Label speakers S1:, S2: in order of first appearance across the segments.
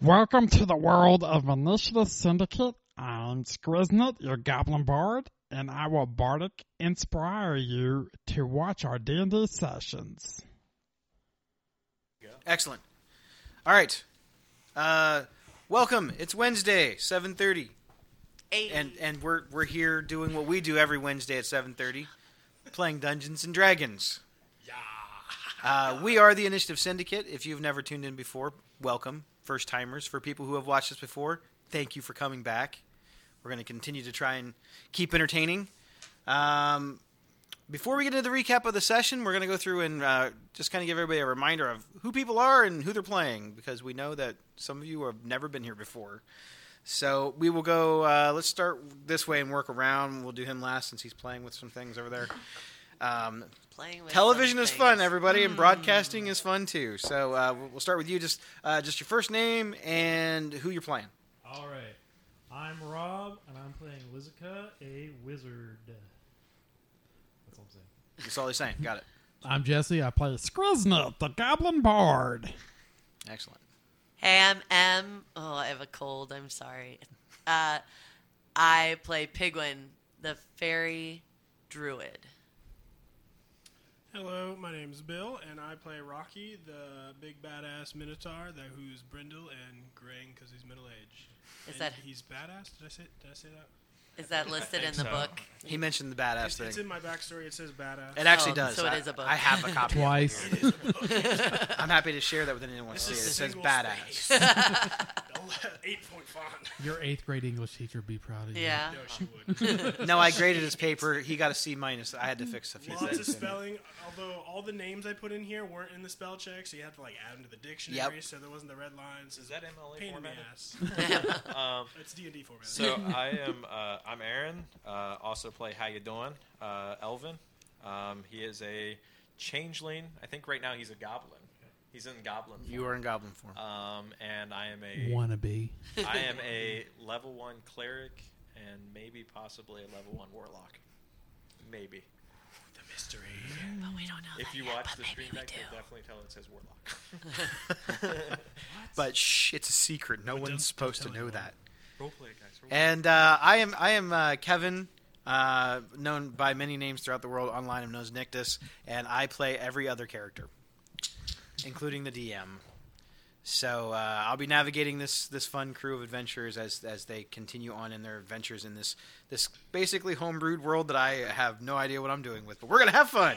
S1: Welcome to the world of Militia Syndicate. I'm Skriznet, your Goblin Bard, and I will bardic inspire you to watch our D&D sessions.
S2: Excellent. All right. Uh, welcome. It's Wednesday, seven thirty, and and we're we're here doing what we do every Wednesday at seven thirty, playing Dungeons and Dragons. Yeah. Uh, we are the Initiative Syndicate. If you've never tuned in before, welcome, first timers. For people who have watched us before, thank you for coming back. We're going to continue to try and keep entertaining. Um, before we get into the recap of the session, we're going to go through and uh, just kind of give everybody a reminder of who people are and who they're playing because we know that some of you have never been here before. So we will go. Uh, let's start this way and work around. We'll do him last since he's playing with some things over there. Um,
S3: playing with
S2: television
S3: some
S2: is fun,
S3: things.
S2: everybody, and broadcasting is fun too. So uh, we'll- we'll start with you. Just uh, just your first name and who you're playing.
S4: All right. I'm Rob, and I'm playing Lizica, a wizard. That's all I'm saying.
S2: That's all he's saying. Got it.
S1: I'm Jesse, I play Skriznet, the Goblin Bard.
S2: Excellent.
S3: Hey, I'm Em. Oh, I have a cold. I'm sorry. Uh, I play Pigwin, the fairy druid.
S5: Hello, my name's Bill, and I play Rocky, the big badass minotaur that who's brindle and graying because he's middle aged.
S3: Is
S5: And
S3: that-
S5: he's badass? Did I say? Did I say that?
S3: Is that listed in the book?
S2: He mentioned the badass
S5: It's, it's
S2: thing.
S5: in my backstory. It says badass.
S2: It actually
S3: Oh,
S2: does.
S3: so it
S2: I-
S3: is a book.
S2: I have a copy. of it.
S1: Twice.
S2: I'm happy to share that with anyone who wants to see it. It says badass.
S5: Eight point font.
S1: Your eighth grade English teacher would be proud of you.
S3: Yeah.
S5: No, she would.
S2: No, I graded his paper. He got a C minus. I had to fix a few
S5: Lots of
S2: things. in it.
S5: spelling. Although all the names I put in here weren't in the spell check, so you had to like add them to the dictionary.
S2: Yep.
S5: So there wasn't the red lines.
S6: Is that MLA
S5: pain in the
S6: formatted?
S5: ass?
S6: Um,
S5: it's D and D format.
S6: so I am uh, I'm Aaron. Uh, also play How You Doing, uh, Elvin. Um, he is a changeling. I think right now he's a goblin. He's in goblin.
S2: You are in goblin form.
S6: Um, and I am a
S1: Wannabe.
S6: I am a level one cleric and maybe possibly a level one warlock. Maybe
S5: the mystery.
S3: But we don't know.
S6: if
S3: that
S6: you
S3: yet,
S6: watch
S3: but
S6: the
S3: maybe
S6: stream
S3: we
S6: deck,
S3: do.
S6: you'll definitely tell it says warlock.
S2: But shh, it's a secret. No one's
S5: don't
S2: supposed to
S5: tell
S2: know
S5: anyone.
S2: that.
S6: Role play, guys. Roleplay.
S2: And uh, I am I am uh, Kevin, uh, known by many names throughout the world. Online, I'm known as Nictus, and I play every other character, including the DM. So uh, I'll be navigating this this fun crew of adventurers as as they continue on in their adventures in this this basically homebrewed world that I have no idea what I'm doing with, but we're gonna have fun.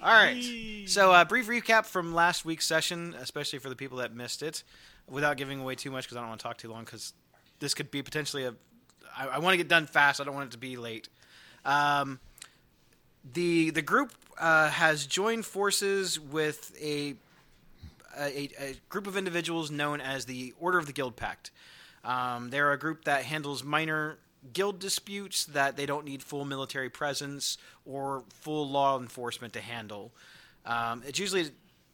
S2: All right. So, uh, brief recap from last week's session, especially for the people that missed it, without giving away too much because I don't want to talk too long because this could be potentially a. I, I want to get done fast. I don't want it to be late. Um, the the group uh, has joined forces with a a, a group of individuals known as the Order of the Guild Pact. Um, they're a group that handles minor guild disputes that they don't need full military presence or full law enforcement to handle. Um, it's usually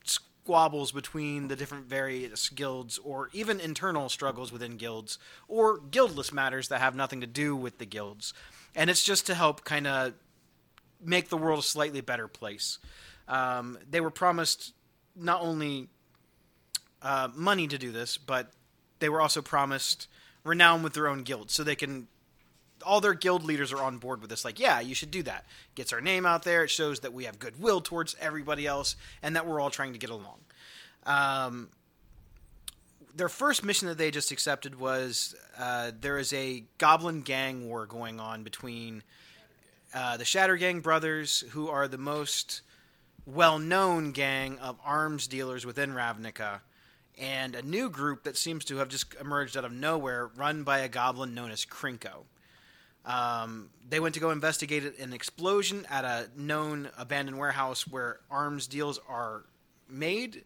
S2: squabbles between the different various guilds or even internal struggles within guilds or guildless matters that have nothing to do with the guilds. And it's just to help kind of make the world a slightly better place. Um, they were promised not only uh, money to do this, but they were also promised renown with their own guild, so they can. All their guild leaders are on board with this. Like, yeah, you should do that. Gets our name out there. It shows that we have goodwill towards everybody else, and that we're all trying to get along. Um, their first mission that they just accepted was uh, there is a goblin gang war going on between uh, the Shatter Gang brothers, who are the most well-known gang of arms dealers within Ravnica, and a new group that seems to have just emerged out of nowhere, run by a goblin known as Krinko. Um, they went to go investigate an explosion at a known abandoned warehouse where arms deals are made.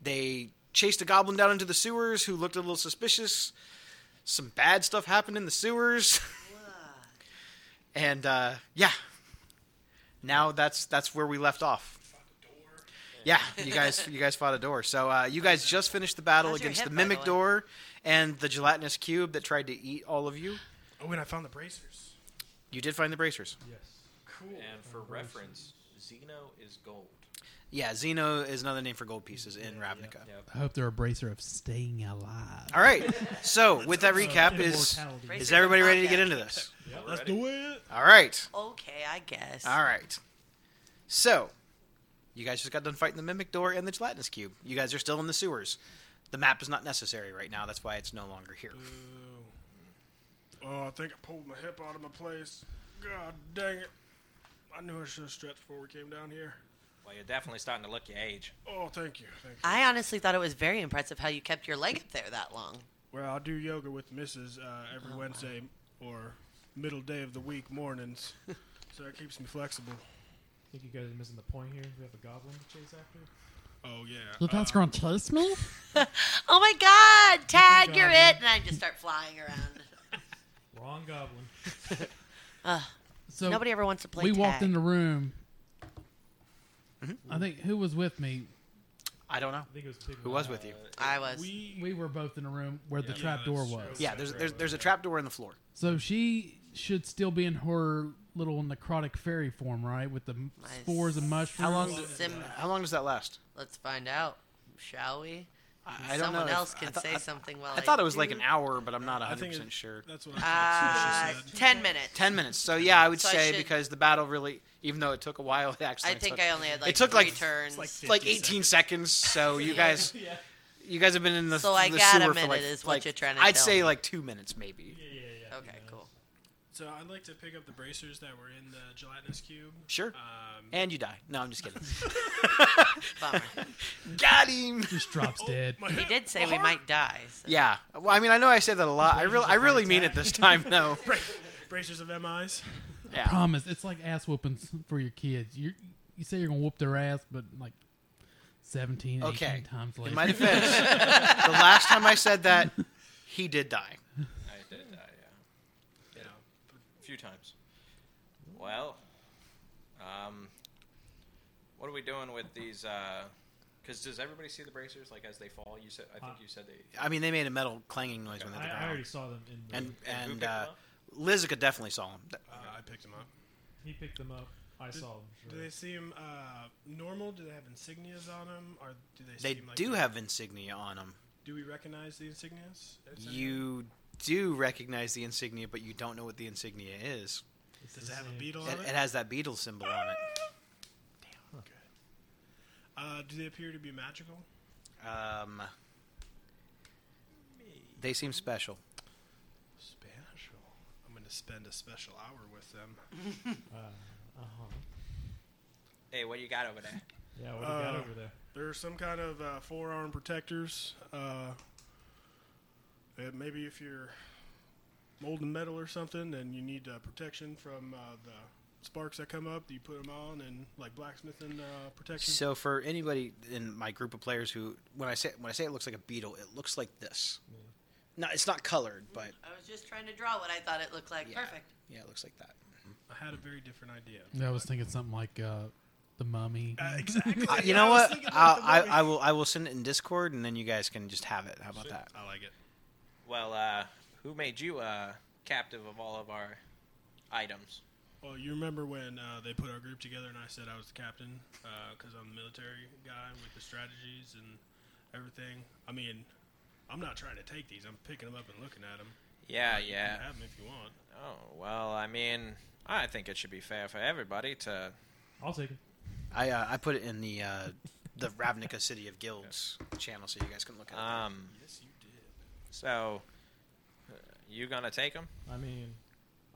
S2: They chased a goblin down into the sewers who looked a little suspicious. Some bad stuff happened in the sewers. and uh, yeah, now that's that's where we left off. Yeah, you guys, you guys fought a door. So uh, you guys just finished the battle
S3: How's your
S2: against
S3: hip,
S2: the
S3: by the
S2: mimic
S3: way?
S2: door and the gelatinous cube that tried to eat all of you.
S5: Oh, and I found the bracers.
S2: You did find the bracers.
S4: Yes.
S2: Oh,
S5: Cool.
S6: and for reference, Xeno is gold.
S2: Yeah, Zeno is another name for gold pieces in Ravnica.
S6: Yep.
S1: I hope they're a bracer of staying alive.
S2: All right. So with that recap, is
S4: Immortality.
S3: Right.
S2: is everybody ready to get into this?
S5: Let's do it.
S2: All right.
S3: Okay, I guess.
S2: All right. So, you guys just got done fighting the Mimic Door and the Gelatinous Cube. You guys are still in the sewers. The map is not necessary right now. That's why it's no longer here.
S5: Mm. Oh, I think I pulled my hip out of my place. God dang it. I knew I should have stretched before we came down here.
S6: Well, you're definitely starting to look your age.
S5: Oh, thank you. Thank you.
S3: I honestly thought it was very impressive how you kept your leg up there that long.
S5: Well, I do yoga with Mrs. Uh, every Wednesday or middle day of the week mornings, so that keeps me flexible.
S4: I think you guys are missing the point here. We have a goblin to chase after.
S5: Oh yeah.
S1: You guys
S5: Uh,
S1: gonna chase me?
S3: Oh my God, Tad,
S4: God.
S3: you're it! And I just start flying around.
S4: Wrong goblin.
S1: So
S3: Nobody ever wants to play.
S1: we
S3: tag. Mm-hmm.
S1: walked in the room. I think who was with me?
S2: I don't know.
S4: I think it was Pigman.
S2: Who was with you?
S5: Uh,
S3: I was.
S5: we
S1: We were both in a room where the
S5: Yeah,
S1: trap door
S5: that's
S1: was.
S5: true.
S2: Yeah, there's there's, there's a trap door in the floor.
S1: So she should still be in her little necrotic fairy form, right? With the m-
S3: Nice.
S1: spores and mushrooms.
S2: How long?
S3: Sim-
S2: How long does that last?
S3: Let's find out, shall we?
S2: I, I don't know.
S3: Someone
S2: if-
S3: else
S2: I
S3: can
S2: thought-
S3: say
S2: I-
S3: something while
S2: I thought it was
S3: do.
S2: like an hour, but I'm not
S5: I
S2: 100
S5: think it-
S2: percent sure. Ah,
S5: That's what I
S3: Uh,
S5: thought she said.
S3: ten minutes.
S2: Ten minutes. So yeah, I would
S3: So I
S2: say
S3: should-
S2: because the battle really, even though it took a while, it actually
S3: I think
S2: took,
S3: I only had like
S2: it took
S3: three
S2: like
S3: turns.
S5: like
S2: like 18 seconds. So you guys, you guys have been in the
S3: So I
S2: the
S3: got a
S2: sewer for
S3: minute
S2: like,
S3: is what
S2: like
S3: you're trying to
S2: I'd
S3: tell
S2: say
S3: me.
S2: like two minutes maybe.
S4: Yeah, yeah, yeah.
S3: okay,
S4: yeah.
S3: cool.
S5: So I'd like to pick up the bracers that were in the gelatinous cube.
S2: Sure.
S5: Um,
S2: And you die. No, I'm just kidding.
S3: Bummer.
S2: Got him.
S1: Just drops dead.
S5: my
S1: All
S3: He
S5: hip,
S3: did say
S5: my
S3: we
S5: heart.
S3: might die. So.
S2: Yeah. Well, I mean, I know I say that a lot. I really, I really mean it this time though.
S5: bracers of MIs.
S2: Yeah.
S1: Promise, it's like ass whoopings for your kids. You you say you're gonna whoop their ass, but like 17, 18
S2: Okay.
S1: times later.
S2: In my defense, the last time I said that, he did die.
S6: I did die, yeah. Yeah. A few times. Well, um, what are we doing with these? Because does everybody see the bracers? Like as they fall, you said. I think you said they.
S2: I mean, they made a metal clanging noise when they hit the
S4: I, I
S2: ground.
S4: already saw them in the.
S2: And
S6: who
S2: and
S6: picked
S2: uh,
S6: them up?
S2: Lizica definitely saw him. Th-
S5: Uh, I picked them up.
S4: he picked them up. I saw them.
S5: Do
S4: Sure.
S5: they seem uh, normal? Do they have insignias on them? Or do they?
S2: They
S5: seem like
S2: do
S5: they're-
S2: have insignia on them.
S5: Do we recognize the insignias? Is that-
S2: You do recognize the insignia, but you don't know what the insignia is.
S5: Does it have a beetle on
S2: It,
S5: it?
S2: it has that beetle symbol on it.
S5: Okay. Uh, do they appear to be magical?
S2: Um, they seem special.
S5: Special. I'm going to spend a special hour with them.
S4: Uh huh.
S6: Hey, what do you got over there?
S4: Yeah, what do you got
S5: Uh,
S4: over there?
S5: They're some kind of uh, forearm protectors. Uh, that maybe if you're molding metal or something and you need uh, protection from uh, the sparks that come up, you put them on and like blacksmithing uh, protection.
S2: So for anybody in my group of players who, when I say when I say it looks like a beetle, it looks like this. No, it's not colored, but
S3: I was just trying to draw what I thought it looked like.
S2: Yeah.
S3: Perfect.
S2: yeah, it looks like that.
S5: I had a very different idea.
S1: I was thinking something like uh, the mummy.
S5: Uh, exactly.
S2: Uh, you know what? I'll, I I will I will send it in Discord, and then you guys can just have it. How about that?
S5: I like it.
S6: Well, uh, who made you uh, captive of all of our items?
S5: Well, you remember when uh, they put our group together and I said I was the captain because I'm the military guy with the strategies and everything. I mean, I'm not trying to take these. I'm picking them up and looking at them.
S6: Yeah, Uh, yeah.
S5: Have them if you want.
S6: Oh well, I mean, I think it should be fair for everybody to.
S4: I'll take it.
S2: I uh, I put it in the uh, the Ravnica City of Guilds channel, so you guys can look at it.
S6: Um,
S5: Yes, you did.
S6: so, uh, you gonna take them?
S4: I mean,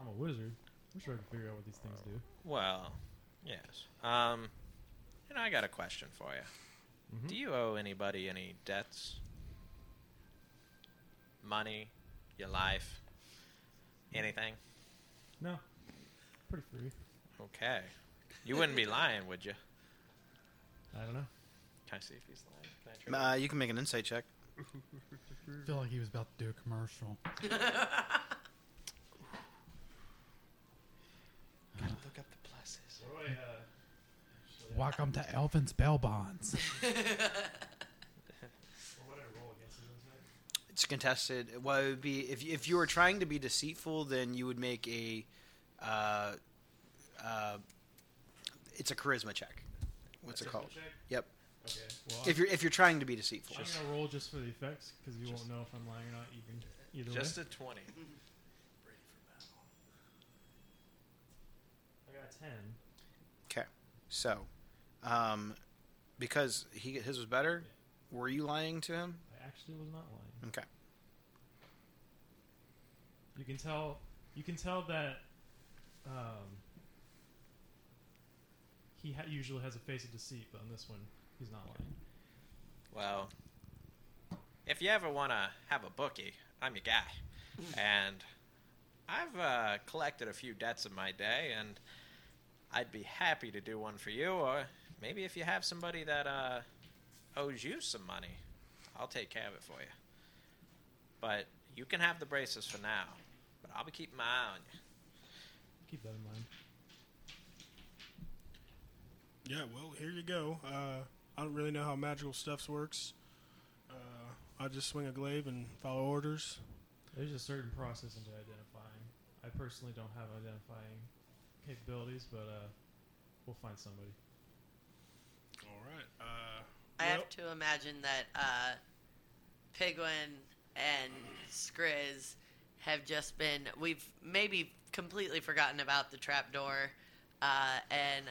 S4: I'm a wizard. I'm sure I can figure out what these things do.
S6: Well, yes. Um, and I got a question for you.
S4: Mhm.
S6: Do you owe anybody any debts? Money, your life, anything?
S4: No, pretty free.
S6: Okay. You wouldn't be lying, would you?
S4: I don't know.
S6: Can I see if he's lying? Can I try
S2: Uh, you can make an insight check.
S1: I feel like he was about to do a commercial.
S6: gotta look up the pluses.
S4: uh,
S1: Welcome to Elvin's Bell Bonds.
S2: It's contested. Well, it would be if you, if you were trying to be deceitful, then you would make a. Uh, uh, it's a charisma check. what's
S4: Perception
S2: it called?
S4: check?
S2: Yep.
S4: Okay. Well,
S2: If you're if you're trying to be deceitful.
S4: I'm gonna roll just for the effects because you
S6: Just-
S4: won't know if I'm lying or not. Even either
S6: Just
S4: way.
S6: a twenty.
S4: I got a ten.
S2: Okay. So, um, because he his was better, were you lying to him?
S4: I actually was not lying.
S2: Okay.
S4: You can tell. You can tell that. Um, he ha- usually has a face of deceit, but on this one, he's not lying.
S6: Well, if you ever want to have a bookie, I'm your guy. and I've uh, collected a few debts in my day, and I'd be happy to do one for you, or maybe if you have somebody that uh, owes you some money, I'll take care of it for you. But you can have the braces for now, but I'll be keeping my eye on you.
S4: Keep that in mind.
S5: Yeah, well, here you go. Uh, I don't really know how magical stuffs works. Uh, I just swing a glaive and follow orders.
S4: There's a certain process into identifying. I personally don't have identifying capabilities, but uh, we'll find somebody.
S5: All right. Uh,
S3: I
S5: well,
S3: have to imagine that uh, Pigwin and Skriz have just been. We've maybe completely forgotten about the trapdoor. Uh, and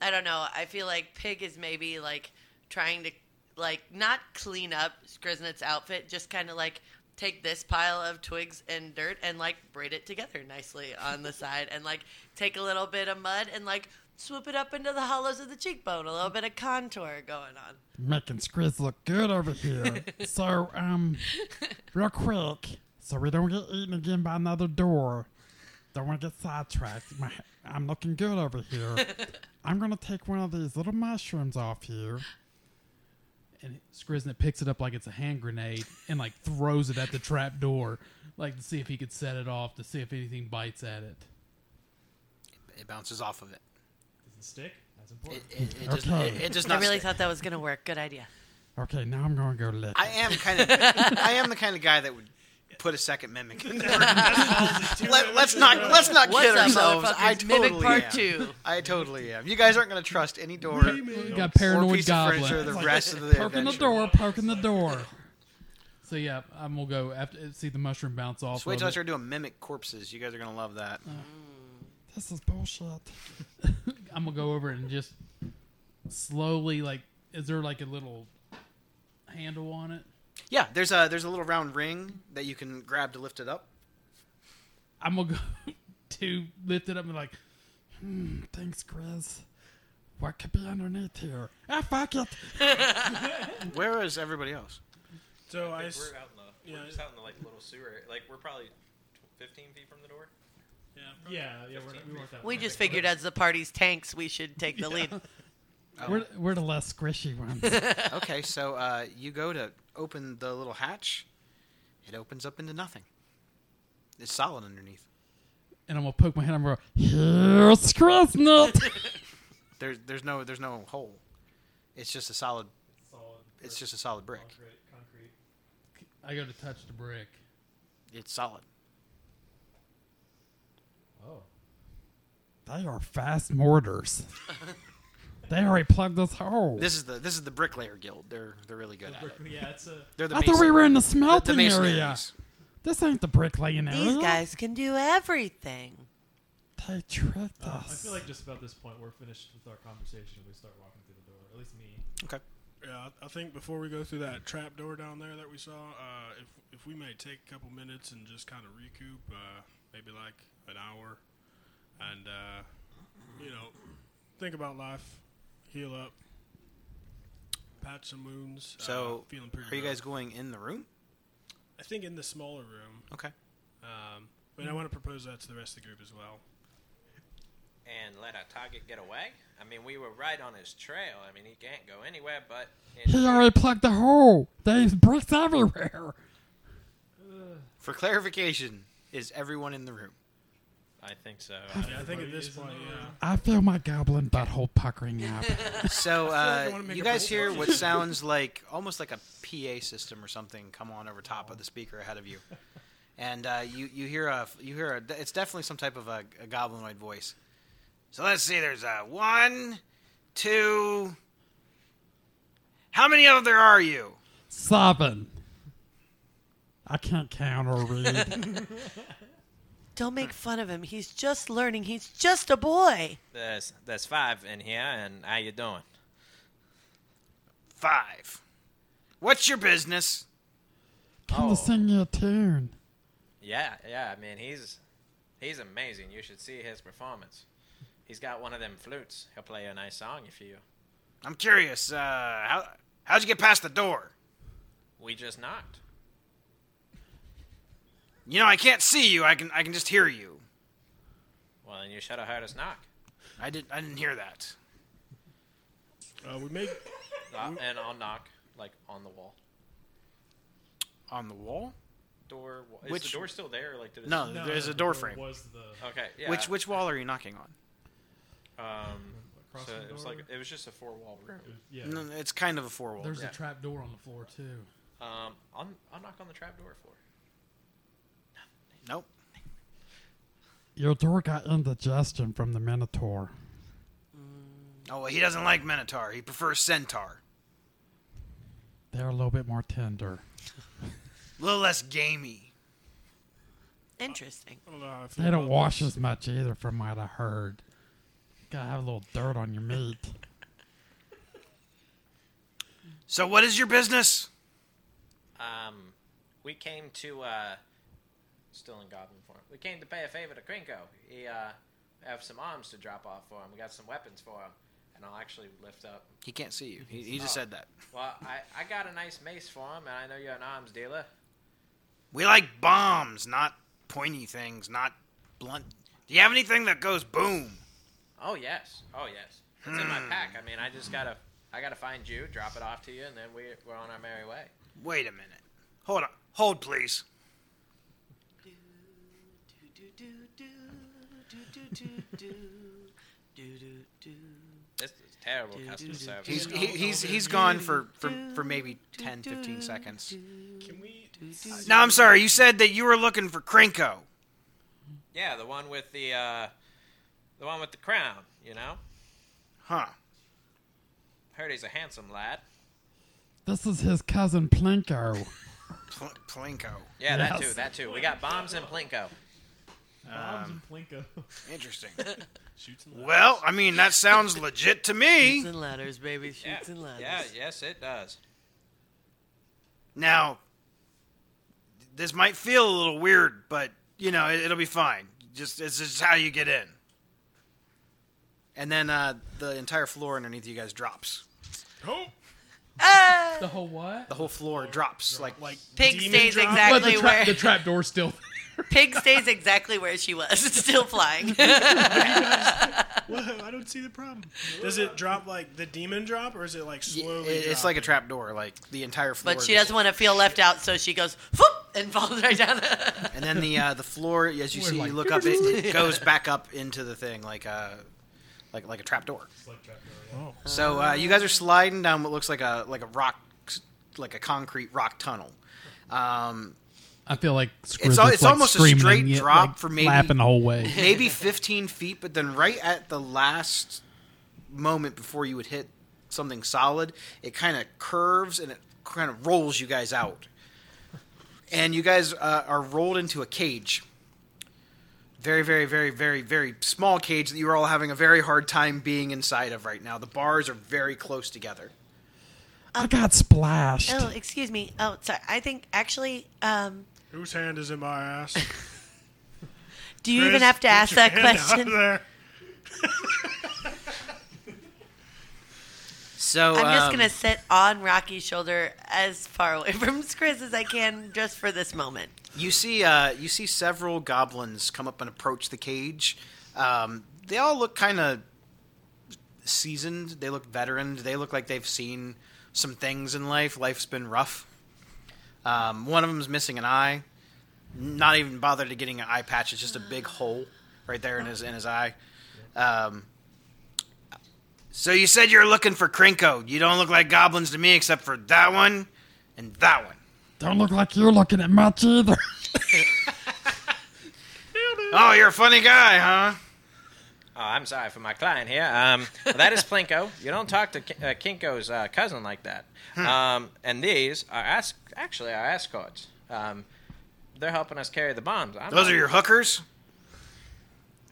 S3: I don't know. I feel like Pig is maybe like trying to, like, not clean up Skriznet's outfit, just kind of like take this pile of twigs and dirt and like braid it together nicely on the side and like take a little bit of mud and like swoop it up into the hollows of the cheekbone a little bit of contour going on
S1: Making Skriz look good over here. so, um, real quick, so we don't get eaten again by another door. Don't want to get sidetracked. My, I'm looking good over here. I'm going to take one of these little mushrooms off you.
S7: and Skriznet picks it up like it's a hand grenade and like throws it at the trap door, like to see if he could set it off, to see if anything bites at it.
S2: It bounces off of it.
S4: Does it stick? That's
S2: It,
S4: important.
S2: it, it, does,
S1: Okay.
S2: it, it does
S3: I
S2: not.
S3: really
S2: stick.
S3: thought that was gonna work. Good idea.
S1: Okay, now I'm going to go lick.
S2: I
S1: it.
S2: am kind of. I am the kind of guy that would put a second mimic. In there. Let, let's not. Let's not
S3: What's
S2: kid
S3: up,
S2: ourselves.
S3: motherfuckers?
S2: I totally
S3: Mimic part
S2: am.
S3: two.
S2: I totally am. You guys aren't going to trust any door
S7: We
S2: or
S7: got
S2: piece
S7: paranoid
S2: of furniture the
S7: goblin.
S2: rest of the
S7: Poking the
S2: adventure.
S7: door, poking the door. So yeah, I'm gonna go after see the mushroom bounce off.
S2: Just wait till I
S7: of it.
S2: start doing mimic corpses. You guys are going to love that.
S7: Uh.
S1: This is bullshit.
S7: I'm gonna go over and just slowly like, is there like a little handle on it?
S2: Yeah, there's a there's a little round ring that you can grab to lift it up.
S7: I'm gonna go to lift it up and like, hmm,
S1: Thanks, Chris. What could be underneath here? Ah, fuck it.
S2: Where is everybody else?
S5: so I,
S6: Like,
S5: s-
S6: we're out in the,
S5: yeah.
S6: we're just out in the like little sewer. Like we're probably tw- 15 feet from the door.
S4: yeah, yeah, we're, we weren't that.
S3: We
S4: far.
S3: just figured as the party's tanks, we should take the lead.
S1: We're, we're the less squishy ones.
S2: Okay, so uh, you go to open the little hatch. It opens up into nothing. It's solid underneath.
S7: and I'm gonna poke my head. I'm gonna.
S1: Here's Chris.
S2: There's there's no there's no hole. It's just a solid
S4: Solid
S2: it's just a solid brick.
S4: concrete. concrete.
S7: I go to touch the brick.
S2: It's solid.
S4: Oh,
S1: They are fast mortars. they already plugged this hole.
S2: This is the this is the bricklayer guild. They're they're really good at it.
S4: yeah, it's a.
S2: They're the
S1: I thought we
S2: mason-
S1: were in the
S2: the,
S1: smelting
S2: the
S1: area.
S2: masons.
S1: This ain't the bricklaying area.
S3: These guys can do everything.
S1: They tricked
S4: Uh, I
S1: us.
S4: feel like just about this point we're finished with our conversation. We start walking through the door. At least me.
S2: Okay.
S5: yeah, I think before we go through that trap door down there that we saw, uh, if if we may take a couple minutes and just kind of recoup, uh, maybe like an hour, and uh, you know, think about life, heal up, patch some wounds.
S2: So
S5: uh, feeling pretty.
S2: are you
S5: rough.
S2: guys going in the room?
S5: I think in the smaller room.
S2: Okay.
S5: Um, and I want to propose that to the rest of the group as well.
S6: and let our target get away. I mean, we were right on his trail. I mean, he can't go anywhere but.
S1: he already plugged the hole. There's bricks everywhere.
S2: For clarification, is everyone in the room?
S6: I think so.
S5: Yeah, I think at this point, yeah.
S1: I feel my goblin butthole puckering up.
S2: So uh,
S5: wanna make
S2: you
S5: a
S2: guys
S5: bold
S2: hear what sounds like almost like a PA system or something come on over top of the speaker ahead of you, and uh, you you hear a you hear a it's definitely some type of a, a goblinoid voice. So let's see. There's a one, two, How many of there are you?
S1: Seven. I can't count or read.
S3: Don't make fun of him. He's just learning. He's just a boy.
S6: There's there's five in here, and how you doing?
S2: Five. What's your business?
S1: Come
S6: Oh.
S1: to sing you a tune.
S6: Yeah, yeah. I mean, he's he's amazing. You should see his performance. He's got one of them flutes. He'll play you a nice song if you.
S2: I'm curious. Uh, how how'd you get past the door?
S6: We just knocked.
S2: You know, I can't see you. I can I can just hear you.
S6: Well, then you should have heard us knock.
S2: I didn't I didn't hear that.
S5: Uh, we made
S6: Uh, and I'll knock like on the wall.
S2: On the wall?
S6: Door. wa- Is
S2: Which-
S6: the door still there? Like did it
S2: No, there's a door
S4: the
S2: frame.
S4: Was the
S6: Okay. Yeah.
S2: Which which wall are you knocking on?
S6: Um.
S4: across
S6: So
S4: the door?
S6: it was like it was just a four wall room.
S4: yeah.
S2: No, It's kind of a four wall.
S7: There's
S6: Yeah.
S7: a trap door on the floor too.
S6: Um. I'll, I'll knock on the trap door floor.
S2: Nope.
S1: Your door got indigestion from the Minotaur.
S2: Oh, well, he doesn't like Minotaur. He prefers Centaur.
S1: They're a little bit more tender.
S2: A little less gamey.
S3: Interesting.
S5: I don't know how I feel
S1: They don't
S5: about
S1: wash
S5: this.
S1: as much either, from what I heard. Gotta have a little dirt on your meat.
S2: So what is your business?
S6: Um, we came to uh, still in goblin form. We came to pay a favor to Krinko. He uh, have some arms to drop off for him. We got some weapons for him, and I'll actually lift up.
S2: He can't see you. He, he just said that.
S6: Well, I, I got a nice mace for him, and I know you're an arms dealer.
S2: We like bombs, not pointy things, not blunt. Do you have anything that goes boom?
S6: Oh yes, oh yes. It's in my pack. I mean, I just gotta I gotta find you, drop it off to you, and then we we're on our merry way.
S2: Wait a minute. Hold on. Hold, please.
S6: This is terrible customer service.
S2: He's he, he's he's gone for, for, for maybe 10, 15 seconds.
S5: Can we?
S2: No, I'm sorry. You said that you were looking for Krinko.
S6: yeah, the one with the uh, the one with the crown. You know,
S2: Huh.
S6: heard he's a handsome lad.
S1: This is his cousin Plinko.
S2: Pl- Plinko.
S6: Yeah, that
S1: Yes.
S6: too, that too. We got bombs and Plinko.
S4: Bombs
S2: Um,
S4: and Plinko.
S2: Interesting.
S5: Shoots and
S2: Well, I mean, that sounds legit to me.
S3: Shoots and ladders, baby.
S6: Yeah.
S3: Shoots and ladders.
S6: yeah, yes, it does.
S2: Now, this might feel a little weird, but you know it, it'll be fine. Just it's just how you get in. And then uh, the entire floor underneath you guys drops.
S5: oh,
S3: Ah!
S7: The whole what?
S2: The whole floor drops. Like
S5: like
S3: Pig
S5: demon
S3: stays
S5: drop?
S7: But the,
S3: exactly
S7: tra-
S3: where
S7: the trap door's still.
S3: pig stays exactly where she was. It's still flying.
S5: Whoa, I don't see the problem. Does it drop like the demon drop, or is it like slowly?
S2: it- it's
S5: drop?
S2: like a trap door. Like the entire floor.
S3: But she
S2: just-
S3: doesn't want to feel left out, so she goes whoop and falls right down.
S2: And then the uh, the floor, as you
S7: We're
S2: see,
S7: like-
S2: you look up, it, it goes back up into the thing like a like like a trap door.
S4: It's like trap door.
S5: Oh.
S2: So uh, you guys are sliding down what looks like a like a rock, like a concrete rock tunnel. Um,
S7: I feel like Squid's
S2: It's al- it's almost a
S7: screaming
S2: straight
S7: and yet,
S2: drop
S7: like,
S2: for maybe-
S7: laughing the whole way.
S2: maybe 15 feet, but then right at the last moment before you would hit something solid, it kind of curves and it kind of rolls you guys out. And you guys uh, are rolled into a cage. Very, very, very, very, very small cage that you're all having a very hard time being inside of right now. The bars are very close together.
S1: I got splashed.
S3: oh, excuse me. Oh, sorry. I think actually, um,
S5: Whose hand is in my ass?
S3: do you
S5: Chris,
S3: even have to
S5: get
S3: ask
S5: your
S3: that
S5: hand out of
S3: question?
S5: there.
S2: So
S3: I'm just
S2: um,
S3: gonna sit on Rocky's shoulder as far away from Chris as I can, just for this moment.
S2: You see, uh, you see several goblins come up and approach the cage. Um, they all look kind of seasoned. They look veteran. They look like they've seen some things in life. Life's been rough. Um, one of them's missing an eye. Not even bothered to getting an eye patch. It's just a big hole right there in his in his eye. Um, so you said you're looking for Krinko. You don't look like goblins to me, except for that one and that one.
S1: Don't look like you're looking at much either.
S2: Oh, you're a funny guy, huh?
S6: Oh, I'm sorry for my client here. Um, that is Plinko. You don't talk to Ki- uh, Kinko's uh, cousin like that.
S2: Hmm.
S6: Um, and these are ask, actually our escorts. Um, they're helping us carry the bombs. I'm
S2: Those
S6: not-
S2: are your hookers?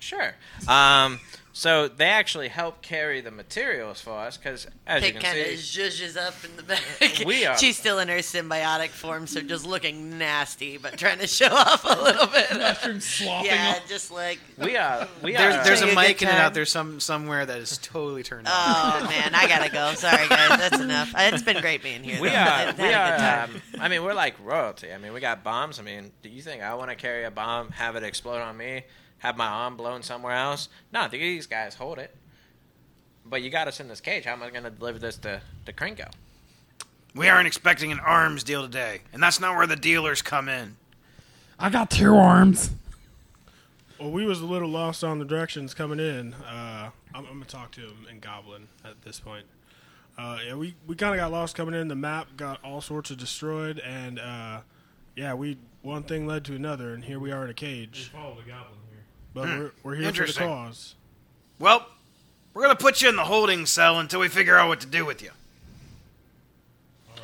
S6: Sure. Um, so they actually help carry the materials for us because, as
S3: Pig
S6: you
S3: kind of
S6: can see,
S3: zhuzhes up in the back.
S6: We are-
S3: She's still in her symbiotic form, so just looking nasty, but trying to show off a little bit.
S7: Mushroom slopping
S3: yeah,
S7: off.
S3: just like,
S6: we are we
S2: There's,
S6: are
S2: there's
S3: Having
S2: a
S3: a good
S2: mic in it
S3: time.
S2: out there some somewhere that is totally turned on.
S3: oh man, I gotta go. Sorry guys, that's enough. It's been great being here.
S6: we
S3: though.
S6: are
S3: Had
S6: we
S3: a good
S6: are.
S3: time.
S6: Um, I mean, we're like royalty. I mean, we got bombs. I mean, do you think I want to carry a bomb, have it explode on me, have my arm blown somewhere else? No, these guys hold it. But you got us in this cage. How am I going to deliver this to to Krinko?
S2: We aren't expecting an arms deal today, and that's not where the dealers come in.
S1: I got two arms.
S5: Well, we was a little lost on the directions coming in. Uh, I'm, I'm gonna talk to him in Goblin at this point. Uh, yeah, we, we kind of got lost coming in. The map got all sorts of destroyed, and uh, yeah, we one thing led to another, and here we are in a
S4: We
S5: cage.
S4: followed a goblin here.
S5: But
S3: Hmm.
S5: we're, we're here for the
S2: Interesting.
S5: cause.
S2: Well, we're gonna put you in the holding cell until we figure out what to do with you.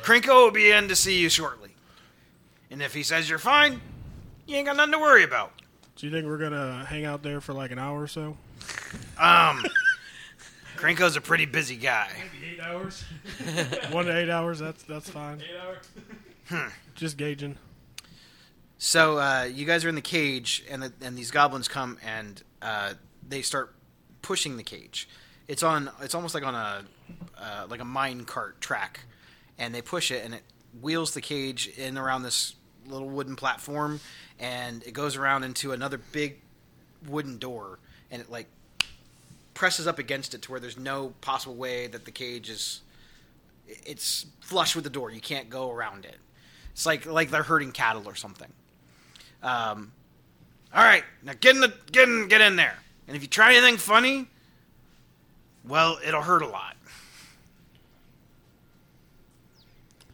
S2: Krinko will be in to see you shortly. And if he says you're fine, you ain't got nothing to worry about.
S5: So you think we're gonna hang out there for like an hour or so?
S2: Um Krinko's a pretty busy guy.
S4: Maybe eight hours.
S5: one to eight hours. That's that's fine.
S4: eight hours.
S5: Just gauging.
S2: So uh, you guys are in the cage, and the, and these goblins come and uh, they start pushing the cage. It's on. It's almost like on a uh, like a mine cart track, and they push it, and it wheels the cage in around this little wooden platform, and it goes around into another big wooden door, and it like presses up against it to where there's no possible way that the cage is. It's flush with the door. You can't go around it. It's like like they're herding cattle or something. Um, all right, now get in the get in get in there. And if you try anything funny, well, it'll hurt a lot.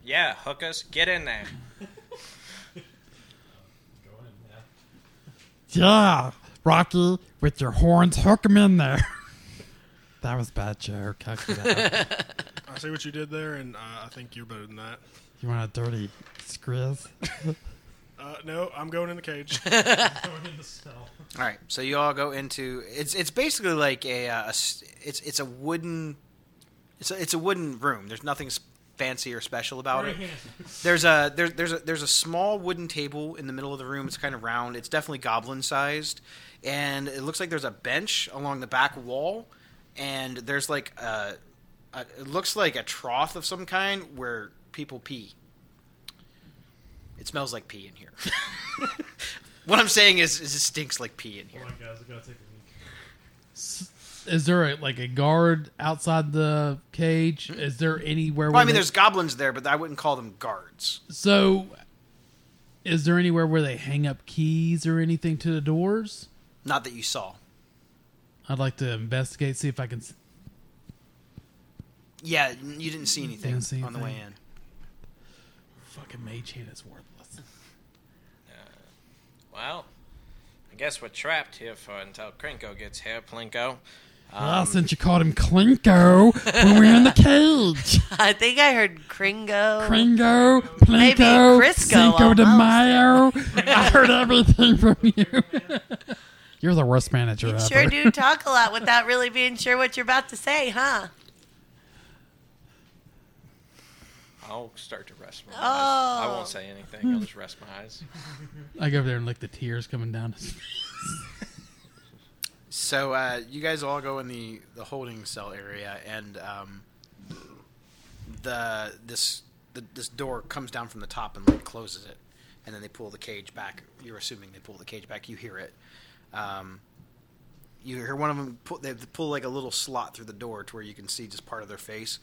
S6: Yeah, hook us. Get in there.
S4: Go in, yeah.
S1: Yeah, Rocky, with your horns, hook him in there. that was a bad joke. I could have-
S5: I see what you did there, and uh, I think you're better than that.
S1: you want a dirty scriz?
S5: Uh, no, I'm going in the cage.
S4: Going in the cell.
S2: All right, so you all go into it's it's basically like a, uh, a s- it's it's a wooden it's a, it's a wooden room. There's nothing s- fancy or special about
S4: Very
S2: it.
S4: handsome.
S2: There's a there's there's a there's a small wooden table in the middle of the room. It's kind of round. It's definitely goblin sized, and it looks like there's a bench along the back wall, and there's like a, a it looks like a trough of some kind where people pee. It smells like pee in here. what I'm saying is, is it stinks like pee in here.
S4: Hold on, guys. I gotta take a leak.
S7: Is there a, like a guard outside the cage? Is there anywhere?
S2: Well, I
S7: where
S2: mean,
S7: they-
S2: there's goblins there, but I wouldn't call them guards.
S7: so. Is there anywhere where they hang up keys or anything to the doors?
S2: Not that you saw.
S7: I'd like to investigate, see if I can. s-
S2: Yeah, you didn't see anything
S7: Didn't see
S2: on the way
S7: anything.
S2: in.
S7: Fucking mage hand is worthless.
S6: Well, I guess we're trapped here for until Krinko gets here, Plinko.
S3: Um,
S1: Ah, since you called him Klinko when we were in the cage.
S3: I think I heard Kringo.
S1: Kringo,
S3: Maybe
S1: Plinko,
S3: Crisco
S1: Cinco de
S3: almost.
S1: Mayo. I heard everything from you. You're the worst manager
S3: you
S1: ever.
S3: sure do talk a lot without really being sure what you're about to say, huh?
S6: I'll start to rest my eyes. I
S3: Oh.
S6: won't say anything. I'll just rest my eyes.
S7: I go over there and lick the tears coming down his
S2: So uh, you guys all go in the, the holding cell area, and um, the this the, this door comes down from the top and like, closes it, and then they pull the cage back. You're assuming they pull the cage back. You hear it. Um, you hear one of them pull, they pull like a little slot through the door to where you can see just part of their face.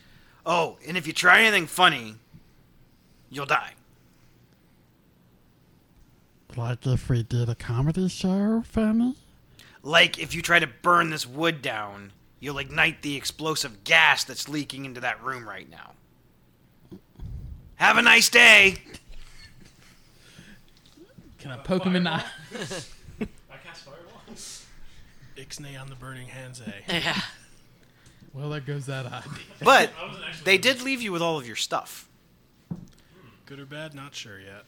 S2: Oh, and if you try anything funny, you'll die.
S1: Like if we did a comedy show, Fanny?
S2: Like if you try to burn this wood down, you'll ignite the explosive gas that's leaking into that room right now. Have a nice day.
S7: Can I poke him in the eye?
S4: I cast fireball.
S5: Ixnay on the burning eh? Hanse.
S3: Yeah.
S7: Well, that goes that idea.
S2: But
S4: I wasn't actually.
S2: they did leave you with all of your stuff.
S5: Good or bad? Not sure yet.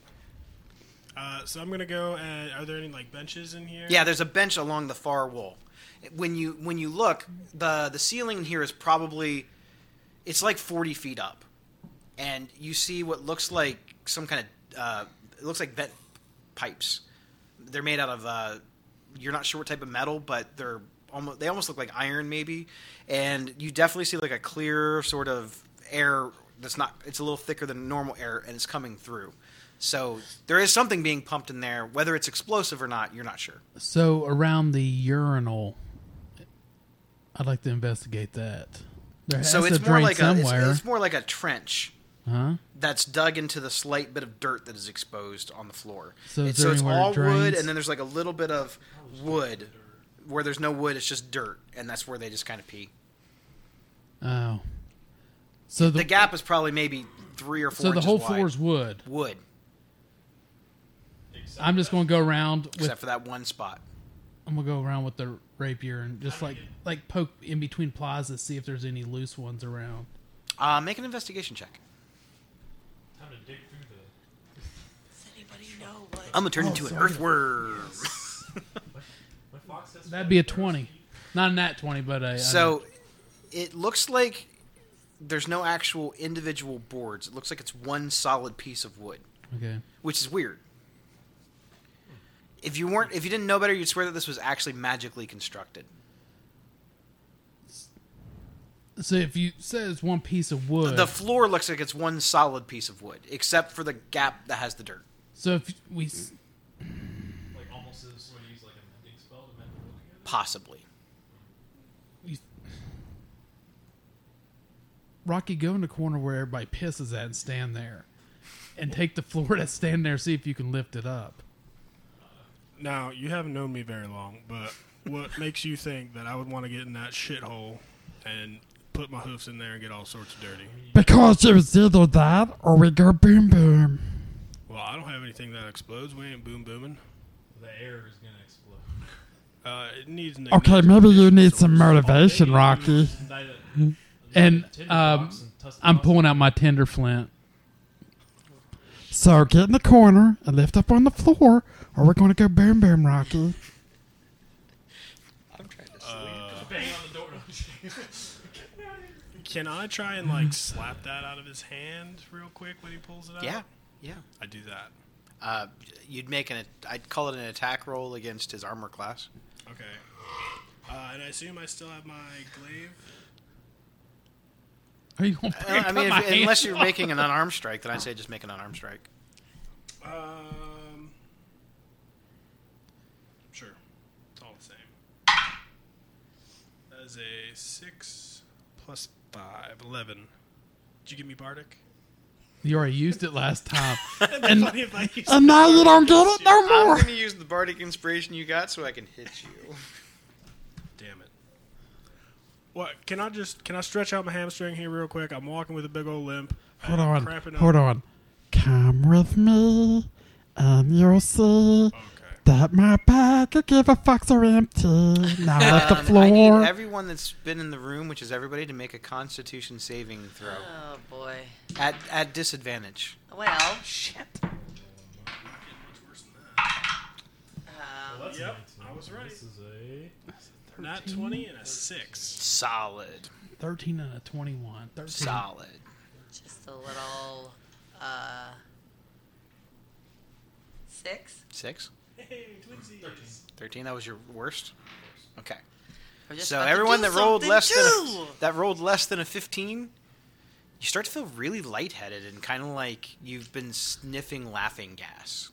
S5: Uh, so I'm gonna go. And are there any like benches in here?
S2: Yeah, there's a bench along the far wall. When you when you look, the the ceiling here is probably it's like 40 feet up, and you see what looks like some kind of uh, it looks like vent pipes. They're made out of uh, you're not sure what type of metal, but they're almost they almost look like iron maybe, and you definitely see like a clear sort of air that's not it's a little thicker than normal air and it's coming through. So there is something being pumped in there, whether it's explosive or not, you're not sure.
S7: So around the urinal, I'd like to investigate that. There has
S2: so
S7: to
S2: it's more
S7: drain
S2: like
S7: somewhere,
S2: a it's, it's more like a trench
S7: huh?
S2: that's dug into the slight bit of dirt that is exposed on the floor.
S7: So is
S2: It-
S7: there
S2: so it's
S7: anywhere it
S2: all wood,
S7: drains?
S2: and then there's like a little bit of wood where there's no wood. It's just dirt, and that's where they just kind of pee.
S7: Oh, so the,
S2: The gap is probably maybe three or four.
S7: so the
S2: inches
S7: whole
S2: wide.
S7: floor is wood.
S2: wood,
S7: I'm just going to go around with
S2: except for that one spot.
S7: I'm gonna go around with the rapier and just like like poke in between plazas, see if there's any loose ones around.
S2: Uh, make an investigation check.
S4: Time to dig through the.
S3: Does anybody know what?
S2: I'm gonna turn into an
S7: Oh, sorry.
S2: earthworm.
S4: My fox has
S7: That'd be a twenty, not a nat twenty, but a a-
S2: So it looks like there's no actual individual boards. It looks like it's one solid piece of wood.
S7: okay.
S2: which is weird. If you weren't, if you didn't know better, you'd swear that this was actually magically constructed.
S7: So if you say it's one piece of wood,
S2: The floor looks like it's one solid piece of wood, except for the gap that has the dirt.
S7: so if we s-
S4: like almost as what you use like a mending spell to mend the wood together.
S2: Possibly,
S7: you- Rocky go in the corner where everybody pisses at and stand there, and take the floor that's standing there, see if you can lift it up.
S5: Now you haven't known me very long, but what makes you think that I would want to get in that shithole and put my hoofs in there and get all sorts of dirty?
S1: Because it was either that or we go boom boom.
S5: Well, I don't have anything that explodes. We ain't boom booming.
S4: The air is gonna explode.
S5: Uh, it needs. an
S1: Okay,
S5: ignition.
S1: maybe you need some
S4: Maybe
S1: motivation,
S4: you
S1: Rocky.
S4: just light a-
S7: And
S4: a tinder
S7: um,
S4: box and tuss-
S7: I'm
S4: toss
S7: pulling
S4: it.
S7: out my tinder flint.
S1: So get in the corner and lift up on the floor, or we're going to go boom boom, Rocky.
S2: I'm trying to.
S4: Bang on the door.
S5: Can I try and like slap that out of his hand real quick when he pulls it out?
S2: yeah, yeah.
S5: I do that.
S2: Uh, you'd make an. I'd call it an attack roll against his armor class.
S5: Okay. Uh, and I assume I still have my glaive.
S7: Are you gonna pick
S2: Uh, I
S7: up
S2: mean,
S7: my
S2: if, unless
S7: hand?
S2: you're making an unarmed strike, then I'd say just make an unarmed strike.
S5: Um. Sure. It's all the same. That is a six plus five, eleven. Did you give me Bardic?
S7: you already used it last time.
S5: That'd be funny if I used
S1: And now you don't get it no
S2: I'm
S1: more.
S2: going to use the bardic inspiration you got so I can hit you.
S5: Damn it. What? Can I just can I stretch out my hamstring here real quick? I'm walking with a big old limp.
S1: Hold
S5: I'm
S1: on,
S5: cramping up.
S1: hold on. Come with me, and you'll see
S5: Okay.
S1: that my bag could give a fucks are empty. Now lift the
S2: I
S1: floor.
S2: need everyone that's been in the room, which is everybody, to make a Constitution saving throw
S3: Oh boy.
S2: at at disadvantage.
S3: Well,
S2: Shit.
S3: um,
S4: That's
S5: Yep,
S4: a 19.
S5: I was right.
S4: This is a
S5: Not twenty and a six.
S2: Solid.
S7: 13 and a 21. 13.
S2: Solid.
S3: just a little uh, six.
S2: Six?
S5: Hey, twinsies.
S2: 13, that was your worst? Okay.
S3: We're just
S2: So
S3: about to
S2: everyone
S3: do
S2: that rolled
S3: something
S2: less than
S3: too!
S2: a, that rolled less than a 15, you start to feel really lightheaded and kind of like you've been sniffing laughing gas.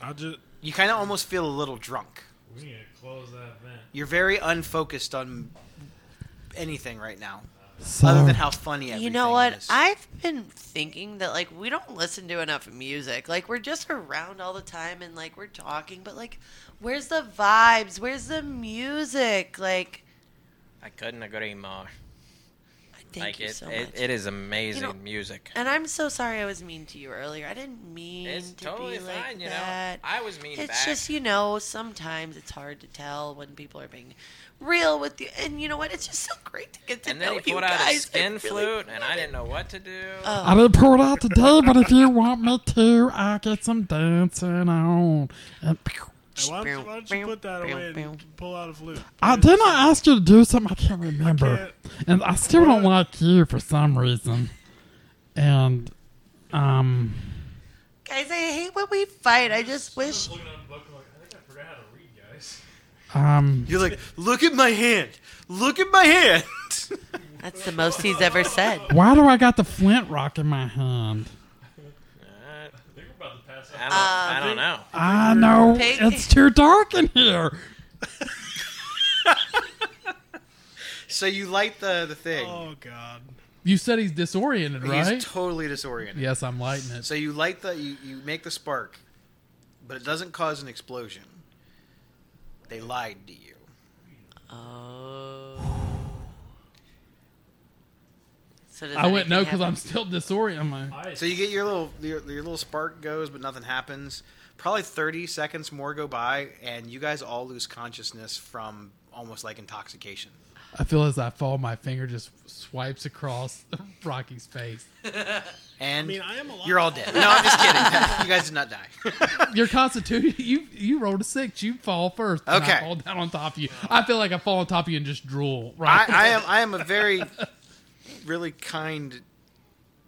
S5: I just
S2: You kind of almost feel a little drunk.
S4: We need to close that vent.
S2: You're very unfocused on anything right now, other
S1: So,
S2: than how funny everything
S3: You know what?
S2: is.
S3: I've been thinking that like we don't listen to enough music. Like we're just around all the time and like we're talking, but like where's the vibes? Where's the music? Like
S6: I couldn't agree more.
S3: Thank
S6: like
S3: you
S6: it,
S3: so
S6: it,
S3: much.
S6: it is amazing
S3: You know,
S6: music.
S3: and I'm so sorry I was mean to you earlier. I didn't mean
S6: It's
S3: to
S6: totally
S3: be
S6: fine,
S3: like
S6: you
S3: that.
S6: know. I was mean
S3: it's
S6: back.
S3: just you know sometimes it's hard to tell when people are being real with you, and you know what? It's just so great to get to
S6: and
S3: know
S6: then he
S3: "Oh, you
S6: pulled
S3: guys.
S6: out his
S3: I
S6: skin
S3: really
S6: flute, and
S3: love
S6: I
S3: it.
S6: didn't know what to do.
S3: Oh.
S1: I didn't pull it out today, but if you want me to, I get some dancing on. And pew.
S5: Hey, why, don't, why don't you put that away and pull out a flute?
S1: I didn't I ask you to do something I can't remember, and I still don't
S5: What?
S1: like you for some reason. And um,
S3: Guys, I hate when we fight. I just wish.
S4: Looking on the book, I'm like, I think I forgot how to read, guys.
S1: um,
S2: You're like, look at my hand. Look at my hand.
S3: That's the most he's ever said.
S1: why do I got the flint rock in my hand?
S6: Uh,
S4: I think we're about to pass
S6: I,
S4: out.
S3: Um,
S6: don't, I don't know.
S1: I know
S3: Pig.
S1: it's too dark in here.
S2: So you light the, the thing.
S5: Oh God!
S7: You said he's disoriented,
S2: He's
S7: right?
S2: totally disoriented.
S7: yes, I'm lighting it.
S2: So you light the you, you make the spark, but it doesn't cause an explosion. They lied to you.
S3: Oh. So does
S7: I wouldn't know
S3: anything
S7: because I'm
S3: happen?
S7: still disoriented. I'm like,
S4: I
S2: So you get your little your, your little spark goes, but nothing happens. Probably thirty seconds more go by, and you guys all lose consciousness from almost like intoxication.
S7: I feel as I fall, my finger just swipes across Rocky's face.
S2: And
S5: I mean, I am alive.
S2: you're all dead. No, I'm just kidding. you guys did not die.
S7: Your constitution, you you rolled a six. You fall first. and I
S2: Okay.
S7: fall down on top of you. I feel like I fall on top of you and just drool.
S2: I,
S7: Right.
S2: I am I am a very really kind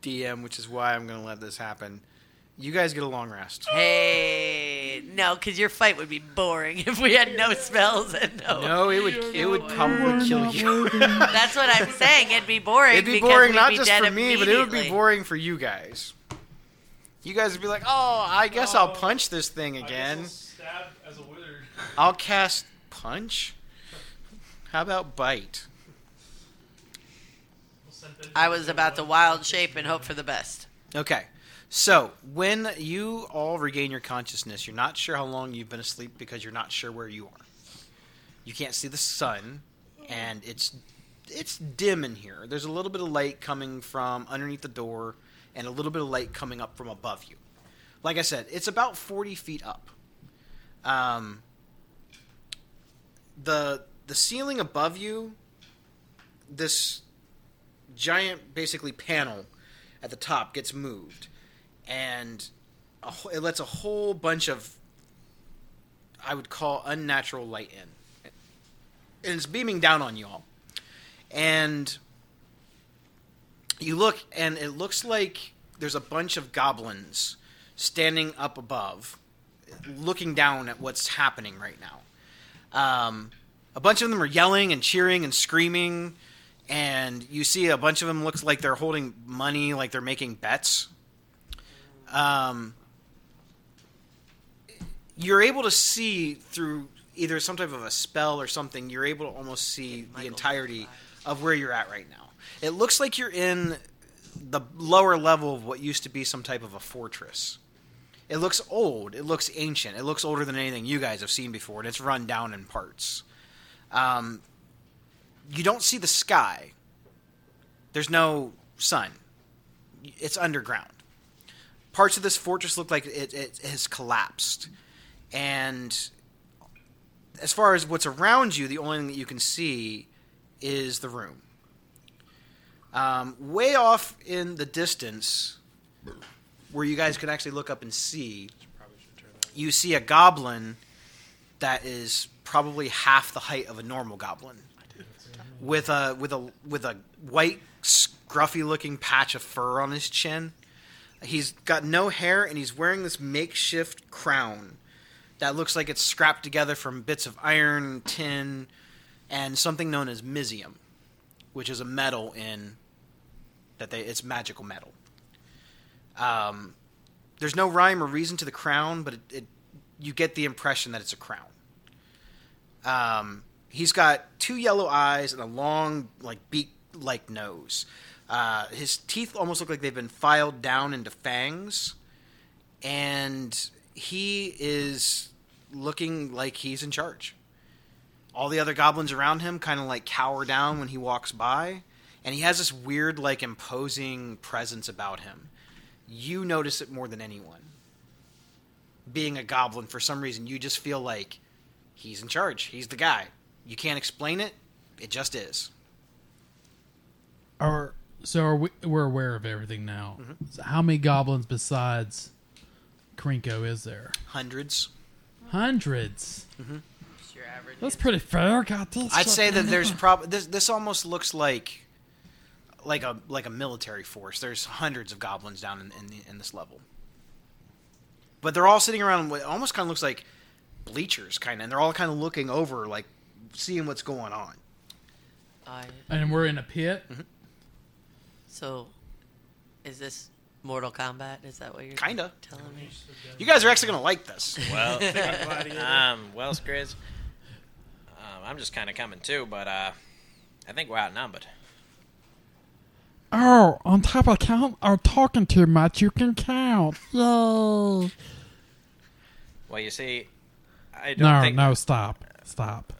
S2: DM, which is why I'm going to let this happen. You guys get a long rest.
S3: Hey, no, because your fight would be boring if we had no spells and no.
S2: No, it would it would probably kill you.
S3: That's what I'm saying. It'd be boring.
S2: It'd be
S3: because
S2: boring
S3: we'd
S2: not
S3: be
S2: just
S3: dead
S2: for me, but it would be
S3: immediately.
S2: boring for you guys. You guys would be like, "Oh, I guess I'll punch this thing
S4: I guess
S2: again.
S4: I'll stab as a wizard.
S2: I'll cast punch. How about bite?"
S4: We'll send that-
S3: I was about to wild shape and hope for the best.
S2: Okay. So, when you all regain your consciousness, you're not sure how long you've been asleep because you're not sure where you are. You can't see the sun, and it's it's dim in here. There's a little bit of light coming from underneath the door and a little bit of light coming up from above you. Like I said, it's about 40 feet up. Um, the the ceiling above you this giant basically panel at the top gets moved and a, wh- it lets a whole bunch of i would call unnatural light in and it's beaming down on you all and you look and it looks like there's a bunch of goblins standing up above looking down at what's happening right now um, a bunch of them are yelling and cheering and screaming, and you see a bunch of them looks like they're holding money, like they're making bets. Um, you're able to see through either some type of a spell or something. You're able to almost see the entirety of where you're at right now. It looks like you're in the lower level of what used to be some type of a fortress. It looks old. It looks ancient. It looks older than anything you guys have seen before, and it's run down in parts. Um, you don't see the sky. There's no sun. It's underground. Parts of this fortress look like it, it has collapsed. And as far as what's around you, the only thing that you can see is the room. Um, way off in the distance, where you guys can actually look up and see, you see a goblin that is probably half the height of a normal goblin, with a with a with a white scruffy looking patch of fur on his chin. He's got no hair and he's wearing this makeshift crown that looks like it's scrapped together from bits of iron, tin, and something known as misium, which is a metal in that they it's magical metal. Um, there's no rhyme or reason to the crown, but it, it you get the impression that it's a crown. Um, he's got two yellow eyes and a long, like beak-like nose. Uh, his teeth almost look like they've been filed down into fangs, and he is looking like he's in charge. All the other goblins around him kind of like cower down when he walks by, and he has this weird, like, imposing presence about him. You notice it more than anyone. Being a goblin, for some reason, you just feel like he's in charge. He's the guy. You can't explain it. It just is.
S7: Are so are we, we're aware of everything now.
S2: Mm-hmm.
S7: So how many goblins besides Krinko is there?
S2: Hundreds.
S7: Hundreds.
S3: It's your average.
S1: That's pretty fair. Got this.
S2: I'd
S1: shit
S2: say that
S1: down.
S2: there's probably this. This almost looks like, like a like a military force. There's hundreds of goblins down in in, the, in this level, but they're all sitting around. What almost kind of looks like bleachers, kind of, and they're all kind of looking over, like seeing what's going on.
S3: I-
S7: And we're in a pit.
S2: Mm-hmm.
S3: so, is this Mortal Kombat? Is that what you're
S2: Kinda.
S3: telling me?
S2: You guys are actually gonna like this.
S6: Well,
S5: Gladiator.
S6: um, well, Skriz, um, I'm just kind of coming too, but uh, I think we're outnumbered.
S1: Oh, on top of count or talking too much, you can count. Yay!
S6: Well, you see, I don't
S1: No,
S6: think
S1: no, stop, stop.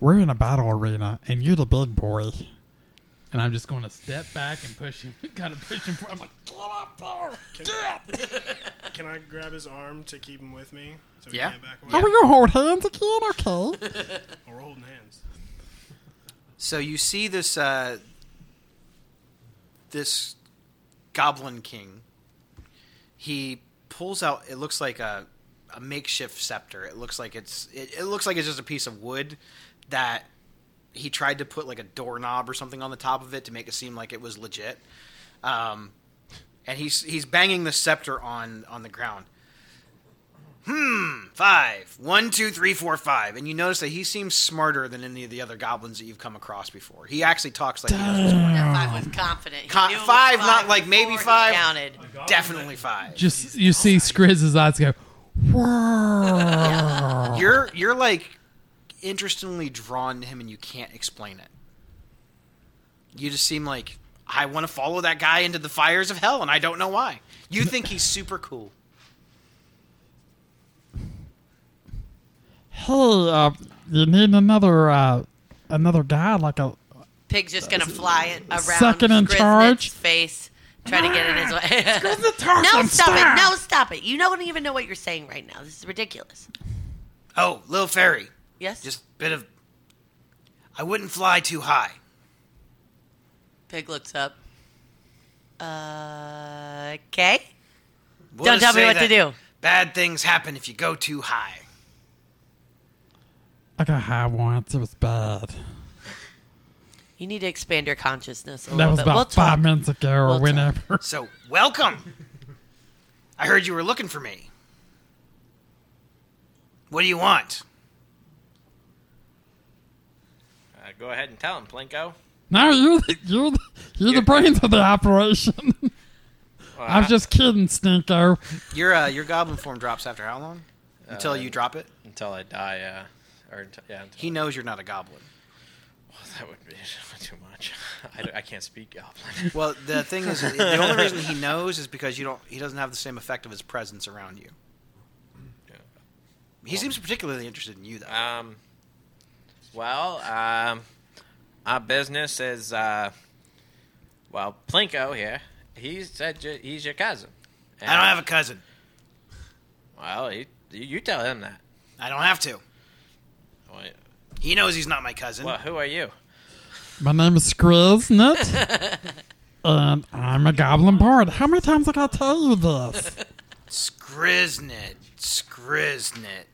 S1: We're in a battle arena, and you're the big boy.
S7: And I'm just going to step back and push him. kind of push him. For, I'm like,
S5: Can I grab his arm to keep him with me? So
S2: Yeah.
S5: He can't back
S1: Are
S5: away? Oh,
S1: we gonna hold hands again? Okay.
S5: We're holding hands.
S2: So you see this uh, this goblin king. He pulls out. It looks like a, a makeshift scepter. It looks like it's it, it looks like it's just a piece of wood that he tried to put like a doorknob or something on the top of it to make it seem like it was legit. Um, and he's he's banging the scepter on on the ground. Hmm, five. One, two, three, four, five. And you notice that he seems smarter than any of the other goblins that you've come across before. He actually talks like he knows what's going on.
S3: That five was confident. He
S2: Con-
S3: knew it was
S2: five, not like maybe
S3: before he
S2: five.
S3: Counted.
S2: Definitely five.
S7: just you see Skriz's eyes go.
S1: Whoa.
S2: You're you're like interestingly drawn to him and you can't explain it. You just seem like I want to follow that guy into the fires of hell and I don't know why. You think he's super cool.
S1: Hey, uh, you need another uh, another guy like a
S3: Pig's just gonna fly it around
S1: Second in
S3: Griznet's
S1: charge?
S3: face, try to get in his way. no,
S1: talking
S3: stop it!
S1: star.
S3: No, stop it! You don't even know what you're saying right now. This is ridiculous.
S2: Oh, little fairy.
S3: Yes,
S2: Just bit of I wouldn't fly too high.
S3: Pig looks up. Uh, okay.
S2: We'll
S3: Don't
S2: just
S3: tell me
S2: say
S3: what to
S2: that
S3: do.
S2: Bad things happen if you go too high.
S1: I got high once. It was bad.
S3: You need to expand your consciousness a
S1: That
S3: little
S1: was
S3: bit.
S1: about
S3: We'll
S1: five
S3: talk.
S1: minutes ago or
S3: We'll talk.
S1: whenever.
S2: So, welcome. I heard you were looking for me. What do you want?
S6: Uh, go ahead and tell him, Plinko.
S1: No, you're the, you're the, you're the brains of the operation.
S6: Well,
S1: I'm
S6: I-
S1: just kidding, Stinko.
S2: Your uh, your goblin form drops after how long? Until
S6: Uh,
S2: you drop it.
S6: until I die. Uh, or until, yeah, until,
S2: He knows you're not a goblin.
S6: well, that would be too much. I, don't- I can't speak Goblin.
S2: Well, the thing is, the only reason he knows is because you don't. He doesn't have the same effect of his presence around you. He seems particularly interested in you, though.
S6: Um, well, um, our business is, uh, well, Plinko here. He said ju- he's your cousin. And,
S2: I don't have a cousin.
S6: Well, he, you tell him that.
S2: I don't have to.
S6: Well,
S2: He knows he's not my cousin.
S6: Well, who are you?
S1: My name is Skriznut, and I'm a goblin bard. How many times I gotta tell you this?
S2: Skriznit. Skriznit.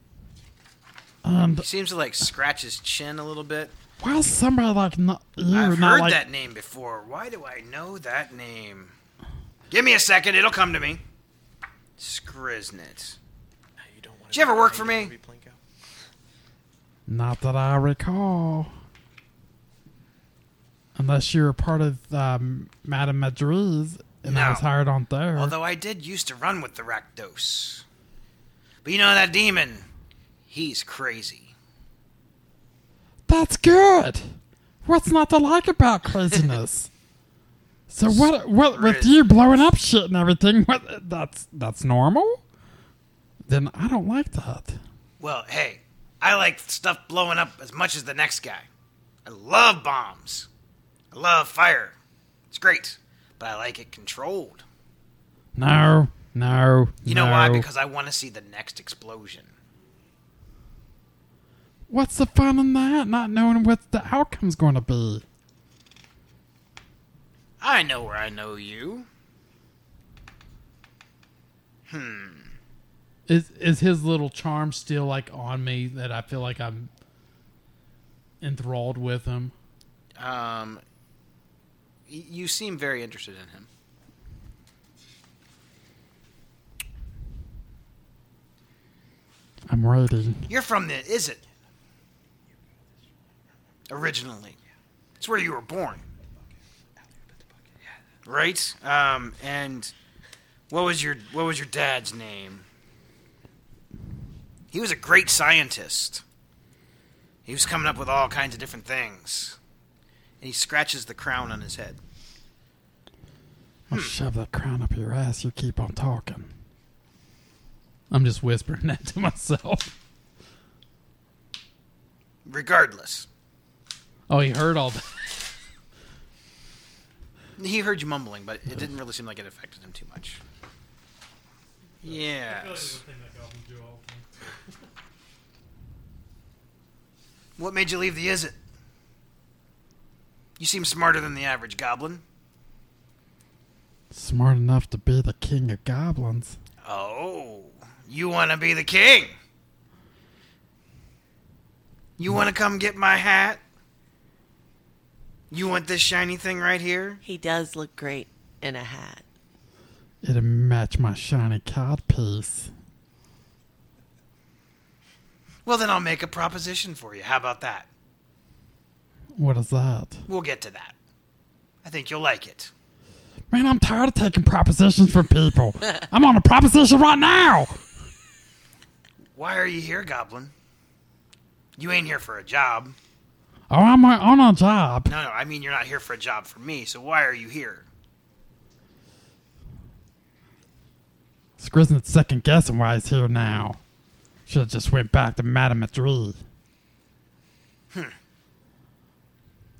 S1: And Um,
S2: He seems to like scratch his chin a little bit.
S1: why is somebody like not, you
S2: I've
S1: not
S2: heard
S1: like
S2: that name before. Why do I know that name? Give me a second. It'll come to me. Skriznit.
S6: You don't want
S2: Did you ever work for me?
S6: Plinko?
S1: Not that I recall. Unless you were part of um, Madame Madrid's and I was
S2: No.
S1: hired on there.
S2: Although I did used to run with the Rakdos. But you know that demon, he's crazy.
S1: That's good. What's not to like about craziness? so what? What with you blowing up shit and everything? What? That's that's normal. Then I don't like that.
S2: Well, hey, I like stuff blowing up as much as the next guy. I love bombs. I love fire. It's great, but I like it controlled.
S1: No, no.
S2: You know why? Because I want to see the next explosion.
S1: what's the fun in that? Not knowing what the outcome's going to be.
S2: I know where I know you.
S7: Is is his little charm still like on me that I feel like I'm enthralled with him?
S2: Um, y- you seem very interested in him.
S1: I'm waiting.
S2: You're from the is it? Originally, it's where you were born, right? Um, and what was your what was your dad's name? He was a great scientist. He was coming up with all kinds of different things, and he scratches the crown on his head.
S1: I'll shove that crown up your ass. You keep on talking.
S7: I'm just whispering that to myself.
S2: Regardless,
S7: Oh, he heard all that.
S2: he heard you mumbling, but it didn't really seem like it affected him too much.
S4: I feel like it's
S2: Yes.
S4: a thing that goblins do all the time.
S2: What made you leave the Is It? You seem smarter than the average goblin.
S1: Smart enough to be the king of goblins.
S2: Oh, you want to be the king? You want to come get my hat? You want this shiny thing right here?
S3: He does look great in a hat.
S1: It'd match my shiny cod piece.
S2: Well, then I'll make a proposition for you. How about that?
S1: What is that?
S2: We'll get to that. I think you'll like it.
S1: Man, I'm tired of taking propositions from people. I'm on a proposition right now.
S2: Why are you here, goblin? You ain't here for a job.
S1: Oh, I'm uh, on a job.
S2: No, no, I mean you're not here for a job for me, so why are you here?
S1: Skrizzin's second guessing why he's here now. Should have just went back to Madame Madrid.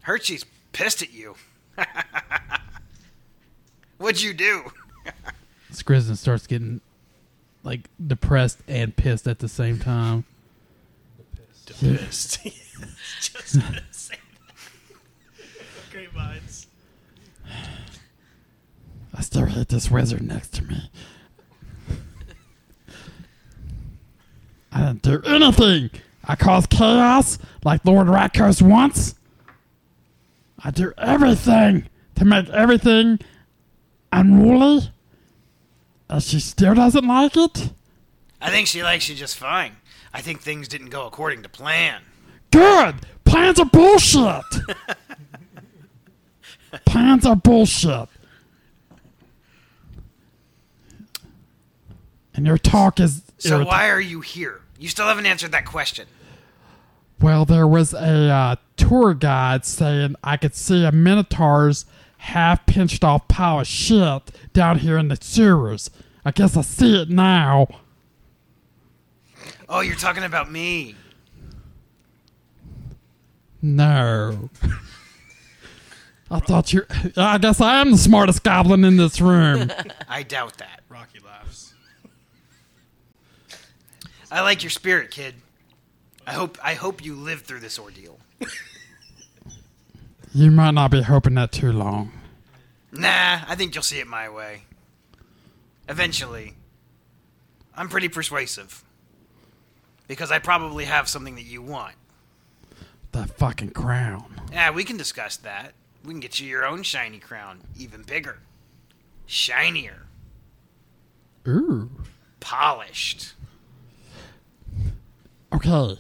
S2: Hershey's pissed at you. What'd you do?
S7: Skrizen starts getting like depressed and pissed at the same time.
S5: Pissed. Just gonna say that. Great minds.
S1: I still hate this wizard next to me. I didn't do anything. I caused chaos like Lord Ratkos once. I do everything to make everything unruly. And she still doesn't like it?
S2: I think she likes you just fine. I think things didn't go according to plan.
S1: Good! Plans are bullshit! Plans are bullshit. And your talk is.
S2: So
S1: irrit-
S2: why are you here? You still haven't answered that question.
S1: Well, there was a uh, tour guide saying I could see a Minotaur's half pinched off pile of shit down here in the sewers. I guess I see it now.
S2: Oh, you're talking about me.
S1: No. I thought you. I guess I am the smartest goblin in this room.
S2: I doubt that.
S5: Rocky laughs.
S2: I like your spirit, kid. I hope I hope you live through this ordeal.
S1: You might not be hoping that too long.
S2: Nah, I think you'll see it my way. Eventually. I'm pretty persuasive. Because I probably have something that you want.
S1: That fucking crown.
S2: Yeah, we can discuss that. We can get you your own shiny crown, even bigger, shinier,
S1: Ooh.
S2: polished.
S1: Okay.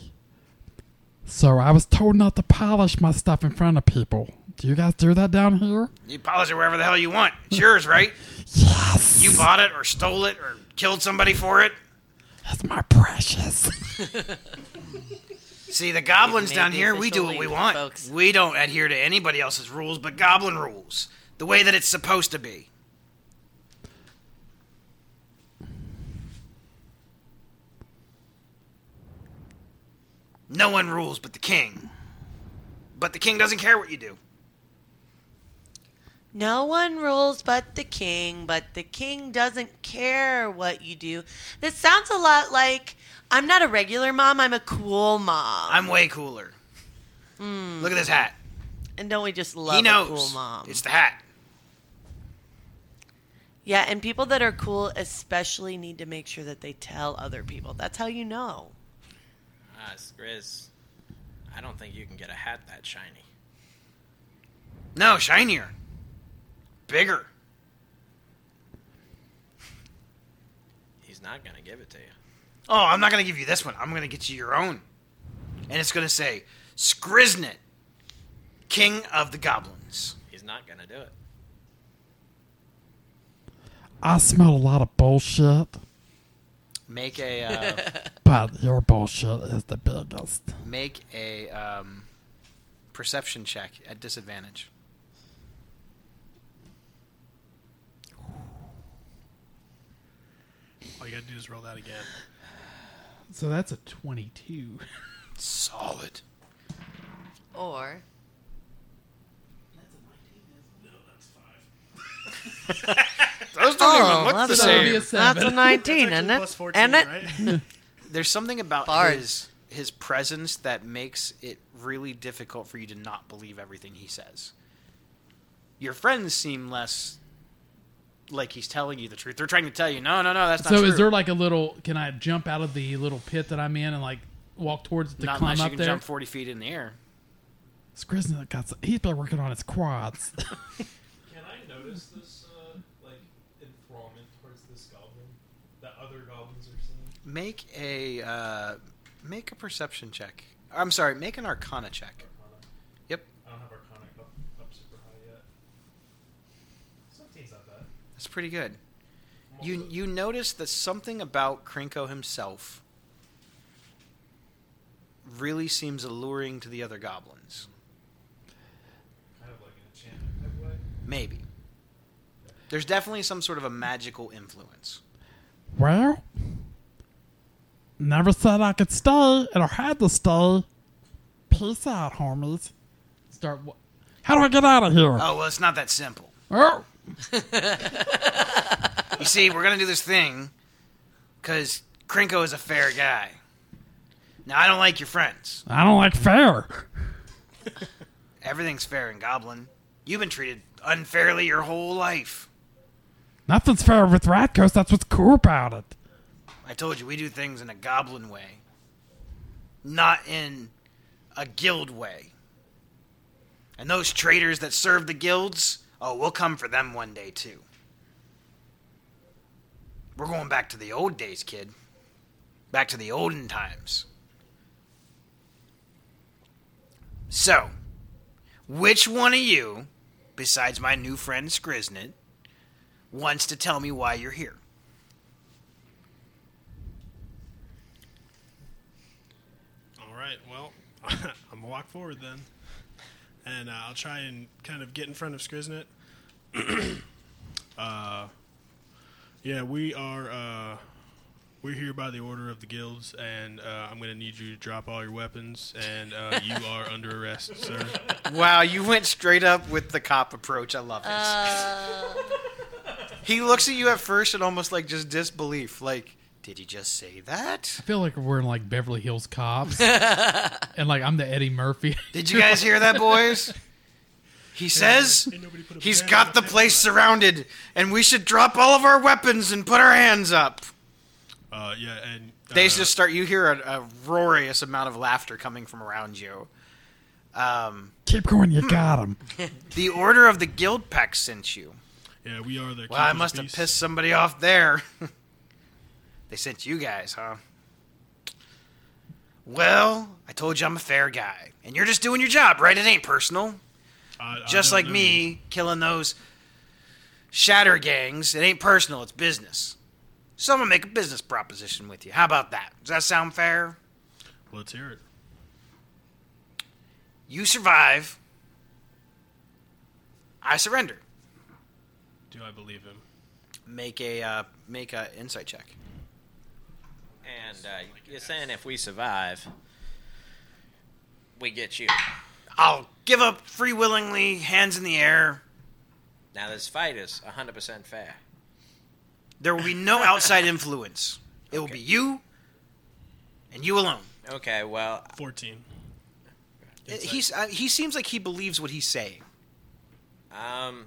S1: So I was told not to polish my stuff in front of people. Do you guys do that down here?
S2: You polish it wherever the hell you want. It's yours, right?
S1: Yes.
S2: You bought it or stole it or killed somebody for it.
S1: That's my precious.
S2: See, the goblins
S3: made
S2: down
S3: the
S2: here, we do
S3: official
S2: what we
S3: league,
S2: want.
S3: folks.
S2: We don't adhere to anybody else's rules but goblin rules, the way that it's supposed to be. No one rules but the king. But the king doesn't care what you do.
S3: No one rules but the king, but the king doesn't care what you do. This sounds a lot like I'm not a regular mom, I'm a cool mom.
S2: I'm way cooler. Look at this hat.
S3: and don't we just Hmm. love
S2: he knows.
S3: a cool mom?
S2: It's the hat.
S3: yeah, and people that are cool especially need to make sure that they tell other people. That's how you know.
S6: Ah, Grizz, I don't think you can get a hat that shiny.
S2: No, shinier. Bigger.
S6: He's not gonna give it to you.
S2: Oh, I'm not going to give you this one. I'm going to get you your own. And it's going to say Skriznet, King of the Goblins.
S6: He's not gonna do it.
S1: I smell a lot of bullshit,
S2: Make a uh,
S1: but your bullshit is the biggest.
S2: make a um, perception check at disadvantage.
S5: All you gotta do is roll that again.
S7: So that's a 22.
S2: Solid.
S3: Or
S2: Those don't
S3: Oh,
S2: even look the
S3: that's
S7: That would
S2: same.
S7: be a
S3: that's a
S7: 7.
S5: That's
S3: 19,
S5: actually
S3: isn't it?
S5: plus 14,
S3: and it
S5: right?
S2: There's something about
S3: Bard.
S2: his his presence that makes it really difficult for you to not believe everything he says. Your friends seem less like he's telling you the truth. They're trying to tell you, no, no, no, that's not
S7: So
S2: true.
S7: is there like a little, can I jump out of the little pit that I'm in and like walk towards it to
S2: not
S7: climb
S2: unless you
S7: up
S2: can
S7: there?
S2: jump 40 feet in the air.
S1: Skriznet got s he's been working on his quads.
S4: Can I notice this uh, like enthrallment towards this goblin that other goblins are seeing?
S2: Make a uh, make a perception check. I'm sorry, make an Arcana check.
S4: Arcana.
S2: Yep,
S4: I don't have Arcana up, up super high yet. uh, Seventeen's not bad.
S2: that's pretty good.
S4: I'm
S2: You
S4: also-
S2: you notice that something about Krinko himself really seems alluring to the other goblins.
S4: kind of like an enchantment type way.
S2: Maybe. There's definitely some sort of a magical influence.
S1: well, never said I could stay, and I had to stay. Peace out, homies.
S7: Start, wa-
S1: How do I get out of here?
S2: Oh, well, it's not that simple.
S1: Oh,
S2: You see, we're going to do this thing because Krinko is a fair guy. Now, I don't like your friends.
S1: I don't like fair.
S2: Everything's fair in Goblin. You've been treated unfairly your whole life.
S1: Nothing's fair with Ratcos. That's what's cool about it.
S2: I told you, we do things in a Goblin way, not in a guild way. And those traitors that serve the guilds, oh, we'll come for them one day, too. We're going back to the old days, kid. Back to the olden times. So, which one of you, besides my new friend Skriznet, wants to tell me why you're here?
S5: All right. Well, I'm gonna walk forward then, and uh, I'll try and kind of get in front of Skriznet. uh, yeah, we are. Uh, we're here by the order of the guilds, and uh, I'm gonna need you to drop all your weapons, and uh, you are under arrest, sir.
S2: Wow, you went straight up with the cop approach. I love it. he looks at you at first in almost like just disbelief. Like, did he just say that?
S7: I feel like we're in like Beverly Hills Cops. and like I'm the Eddie Murphy.
S2: Did you guys hear that, boys? He says
S5: Ain't nobody put a
S2: he's
S5: banana
S2: got the
S5: on that
S2: place surrounded, and we should drop all of our weapons and put our hands up.
S5: Uh, yeah, and uh,
S2: They just start. You hear a, a roarious amount of laughter coming from around you. Um,
S1: Keep going. You got him.
S2: the order of the guild pack sent you.
S5: Yeah, we are the.
S2: Well, I
S5: keepers of
S2: must have
S5: peace.
S2: pissed somebody off there. they sent you guys, huh? Well, I told you I'm a fair guy, and you're just doing your job, right? It ain't personal.
S5: I- I
S2: Just
S5: don't
S2: like
S5: know you.
S2: me killing those shatter gangs, it ain't personal, it's business. So I'm gonna make a business proposition with you. How about that? Does that sound fair?
S5: Let's hear it.
S2: You survive, I surrender.
S5: Do I believe him?
S2: Make a uh, make a insight check.
S6: And uh, you're saying if we survive, we get you.
S2: I'll give up free willingly, hands in the air.
S6: Now, this fight is 100% fair.
S2: There will be no outside influence. It will be you and you alone.
S6: Okay, well,
S5: 14.
S2: Uh, He's, uh, he seems like he believes what he's saying.
S6: um,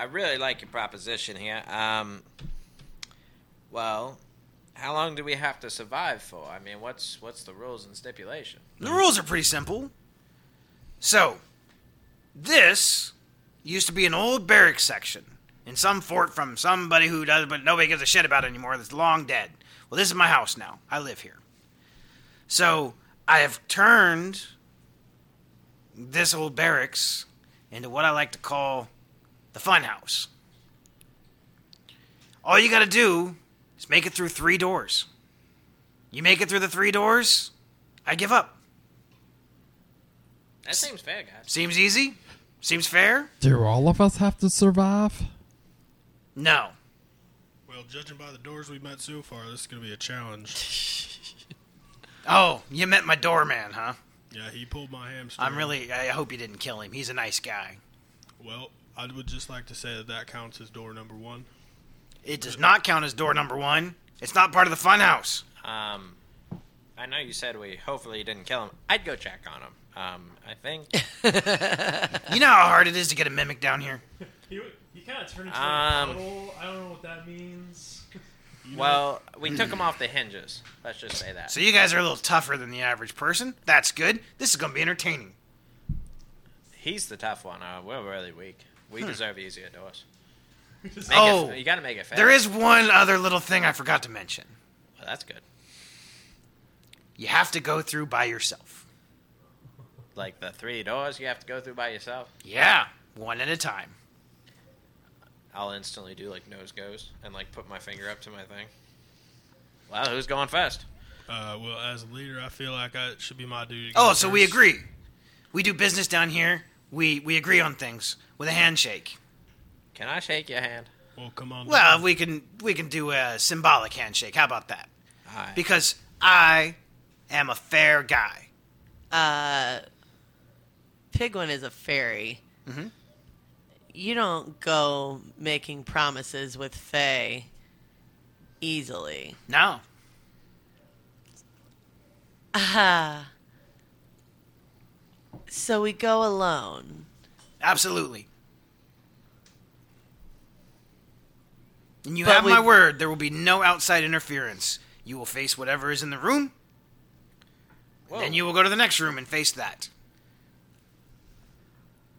S6: I really like your proposition here. Um, well, how long do we have to survive for? I mean, what's what's the rules and stipulation?
S2: The rules are pretty simple. So, this used to be an old barracks section in some fort from somebody who does, but nobody gives a shit about anymore that's long dead. Well, this is my house now. I live here. So, I have turned this old barracks into what I like to call the fun house. All you gotta do is make it through three doors. You make it through the three doors, I give up.
S6: That seems fair, guys.
S2: Seems easy? Seems fair?
S1: Do all of us have to survive?
S2: No.
S5: Well, judging by the doors we've met so far, this is going to be a challenge.
S2: Oh, you met my doorman, huh?
S5: Yeah, he pulled my hamstring.
S2: I'm really. I hope you didn't kill him. He's a nice guy.
S5: Well, I would just like to say that that counts as door number one.
S2: It does not count as door number one. It's not part of the fun house.
S6: Um, I know you said we hopefully you didn't kill him. I'd go check on him. Um, I think.
S2: You know how hard it is to get a mimic down here?
S4: He, he kind of turned into
S6: Um,
S4: a puddle. I don't know what that means.
S6: well, we took him off the hinges. Let's just say that.
S2: So you guys are a little tougher than the average person. That's good. This is going to be entertaining.
S6: He's the tough one. Uh, we're really weak. We deserve easier doors. Make
S2: Hmm. Oh.
S6: it, you gotta make it fair.
S2: There is one other little thing I forgot to mention.
S6: Well, that's good.
S2: You have to go through by yourself.
S6: Like the three doors you have to go through by yourself.
S2: Yeah, one at a time.
S6: I'll instantly do like nose goes and like put my finger up to my thing. Well, who's going first?
S5: Uh, well, as a leader, I feel like I, it should be my duty. to go
S2: Oh, so we
S5: first.
S2: agree. We do business down here. We we agree on things with a handshake.
S6: Can I shake your hand?
S5: Well, come on.
S2: Well,
S5: down.
S2: we can we can do a symbolic handshake. How about that?
S6: Hi.
S2: Because I am a fair guy.
S3: Uh, Pigwin is a fairy.
S2: Mm-hmm.
S3: You don't go making promises with Faye easily.
S2: No.
S3: Ah. So we go alone.
S2: Absolutely. And you
S3: But
S2: have
S3: we-
S2: my word, there will be no outside interference. You will face whatever is in the room,
S3: Oh.
S6: Whoa.
S2: and you will go to the next room and face that.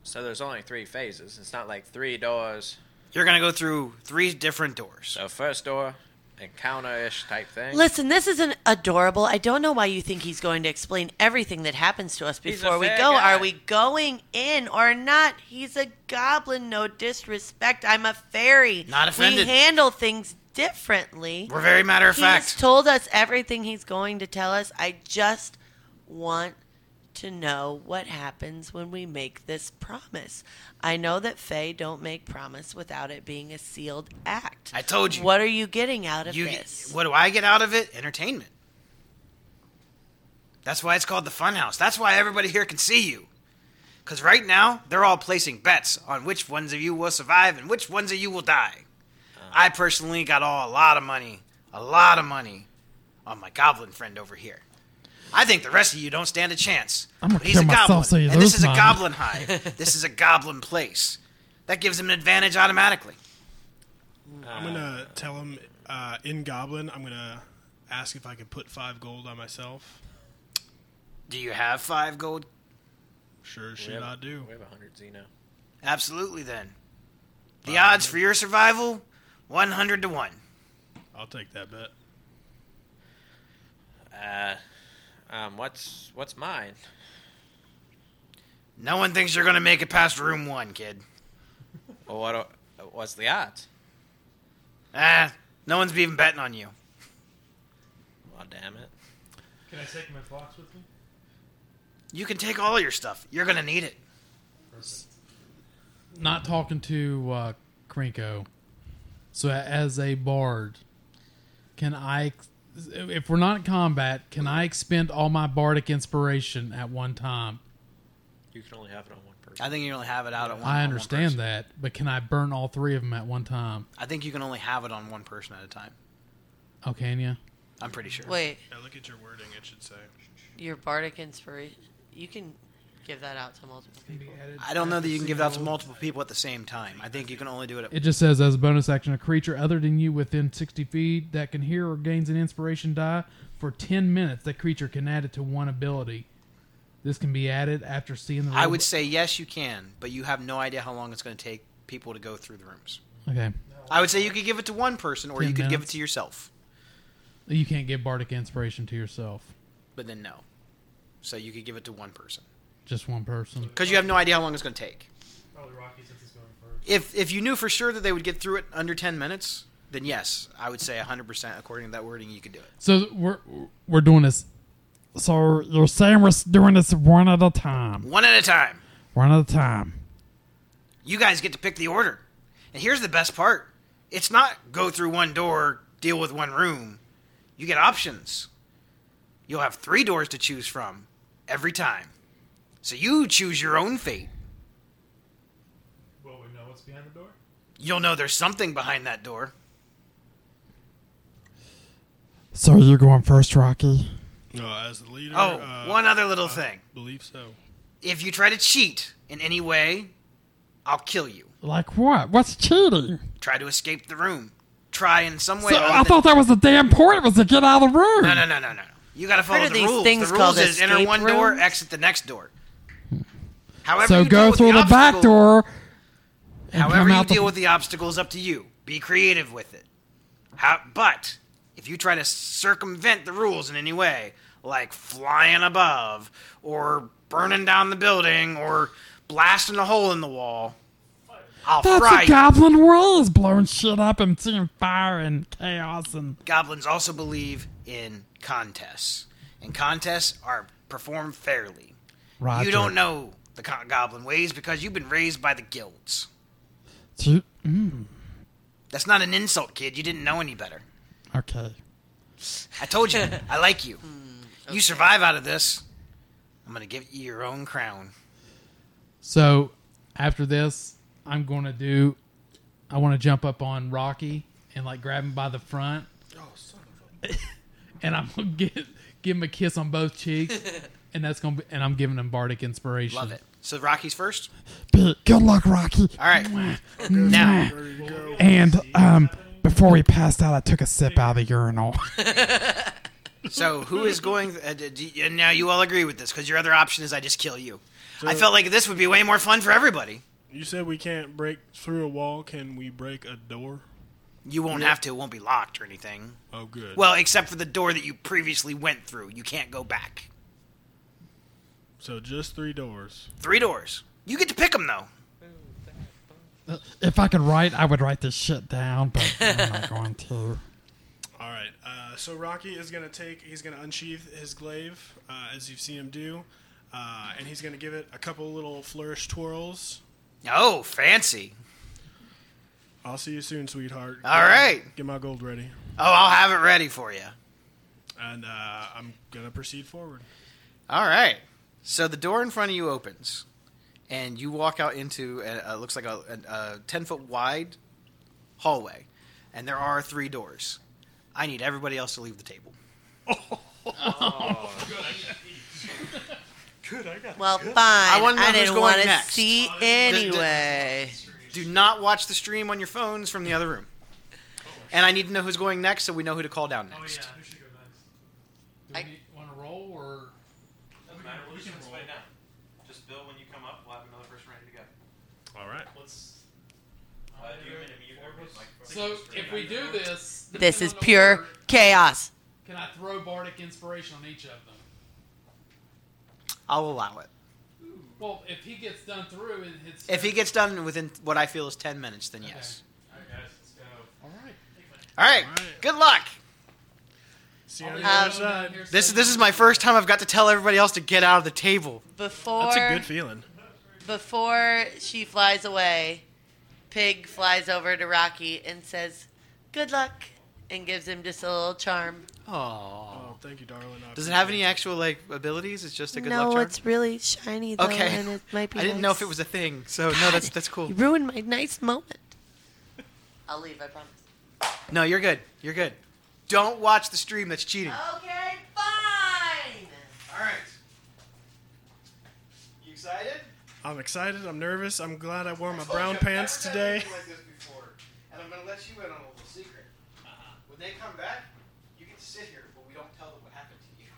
S6: so there's only three phases. It's not like three doors.
S2: You're going to go through three different doors.
S6: So first door, encounter ish type thing.
S3: Listen, this isn't adorable. I don't know why you think he's going to explain everything that happens to us
S6: He's a
S3: before we
S6: fair
S3: go.
S6: guy.
S3: Are we going in or not? He's a goblin, no disrespect. I'm a fairy.
S2: Not offended.
S3: We handle things differently.
S2: We're very matter of
S3: He's
S2: fact.
S3: told us everything he's going to tell us. I just want to know what happens when we make this promise. I know that Faye don't make promise without it being a sealed act.
S2: I told you.
S3: What are you getting out of
S2: you get-
S3: this?
S2: what do I get out of it? Entertainment. That's why it's called the Funhouse. That's why everybody here can see you. Because right now, they're all placing bets on which ones of you will survive and which ones of you will die. I personally got all a lot of money, a lot of money on my goblin friend over here. I think the rest of you don't stand a chance.
S1: I'ma
S2: But he's
S1: kill
S2: a
S1: myself
S2: goblin,
S1: so you
S2: and this
S1: lose
S2: is a
S1: mine.
S2: goblin hive. this is a goblin place. That gives him an advantage automatically.
S5: I'm gonna tell him uh, in Goblin. I'm gonna ask if I can put five gold on myself.
S2: Do you have five gold?
S5: Sure as
S6: We
S5: shit,
S6: have-
S5: I do.
S6: We have 100 Zeno.
S2: Absolutely, then. The odds for your survival 100 to 1.
S5: I'll take that bet.
S6: Uh, um, what's what's mine?
S2: No one thinks you're going to make it past room one, kid.
S6: Well, what are- what's the odds?
S2: Ah, no one's even betting on you.
S6: Well, damn it.
S4: Can I take my box with me?
S2: You can take all your stuff. You're going to need it.
S7: Not talking to uh, Krinko. So a- as a bard, can I? ex- If we're not in combat, can I expend all my bardic inspiration at one time?
S8: You can only have it on one person.
S2: I think you only have it out at one. on
S7: I
S2: one
S7: understand
S2: person.
S7: that, but can I burn all three of them at one time?
S2: I think you can only have it on one person at a time.
S7: Oh, can you?
S2: I'm pretty sure.
S3: Wait,
S5: Yeah, look at your wording. It should say.
S3: your bardic inspiration. You can give that out to multiple people.
S2: I don't know that you can give it out to multiple people at the same time. I think you can only do it. At,
S7: It just says as a bonus action, a creature other than you within 60 feet that can hear or gains an inspiration die for 10 minutes. That creature can add it to one ability. This can be added after seeing the.
S2: I would
S7: rule-
S2: say yes, you can, but you have no idea how long it's going to take people to go through the rooms.
S7: Okay,
S2: I would say you could give it to one person, or
S7: Ten
S2: you could give it
S7: minutes.
S2: to yourself.
S7: you can't give bardic inspiration to yourself.
S2: But then no, so you could give it to one person
S7: Just one person.
S2: because you have no idea how long it's going to take.
S4: Probably Rocky since he's going first.
S2: If if you knew for sure that they would get through it under ten minutes, then yes, I would say hundred percent according to that wording, you could do it.
S7: So we're we're doing this.
S1: So you're saying we're s- doing this one at a time.
S2: One at a time.
S1: One at a time.
S2: You guys get to pick the order. And here's the best part it's not go through one door, deal with one room. You get options. You'll have three doors to choose from every time. So you choose your own fate.
S4: Well, we know what's behind the door.
S2: You'll know there's something behind that door.
S1: So you're going first, Rocky?
S5: Uh, as the leader.
S2: Oh,
S5: uh,
S2: one other little thing.
S5: Believe so.
S2: If you try to cheat in any way, I'll kill you.
S1: Like what? What's cheating?
S2: Try to escape the room. Try in some way.
S1: So
S2: other
S1: I
S2: than-
S1: thought that was the damn point was to get out of the room.
S2: No, no, no, no, no. no. You got to follow
S3: Heard of
S2: the
S3: these
S2: rules.
S3: things
S2: the rules
S3: called
S2: is enter
S3: escape
S2: one door,
S3: rooms?
S2: exit the next door. However,
S1: so
S2: you deal
S1: go
S2: with
S1: through the, back
S2: obstacle-
S1: door. and
S2: However,
S1: come
S2: you
S1: out the-
S2: deal with the obstacle is up to you. Be creative with it. How, but if you try to circumvent the rules in any way, like flying above, or burning down the building, or blasting a hole in the wall, I'll
S1: That's
S2: fry
S1: a
S2: you.
S1: goblin world is blowing shit up and seeing fire and chaos and
S2: Goblins also believe in contests, and contests are performed fairly.
S1: Roger.
S2: You don't know the co- goblin ways because you've been raised by the guilds.
S1: Two-
S2: That's not an insult, kid. You didn't know any better.
S1: Okay.
S2: I told you, I like you. You survive out of this. I'm gonna give you your own crown.
S7: So after this, I'm going to do. I want to jump up on Rocky and like grab him by the front.
S2: Oh,
S7: and I'm gonna get, give him a kiss on both cheeks, and that's gonna be, and I'm giving him bardic inspiration.
S2: Love it. So Rocky's first.
S1: Be- Good luck, Rocky.
S2: All right. Now,
S5: There you go.
S1: And um, before we passed out, I took a sip out of the urinal.
S2: so who is going? Uh, d- d- and now you all agree with this because your other option is I just kill you. I felt like this would be way more fun for everybody.
S5: You said we can't break through a wall. Can we break a door?
S2: You won't have to. It won't be locked or anything.
S5: Oh, good.
S2: Well, except for the door that you previously went through. You can't go back.
S5: so just three doors.
S2: Three doors. You get to pick them though.
S1: if I could write, I would write this shit down, but I'm not going to.
S5: All right. Uh, so Rocky is gonna take. He's gonna unsheath his glaive, uh, as you've seen him do, uh, and he's gonna give it a couple little flourish twirls.
S2: Oh, fancy.
S5: I'll see you soon, sweetheart. Uh,
S2: All right.
S5: Get my gold ready,
S2: Oh, I'll have it ready for you.
S5: and uh, I'm gonna proceed forward.
S2: All right. So the door in front of you opens, and you walk out into a, a looks like a, a, a ten foot wide hallway, and there are three doors. I need everybody else to leave the table.
S3: Well, fine.
S2: wanna know who's
S3: I, didn't
S2: going
S3: want to
S2: next.
S3: see anyway.
S2: Do not watch the stream on your phones from the other room. And I need to know who's going next, so we know who to call down
S4: Oh
S2: next.
S4: yeah, who should go next?
S3: I-
S7: Want to roll or
S6: Doesn't matter. We'll just explain now. Just Bill, when you come up, we'll have another person ready to go.
S5: All right.
S4: Let's.
S6: Uh, do you want me to mute everybody's microphone?
S7: so? If we do this,
S3: This is
S7: depending on the
S3: pure
S7: order,
S3: chaos.
S7: Can I throw bardic inspiration on each of them?
S2: I'll allow it.
S7: Well, if he gets done through and hits,
S2: If he gets done within what I feel is ten minutes, then yes.
S6: Alright, guys, let's go.
S7: all right.
S2: All right.
S5: Alright.
S2: Good luck.
S5: See you on the
S3: Um,
S5: other side.
S2: This this is my first time I've got to tell everybody else to get out of the table.
S3: Before
S5: That's a good feeling.
S3: before she flies away, Pig flies over to Rocky and says, "Good luck and gives him just a little charm.
S2: Oh.
S5: Oh, thank you, darling. I
S2: Does it have
S5: appreciate
S2: any actual like abilities? It's just a good
S3: no,
S2: luck charm.
S3: it's really shiny though,
S2: Okay.
S3: and it might be.
S2: I didn't
S3: nice.
S2: know if it was a thing. So no, that's that's cool.
S3: You ruined my nice moment. I'll leave. I promise.
S2: No, you're good. You're good. Don't watch the stream. That's cheating.
S3: Okay, fine.
S2: All right. You excited?
S5: I'm excited. I'm nervous. I'm glad I wore my brown pants today.
S2: and I'm gonna let you in on a little secret. When they come back, you get to sit here, but we don't tell them what happened to you.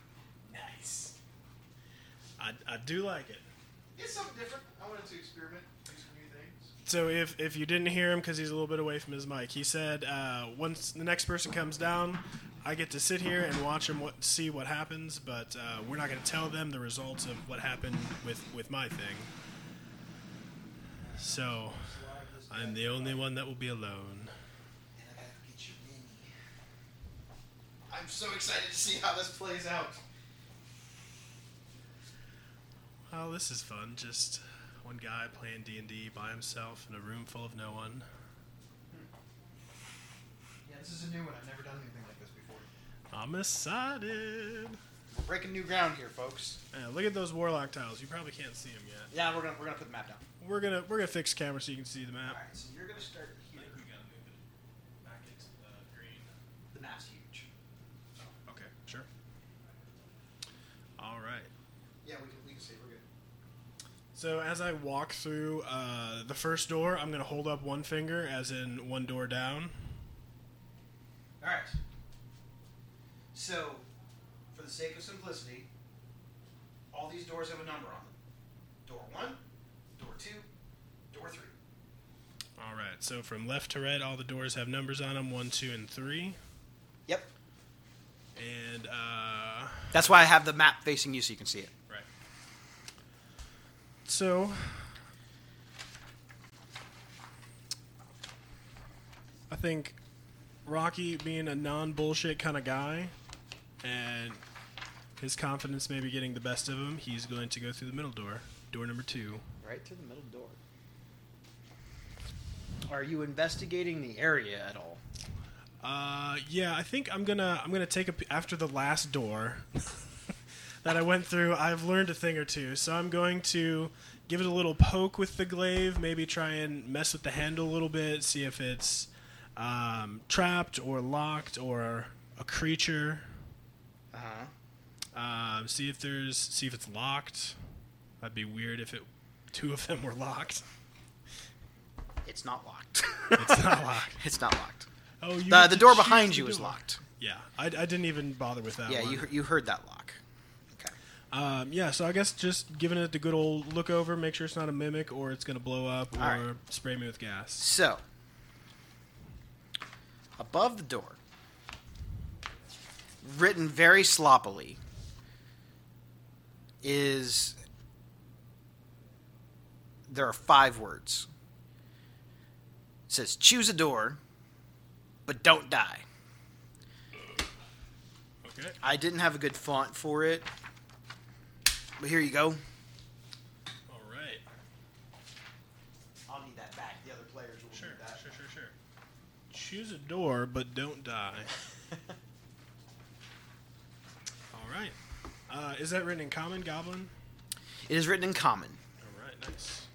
S2: Nice.
S5: I, I do like it.
S2: It's something different. I wanted to experiment, do some new things.
S5: So if, if you didn't hear him because he's a little bit away from his mic, he said uh, once the next person comes down, I get to sit here and watch him what, see what happens, but uh, we're not going to tell them the results of what happened with, with my thing. So I'm the only one that will be alone.
S2: And I gotta get your mini. I'm so excited to see how this plays out.
S5: Well, Oh, this is fun. Just one guy playing D and D by himself in a room full of no one.
S2: Yeah, this is a new one. I've never done anything like this before.
S5: I'm excited.
S2: We're breaking new ground here, folks.
S5: Uh, look at those warlock tiles. You probably can't see them yet.
S2: Yeah, we're gonna we're gonna put the map down.
S5: We're gonna we're gonna fix camera so you can see the map.
S2: All right, so you're gonna start here. The map's huge.
S5: Okay, sure. All right.
S2: Yeah, we can we can save. We're good.
S5: So as I walk through uh, the first door, I'm gonna hold up one finger, as in one door down.
S2: All right. So, for the sake of simplicity, all these doors have a number on them. Door one, door two, door three.
S5: All right. So from left to right, all the doors have numbers on them: one, two, and three.
S2: Yep.
S5: And uh,
S2: That's why I have the map facing you so you can see it.
S5: Right. So. I think Rocky being a non bullshit kind of guy and his confidence maybe getting the best of him, he's going to go through the middle door, door number two.
S2: Right to the middle door. Are you investigating the area at all?
S5: Uh, yeah, I think I'm gonna I'm gonna take a p- after the last door that I went through. I've learned a thing or two, so I'm going to give it a little poke with the glaive. Maybe try and mess with the handle a little bit, see if it's um, trapped or locked or a creature.
S2: Uh huh.
S5: Um, see if there's see if it's locked. That'd be weird if it two of them were locked.
S2: It's not locked.
S5: It's not locked.
S2: It's not locked.
S5: Oh, you
S2: The,
S5: get
S2: the
S5: to
S2: door
S5: choose
S2: behind
S5: the
S2: you is
S5: door.
S2: locked.
S5: Yeah, I, I didn't even bother with that.
S2: Yeah,
S5: one.
S2: you you heard that lock. Okay.
S5: Um, yeah, so I guess just giving it the good old look over, make sure it's not a mimic or it's going to blow up or
S2: All right.
S5: spray me with gas.
S2: So, above the door, written very sloppily, is there are five words. It says, choose a door, but don't die.
S5: Okay.
S2: I didn't have a good font for it, but here you go.
S5: All right.
S2: I'll need that back. The other players will
S5: Sure, sure, sure, sure. Choose a door, but don't die. All right. Uh, is that written in common, Goblin?
S2: It is written in common.
S5: All right, nice.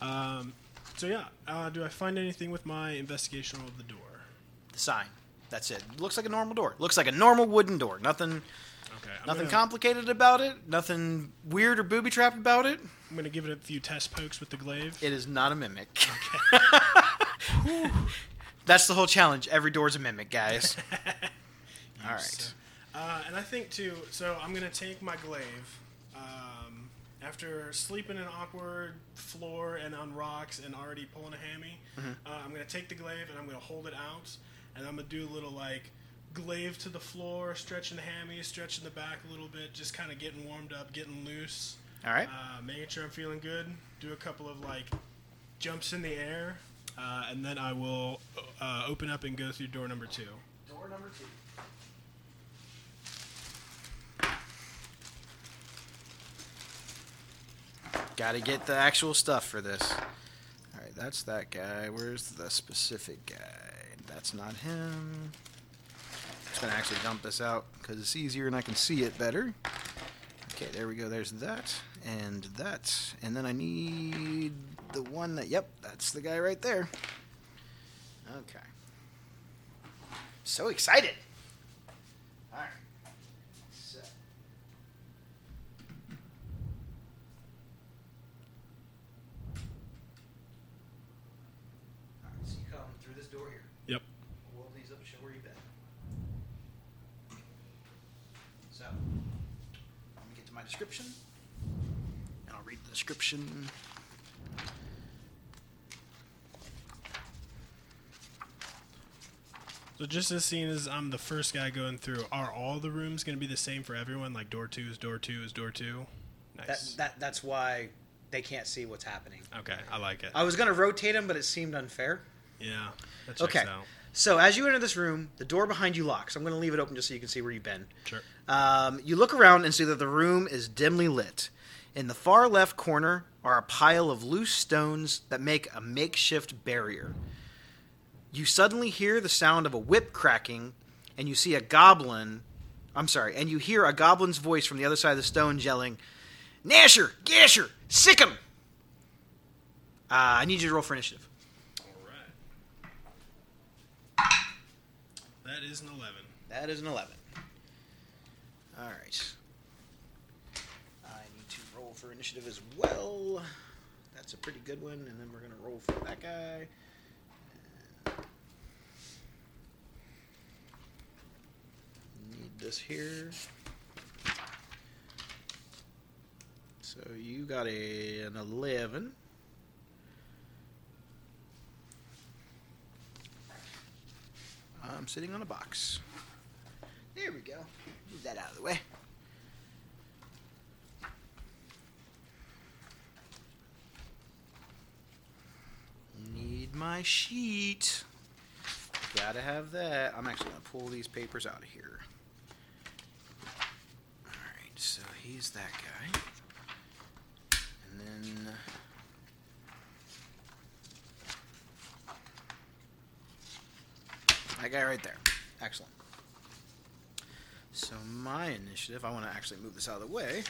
S5: Um, so, yeah, uh, do I find anything with my investigation of the door?
S2: The sign. That's it. Looks like a normal door. Looks like a normal wooden door. Nothing.
S5: Okay. I'm
S2: Nothing
S5: gonna-
S2: complicated about it. Nothing weird or booby trapped about it.
S5: I'm going to give it a few test pokes with the glaive.
S2: It is not a mimic. That's the whole challenge. Every door's a mimic, guys. All right.
S5: Uh, and I think too. So I'm gonna take my glaive. Um, after sleeping in awkward floor and on rocks and already pulling a hammy, uh, I'm gonna take the glaive and I'm gonna hold it out and I'm gonna do a little like glaive to the floor, stretching the hammy, stretching the back a little bit, just kind of getting warmed up, getting loose,
S2: All right.
S5: uh, making sure I'm feeling good. Do a couple of like jumps in the air, uh, and then I will uh, open up and go through door number two.
S2: Door number two. Got to get the actual stuff for this. All right, that's that guy. Where's the specific guy? That's not him. gonna actually dump this out because it's easier and I can see it better. Okay, there we go. There's that and that, and then I need the one that. Yep, that's the guy right there. Okay. So excited. All right. So. All right, so you come through this door here.
S5: Yep.
S2: We'll open these up and show where you've been. So, let me get to my description. And I'll read the description.
S5: So just as scene as I'm the first guy going through, are all the rooms going to be the same for everyone? Like door two is door two is door two. Nice.
S2: That, that That's why they can't see what's happening.
S5: okay, I like it.
S2: I was going to rotate them, but it seemed unfair.
S5: yeah. That checks
S2: Okay.
S5: out.
S2: So, as you enter this room, the door behind you locks. I'm going to leave it open just so you can see where you've been.
S5: Sure.
S2: Um, you look around and see that the room is dimly lit. In the far left corner are a pile of loose stones that make a makeshift barrier. You suddenly hear the sound of a whip cracking, and you see a goblin. I'm sorry, and you hear a goblin's voice from the other side of the stones yelling, Nasher! Gasher! Sick him! Uh, I need you to roll for initiative.
S5: All right. That is an eleven.
S2: That is an 11. All right. I need to roll for initiative as well. That's a pretty good one. And then we're going to roll for that guy. Need this here. So you got a, an 11. I'm sitting on a box. There we go. Move that out of the way. Need my sheet. Gotta have that. I'm actually gonna pull these papers out of here. Alright, so he's that guy. And then. That guy right there. Excellent. So my initiative, I want to actually move this out of the way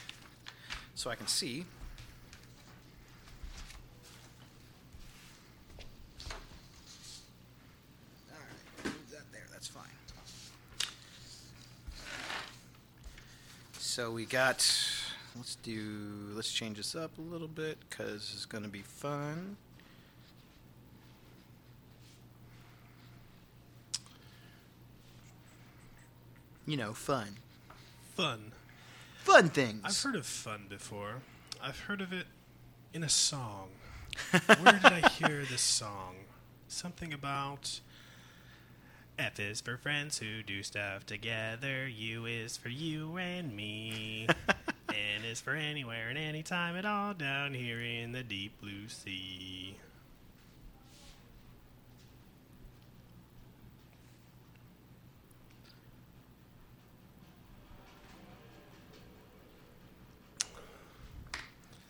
S2: so I can see. All right, move that there. That's fine. So we got. Let's do. Let's change this up a little bit because it's going to be fun. You know, fun.
S5: Fun.
S2: Fun things.
S5: I've heard of fun before. I've heard of it in a song. Where did I hear this song? Something about F is for friends who do stuff together. U is for you and me. N is for anywhere and anytime at all down here in the deep blue sea.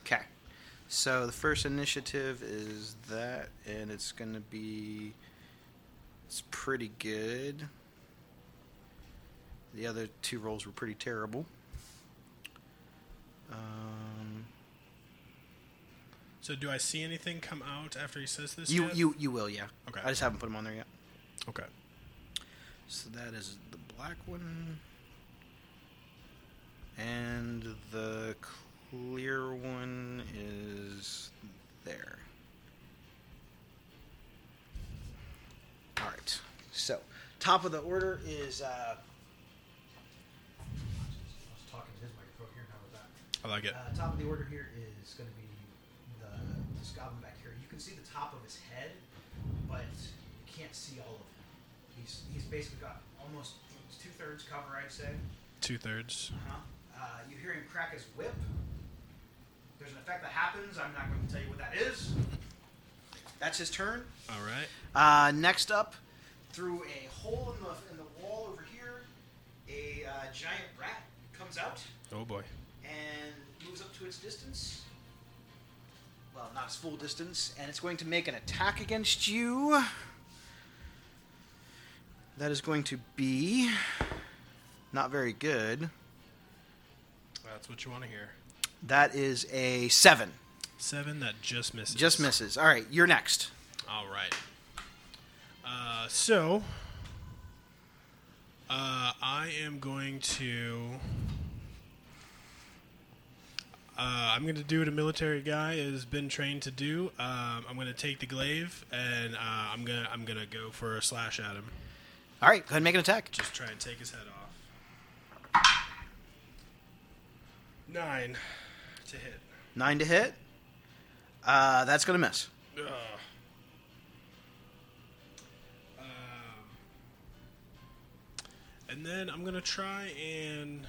S2: Okay. So the first initiative is that, and it's going to be. It's pretty good. The other two rolls were pretty terrible. Um,
S5: So, do I see anything come out after he says this?
S2: you
S5: yet?
S2: you you will, yeah.
S5: Okay.
S2: I just haven't put them on there yet.
S5: Okay.
S2: So that is the black one. And the clear one is there. Alright. So, top of the order is. Uh,
S5: I like it.
S2: uh, top of the order here is going to be the, this goblin back here. You can see the top of his head, but you can't see all of him. He's, he's basically got almost two thirds cover, I'd say.
S5: Two thirds.
S2: Uh-huh. Uh, you hear him crack his whip. There's an effect that happens. I'm not going to tell you what that is. That's his turn.
S5: All right.
S2: Uh, next up, through a hole in the, in the wall over here, a uh, giant rat comes out
S5: Oh boy.
S2: and moves up to its distance. Well, not its full distance, and it's going to make an attack against you. That is going to be. Let's Not very good.
S5: That's what you want to hear.
S2: That is a seven.
S5: Seven that just misses.
S2: Just misses. All right, you're next.
S5: All right. Uh, so, uh, I am going to. Uh, I'm going to do what a military guy has been trained to do. Um, I'm going to take the glaive and uh, I'm going to I'm going to go for a slash at him.
S2: All right, go ahead and make an attack.
S5: Just try and take his head off. Nine to hit.
S2: Nine to hit. Uh, that's gonna miss.
S5: Ugh. Um, and then I'm gonna try and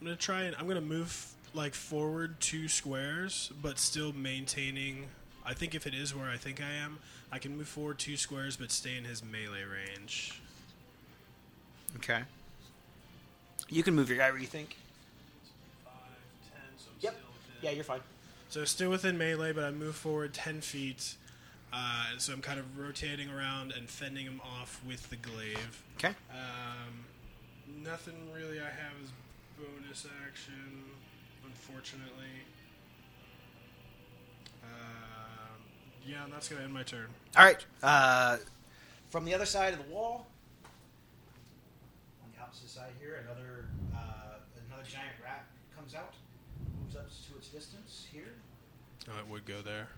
S5: I'm gonna try and I'm gonna move like forward two squares, but still maintaining. I think if it is where I think I am, I can move forward two squares, but stay in his melee range.
S2: Okay. You can move your guy where you think.
S5: Five, ten, so I'm still within.
S2: you're fine.
S5: So still within melee, but I move forward ten feet. Uh, and so I'm kind of rotating around and fending him off with the glaive.
S2: Okay.
S5: Um, nothing really I have is bonus action, unfortunately. Um, yeah, and that's gonna end my turn.
S2: All right. Uh, from the other side of the wall, on the opposite side here, another uh, another giant rat comes out, moves up to its distance here.
S5: Oh, it would go there.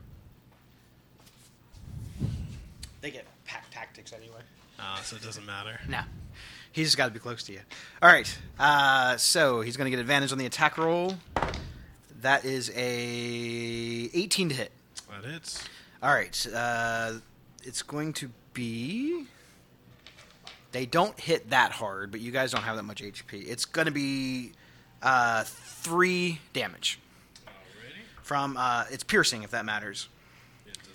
S2: They get pack tactics anyway.
S5: Ah, so it doesn't matter.
S2: No. He's just got to be close to you. All right. Uh, so he's going to get advantage on the attack roll. That is a 18 to hit.
S5: That hits.
S2: All right. Uh, it's going to be. They don't hit that hard, but you guys don't have that much HP. It's going to be uh, three damage
S5: Already?
S2: from. Uh, it's piercing, if that matters.
S5: It does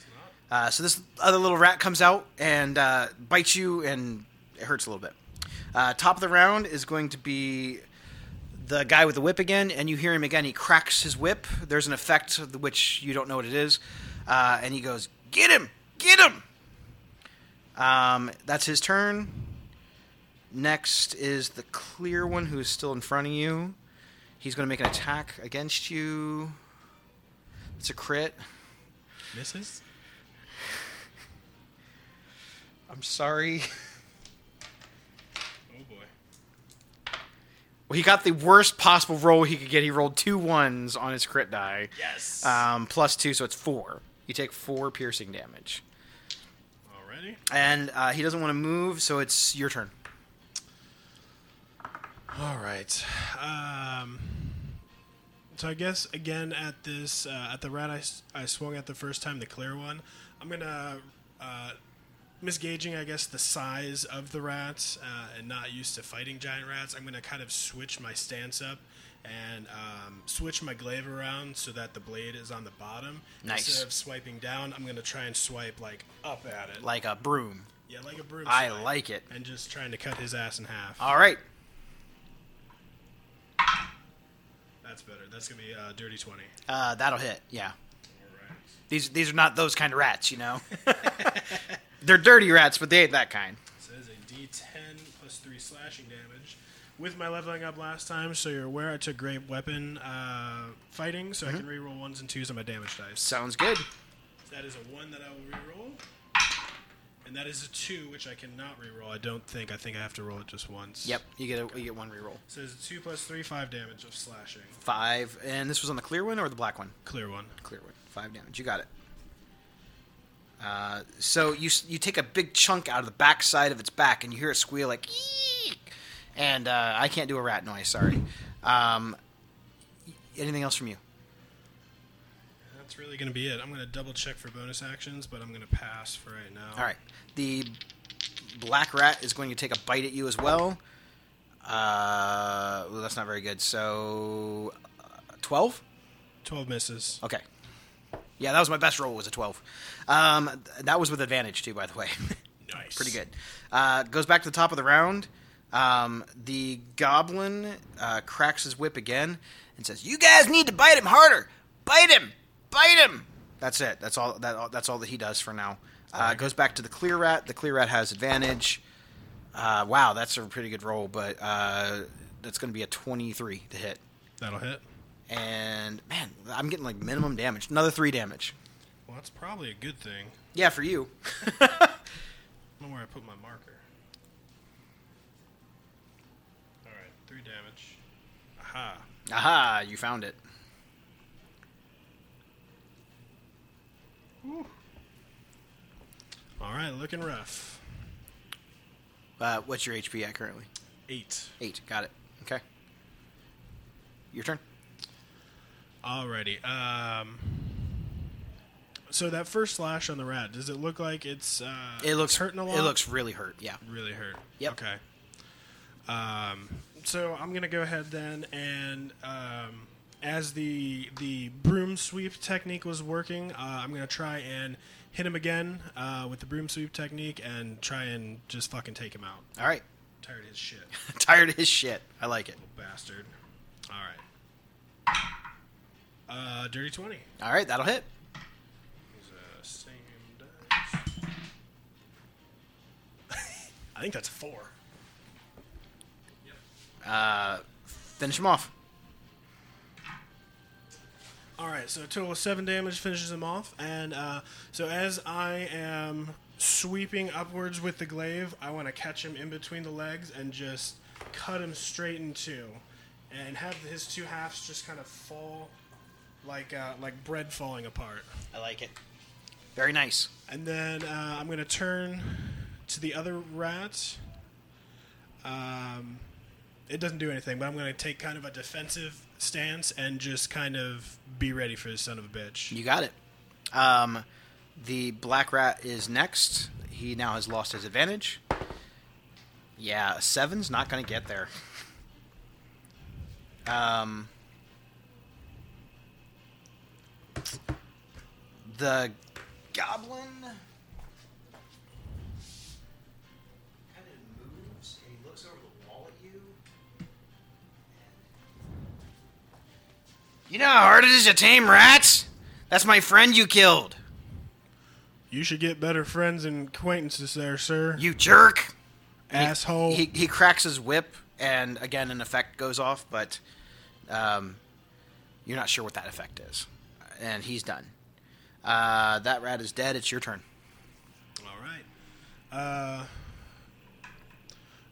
S5: not.
S2: Uh, so this other little rat comes out and uh, bites you, and it hurts a little bit. Uh, top of the round is going to be the guy with the whip again, and you hear him again. He cracks his whip. There's an effect of the- which you don't know what it is, uh, and he goes, "Get him! Get him!" Um, that's his turn. Next is the clear one who is still in front of you. He's going to make an attack against you. It's a crit.
S5: Misses.
S2: I'm sorry.
S5: Oh boy.
S2: Well, he got the worst possible roll he could get. He rolled two ones on his crit die.
S5: Yes.
S2: Um, plus two, so it's four. You take four piercing damage.
S5: Already.
S2: And uh, he doesn't want to move, so it's your turn.
S5: All right. Um, so I guess again at this uh, at the rat I, s- I swung at the first time, the clear one. I'm gonna uh, misgauging I guess the size of the rats uh, and not used to fighting giant rats. I'm gonna kind of switch my stance up and um, switch my glaive around so that the blade is on the bottom
S2: Nice.
S5: instead of swiping down. I'm gonna try and swipe like up at it.
S2: Like a broom.
S5: yeah, like a broom.
S2: I
S5: swipe.
S2: like it.
S5: And just trying to cut his ass in half.
S2: All right.
S5: That's better. That's gonna be uh, dirty twenty.
S2: Uh, that'll hit. Yeah.
S5: All right.
S2: These these are not those kind of rats, you know. They're dirty rats, but they ain't that kind.
S5: So that is a D10 plus three slashing damage. With my leveling up last time, so you're aware I took great weapon uh, fighting, so
S2: Mm-hmm.
S5: I can reroll ones and twos on my damage dice.
S2: Sounds good.
S5: that is a one that I will reroll, and that is a two which I cannot reroll. I don't think. I think I have to roll it just once.
S2: Yep. You get a, you get one reroll.
S5: So it's a two plus three, five damage of slashing.
S2: Five. And this was on the clear one or the black one?
S5: Clear one.
S2: clear one. Five damage. You got it. Uh, so you s- you take a big chunk out of the back side of its back, and you hear it squeal like, "Eek!" and uh, I can't do a rat noise. Sorry. Um, y- anything else from you?
S5: That's really going to be it. I'm going to double check for bonus actions, but I'm going to pass for right now.
S2: All right. The black rat is going to take a bite at you as well. Uh, well, that's not very good. So uh, twelve.
S5: Twelve misses.
S2: Okay. Yeah, that was my best roll. Was a twelve. Um, th- that was with advantage too, by the way.
S5: Nice.
S2: pretty good. Uh, goes back to the top of the round. Um, the goblin uh, cracks his whip again and says, "You guys need to bite him harder. Bite him. Bite him." That's it. That's all. That, that's all that he does for now. Uh, Goes back to the clear rat. The clear rat has advantage. Uh, wow, that's a pretty good roll, but uh, that's going to be a 23 to hit.
S5: That'll hit.
S2: And man, I'm getting like minimum damage. Another three damage.
S5: Well, that's probably a good thing.
S2: Yeah, for you.
S5: I don't know where I put my marker. All right, three damage. Aha.
S2: Aha, you found it.
S5: All right, looking rough.
S2: Uh, what's your HP at currently?
S5: Eight.
S2: Eight. Got it. Okay. Your turn.
S5: Alrighty. Um. So that first slash on the rat, does it look like it's uh,
S2: It looks
S5: hurting a lot?
S2: It looks really hurt. Yeah.
S5: really hurt.
S2: Yep.
S5: Okay. Um, so I'm gonna go ahead then, and um, as the the broom sweep technique was working, uh, I'm gonna try and hit him again uh, with the broom sweep technique, and try and just fucking take him out.
S2: All right.
S5: tired of his shit,
S2: Tired of his shit. I like it.
S5: bastard. All right. Uh, dirty twenty.
S2: All right, that'll hit.
S5: He's, uh, same dice. I think that's a four.
S2: Uh, finish him off.
S5: All right, so a total of seven damage finishes him off, and uh, so as I am sweeping upwards with the glaive, I want to catch him in between the legs and just cut him straight in two, and have his two halves just kind of fall like uh, like bread falling apart.
S2: I like it. Very nice.
S5: And then uh, I'm going to turn to the other rat. Um, it doesn't do anything, but I'm going to take kind of a defensive stance and just kind of be ready for this son of a bitch.
S2: You got it. Um, the black rat is next. He now has lost his advantage. Yeah, seven's not going to get there. Um, the goblin kind of moves and he looks over the wall at you. You know how hard it is to tame rats? That's my friend you killed.
S5: You should get better friends and acquaintances there, sir.
S2: You jerk.
S5: asshole.
S2: He, he cracks his whip, and again, an effect goes off, but um, you're not sure what that effect is. And he's done. Uh, that rat is dead. It's your turn.
S5: All right. Uh,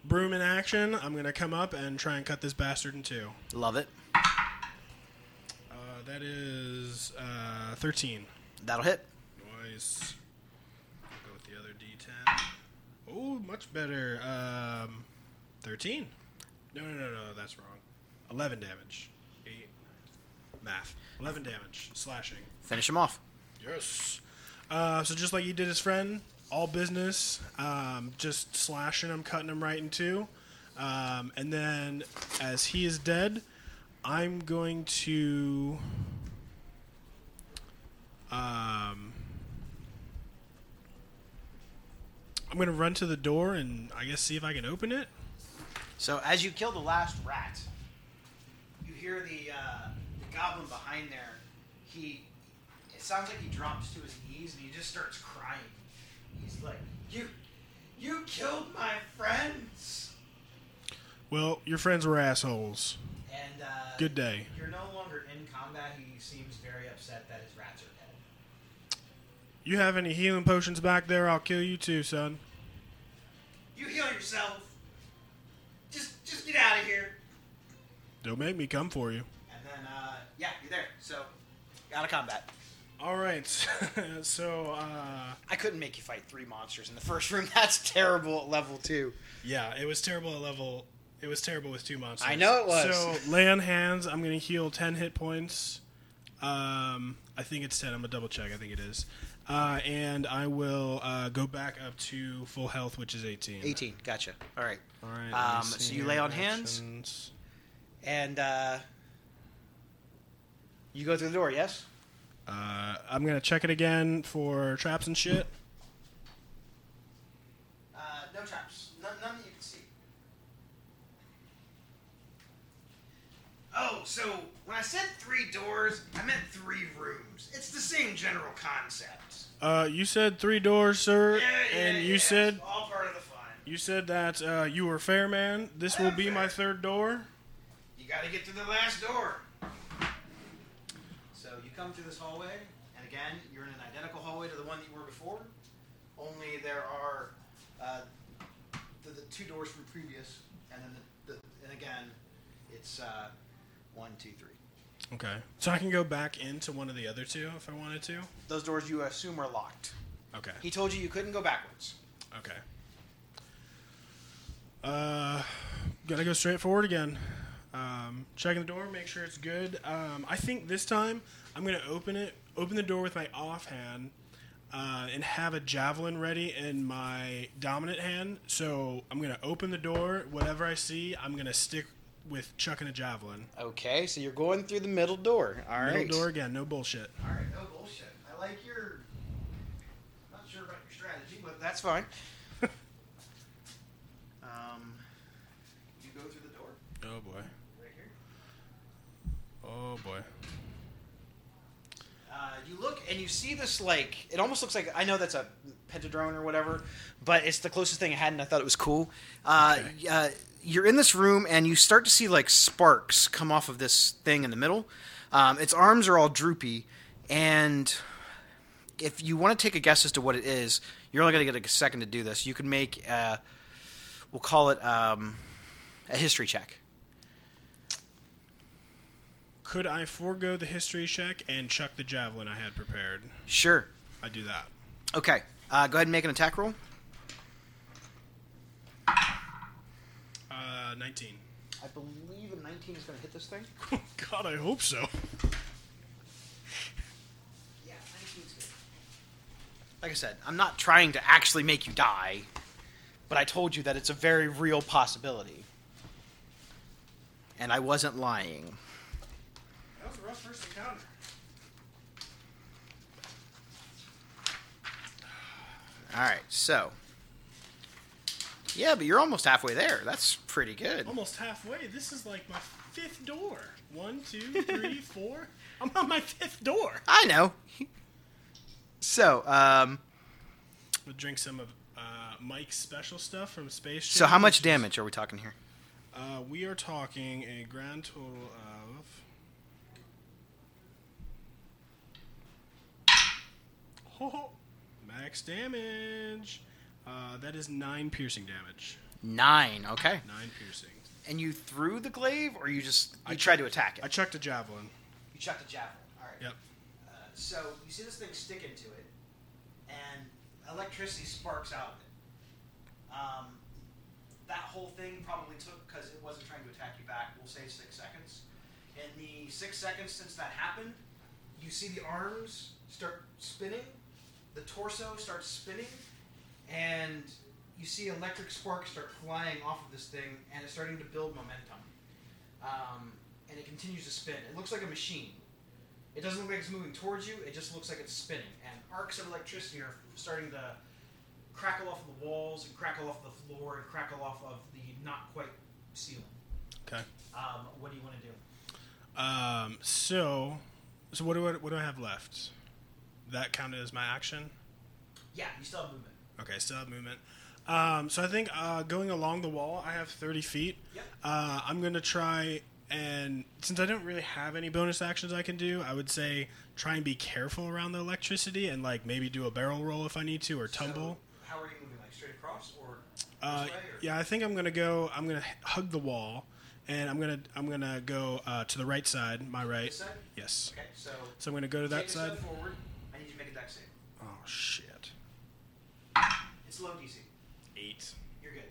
S5: broom in action. I'm going to come up and try and cut this bastard in two.
S2: Love it.
S5: Uh, that is uh, 13.
S2: That'll hit.
S5: Nice. Go with the other D10. Oh, much better. Um, 13. No, no, no, no, that's wrong. 11 damage. 8. Math. 11 damage. Slashing.
S2: Finish him off.
S5: Yes. Uh, so just like you did his friend, all business, um, just slashing him, cutting him right in two. Um, and then as he is dead, I'm going to. Um, I'm going to run to the door and I guess see if I can open it.
S2: So as you kill the last rat, you hear the, uh, the goblin behind there. He it sounds like he drops to his knees and he just starts crying. He's like, "You, you killed my friends."
S5: Well, your friends were assholes.
S2: And uh,
S5: Good day.
S2: You're no longer in combat. He seems very upset that his rats are dead.
S5: You have any healing potions back there? I'll kill you too, son.
S2: You heal yourself. Just, just get out of here.
S5: Don't make me come for you.
S2: And then, uh, yeah, you're there. So, out of combat.
S5: All right. so, uh,
S2: I couldn't make you fight three monsters in the first room. That's terrible at level two.
S5: yeah, it was terrible at level. It was terrible with two monsters.
S2: I know it was.
S5: So, lay on hands. I'm going to heal 10 hit points. Um, I think it's 10. I'm going to double check. I think it is. Uh, and I will uh, go back up to full health, which is 18.
S2: 18. Gotcha. All right.
S5: All right.
S2: Um,
S5: let me
S2: so
S5: see
S2: you
S5: here.
S2: lay on hands?
S5: Actions.
S2: And uh, you go through the door. Yes.
S5: Uh, I'm going to check it again for traps and shit.
S2: Uh, no traps. None, none that you can see. Oh, so when I said three doors, I meant three rooms. It's the same general concept.
S5: Uh, you said three doors, sir,
S2: Yeah, yeah,
S5: and you
S2: yeah,
S5: said
S2: it's all part of the fun.
S5: You said that uh, you were fair man. This will be my third door.
S2: You gotta get to the last door. So you come through this hallway, and again, you're in an identical hallway to the one that you were before, only there are uh, the, the two doors from previous, and then the, the, and again, it's uh, one, two, three.
S5: Okay. So I can go back into one of the other two if I wanted to.
S2: Those doors you assume are locked.
S5: Okay.
S2: He told you you couldn't go backwards.
S5: Okay. Uh, gotta go straight forward again. Um, checking the door, make sure it's good. Um, I think this time I'm gonna open it, open the door with my off hand, uh, and have a javelin ready in my dominant hand. So I'm gonna open the door. Whatever I see, I'm gonna stick with chucking a javelin.
S2: Okay, so you're going through the middle door. All
S5: Middle door again, no bullshit.
S2: All right, no bullshit. I like your. Not sure about your strategy, but that's fine. um, you go through the door
S5: Oh boy.
S2: right here.
S5: Oh boy.
S2: Uh, you look and you see this like it almost looks like I know that's a pentadrone or whatever, but it's the closest thing I had, and I thought it was cool. Uh, y- uh, you're in this room and you start to see like sparks come off of this thing in the middle. Um, its arms are all droopy, and if you want to take a guess as to what it is, you're only going to get a second to do this. You can make uh, we'll call it um, a history check.
S5: Could I forego the history check and chuck the javelin I had prepared?
S2: Sure.
S5: I do that.
S2: Okay. Uh, go ahead and make an attack roll.
S5: Uh, 19.
S2: I believe a 19 is going to hit this thing.
S5: God, I hope so.
S2: Like I said, I'm not trying to actually make you die, but I told you that it's a very real possibility. And I wasn't lying.
S5: That was a rough first encounter.
S2: All right, so. Yeah, but you're almost halfway there. That's pretty good.
S5: Almost halfway. This is like my fifth door. One, two, three, four. I'm on my fifth door.
S2: I know. So, um,
S5: We'll drink some of uh, Mike's special stuff from Space Jam.
S2: so how much damage are we talking here?
S5: Uh, we are talking a grand total of. Ho, ho. Max damage. Uh, that is nine piercing damage.
S2: Nine. Okay.
S5: Nine piercing.
S2: And you threw the glaive, or you just you
S5: I
S2: tried to attack it?
S5: I chucked a javelin.
S2: you chucked a javelin. All right.
S5: Yep.
S2: Uh, so you see this thing sticking to it, and electricity sparks out of it. Um, that whole thing probably took because it wasn't trying to attack you back. We'll say six seconds. In the six seconds since that happened, you see the arms start spinning, the torso starts spinning, and you see electric sparks start flying off of this thing, and it's starting to build momentum. Um, and it continues to spin. It looks like a machine. It doesn't look like it's moving towards you. It just looks like it's spinning, and arcs of electricity are starting to crackle off of the walls and crackle off the floor and crackle off of the not quite ceiling.
S5: Okay.
S2: Um, what do you want to do?
S5: Um, so, so what do I, what do I have left? That counted as my action.
S2: Yeah, you still have movement.
S5: Okay, still have movement. Um, so I think uh, going along the wall, I have 30 feet.
S2: Yep.
S5: Uh, I'm going to try and since I don't really have any bonus actions I can do, I would say try and be careful around the electricity and like maybe do a barrel roll if I need to or tumble.
S2: So, how are you moving? Like straight across or? this
S5: uh,
S2: way, or-
S5: yeah, I think I'm going to go. I'm going to hug the wall and I'm going to I'm going to go uh, to the right side, my right.
S2: This side?
S5: Yes.
S2: Okay, so
S5: So I'm going to go to
S2: take
S5: that
S2: a
S5: side.
S2: step forward. I need you to make a deck save.
S5: Oh shit.
S2: It's low DC.
S5: 8.
S2: You're good.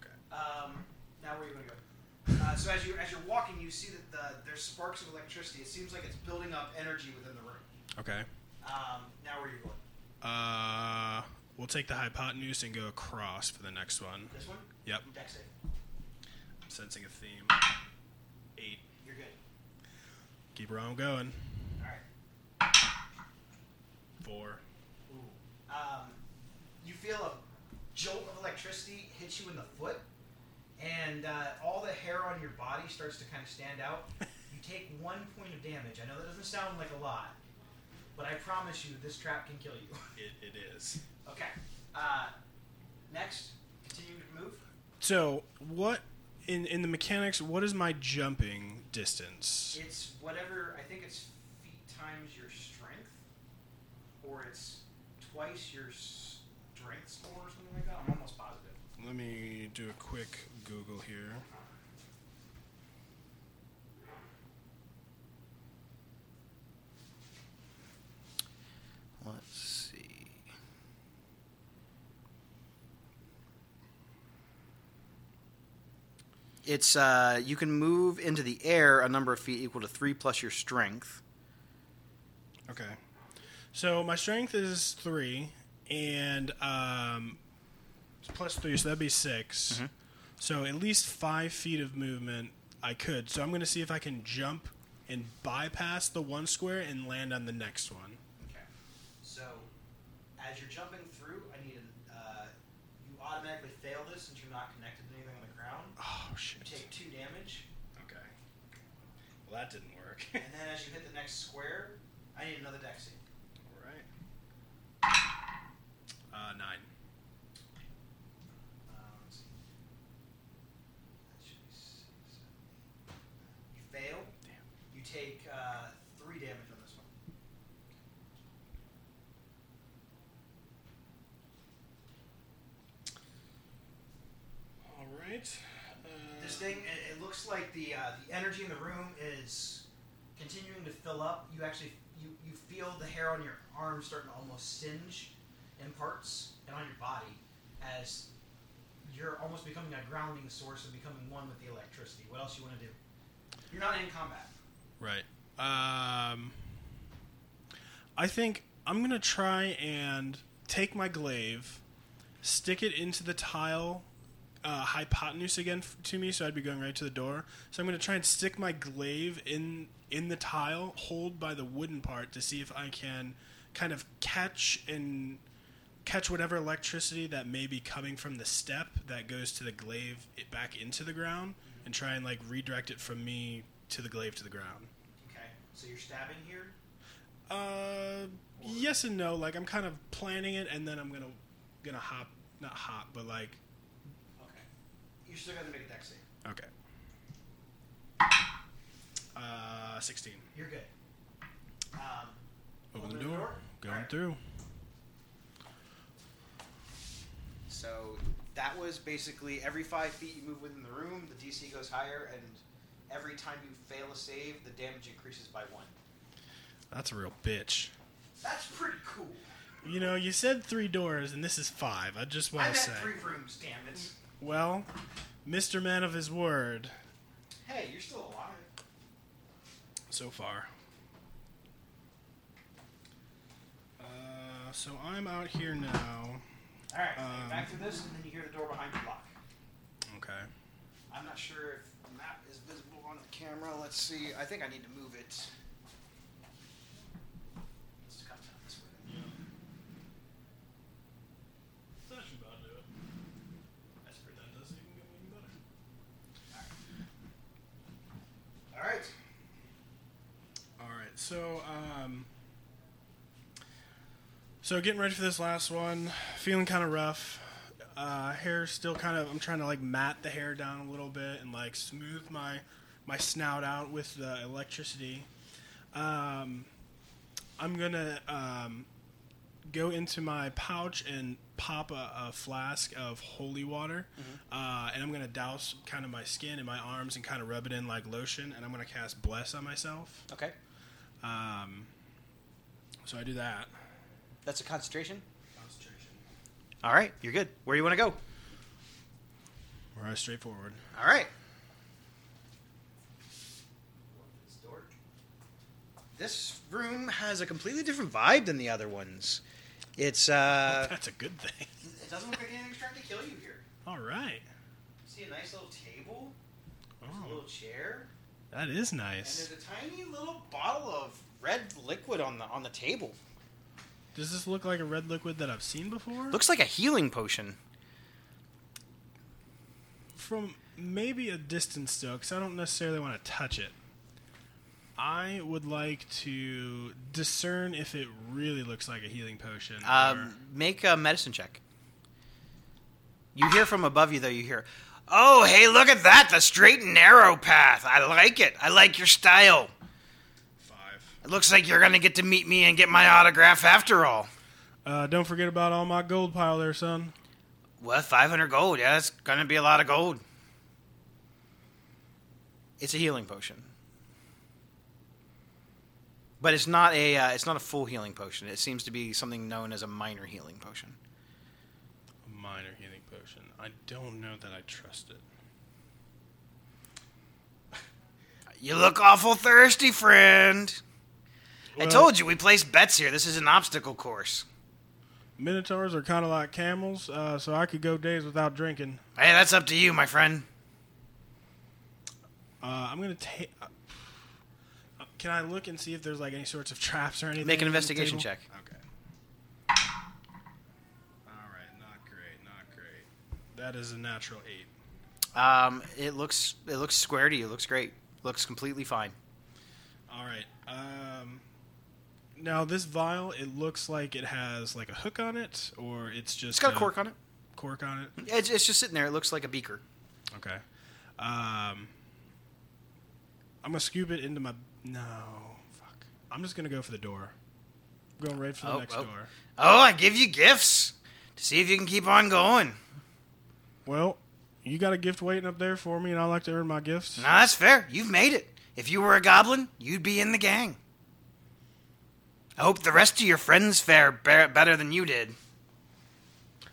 S5: Okay.
S2: Um, now where are you going to go? Uh, so as you as you're walking, you see that the, there's sparks of electricity. It seems like it's building up energy within the room.
S5: Okay.
S2: Um, now where are you going?
S5: Uh, we'll take the hypotenuse and go across for the next one.
S2: This one?
S5: Yep,
S2: Deck save.
S5: I'm sensing a theme. Eight.
S2: You're good.
S5: Keep her on going.
S2: All right.
S5: Four.
S2: Ooh. Um, you feel a jolt of electricity hits you in the foot, and uh, all the hair on your body starts to kind of stand out. You take one point of damage. I know that doesn't sound like a lot, but I promise you, this trap can kill you.
S5: It, it is.
S2: okay. Uh, next, it's
S8: continue to move?
S5: So what in in the mechanics? What is my jumping distance?
S8: It's whatever. I think it's feet times your strength, or it's twice your strength score or something like that. I'm almost positive.
S5: Let me do a quick Google here.
S8: Let's see. It's uh, you can move into the air a number of feet equal to three plus your strength.
S5: Okay. So my strength is three, and um, it's plus three, so that'd be 6 So at least five feet of movement I could. So I'm going to see if I can jump and bypass the one square and land on the next one.
S8: Okay. So, as you're jumping through, I need an. Uh, you automatically fail this since you're not connected to anything on the ground.
S5: Oh
S8: You
S5: shit.
S8: take two damage,
S5: Okay. Well, that didn't work.
S8: and then as you hit the next square, I need another dex save.
S5: All right. Uh, nine.
S8: Um, let's see. That should be six, seven, eight. You fail.
S5: Damn.
S8: You take uh, three damage on this one.
S5: All right. Uh,
S8: This thing, it, it looks like the uh, the energy in the room is continuing to fill up. You actually you, you feel the hair on your arm starting to almost singe in parts and on your body as you're almost becoming a grounding source and becoming one with the electricity. What else you want to do? You're not in combat.
S5: Right. Um, I think I'm gonna try and take my glaive, stick it into the tile uh, hypotenuse again f- to me, so I'd be going right to the door. So I'm gonna try and stick my glaive in in the tile, hold by the wooden part to see if I can kind of catch and catch whatever electricity that may be coming from the step that goes to the glaive it back into the ground and try and like redirect it from me to the glaive to the ground.
S8: Okay, so you're stabbing here.
S5: Uh, yes and no. Like I'm kind of planning it, and then I'm gonna gonna hop, not hop, but like
S8: Okay, you still got to make a dex save.
S5: okay. Uh, sixteen.
S8: You're good. Um,
S5: Open,
S8: Open
S5: the
S8: the
S5: door.
S8: door.
S5: Going
S8: Alright.
S5: through.
S8: So that was basically every five feet you move within the room, the DC goes higher, and every time you fail a save, the damage increases by one.
S5: That's a real bitch.
S8: That's pretty cool.
S5: You know, you said three doors, and this is five. I just
S8: I
S5: want
S8: meant
S5: to say,
S8: three rooms, damn it.
S5: well, Mister Man of his word,
S8: Hey, you're still alive.
S5: so far. Uh, so I'm out here now.
S8: All right,
S5: Um,
S8: back to this, and then you hear the door behind you lock.
S5: Okay.
S8: I'm not sure if map is visible on the camera. Let's see. I think I need to move it. Let's come down this way.
S9: That should about do it. That's pretty. That does even get even better.
S8: All right.
S5: All right, so um, so getting ready for this last one. Feeling kind of rough. Uh, hair still kind of. I'm trying to like mat the hair down a little bit and like smooth my my snout out with the electricity. Um, I'm gonna um, go into my pouch and pop a, a flask of holy water, uh, and I'm gonna douse kind of my skin and my arms and kind of rub it in like lotion, and I'm gonna cast bless on myself.
S8: Okay.
S5: Um, so I do that.
S8: That's a concentration.
S5: Concentration.
S8: All right. You're good. Where do you want to go?
S5: We're straightforward.
S8: All right. This room has a completely different vibe than the other ones. It's uh,
S5: That's a good thing.
S8: it doesn't look like anything's trying to kill you here.
S5: All right.
S8: See a nice little table, there's a
S5: Oh,
S8: little chair,
S5: that is
S8: and
S5: nice.
S8: there's a tiny little bottle of red liquid on the on the table.
S5: Does this look like a red liquid that I've seen before?
S8: Looks like a healing potion.
S5: from maybe a distance still, because I don't necessarily want to touch it. I would like to discern if it really looks like a healing potion.
S8: Um, make a medicine check.
S5: or,
S2: You hear from above you, though, you hear, Oh, hey, look at that. The straight and narrow path. I like it. I like your style.
S5: Five.
S2: It looks like you're going to get to meet me and get my autograph after all.
S5: Uh, don't forget about all my gold pile there, son.
S2: Well, 500 gold. Yeah, that's going to be a lot of gold. It's a healing potion. But it's not a uh, it's not a full healing potion. It seems to be something known as a minor healing potion.
S5: Minor healing potion. I don't know that I trust it.
S2: You look awful thirsty, friend. I
S5: Well-
S2: told you we placed bets here. This is an obstacle course.
S5: Minotaurs are kind of like camels, uh, so I could go days without drinking.
S2: Hey, that's up to you, my friend.
S5: Uh, I'm gonna take. Uh, can I look and see if there's like any sorts of traps or anything?
S2: Make an
S5: on the
S2: investigation
S5: table?
S2: check.
S5: Okay. All right, not great, not great. That is a natural eight.
S2: Um, it looks it looks square to you. Looks great. Looks completely fine.
S5: All right. Um, now this vial, it looks like it has like a hook on it, or it's just
S2: It's got a cork on it.
S5: Cork on it.
S2: It's, it's just sitting there. It looks like a beaker.
S5: Okay. Um, I'm gonna scoop it into my. No, fuck. I'm just gonna go for the door. I'm going right for the
S2: Oh,
S5: next
S2: oh.
S5: door.
S2: Oh, I give you gifts to see if you can keep on going.
S5: Well, you got a gift waiting up there for me, and I like to earn my gifts.
S2: Now that's fair. You've made it. If you were a goblin, you'd be in the gang. I hope the rest of your friends fare be- better than you did.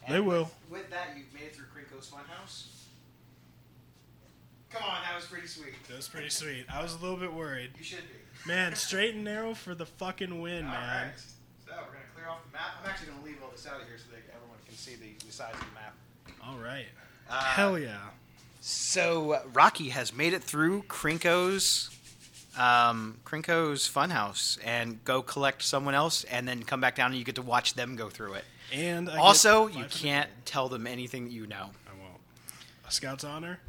S5: They will.
S2: With that, you've made it through Krinko's Funhouse. Come on, that was pretty sweet.
S5: That was pretty sweet. I was a little bit worried.
S2: You should be.
S5: Man, straight and narrow for the fucking win, man.
S2: So we're gonna clear off the map. I'm actually gonna leave all this out of here so that everyone can see the, the size of the map.
S5: All right.
S2: Uh,
S5: Hell yeah.
S2: So uh, Rocky has made it through Krinko's um, Krinko's Funhouse and go collect someone else, and then come back down and you get to watch them go through it.
S5: And I get
S2: also,
S5: five
S2: you
S5: for the
S2: can't tell them anything that you know,
S5: gold. I won't. A scout's honor.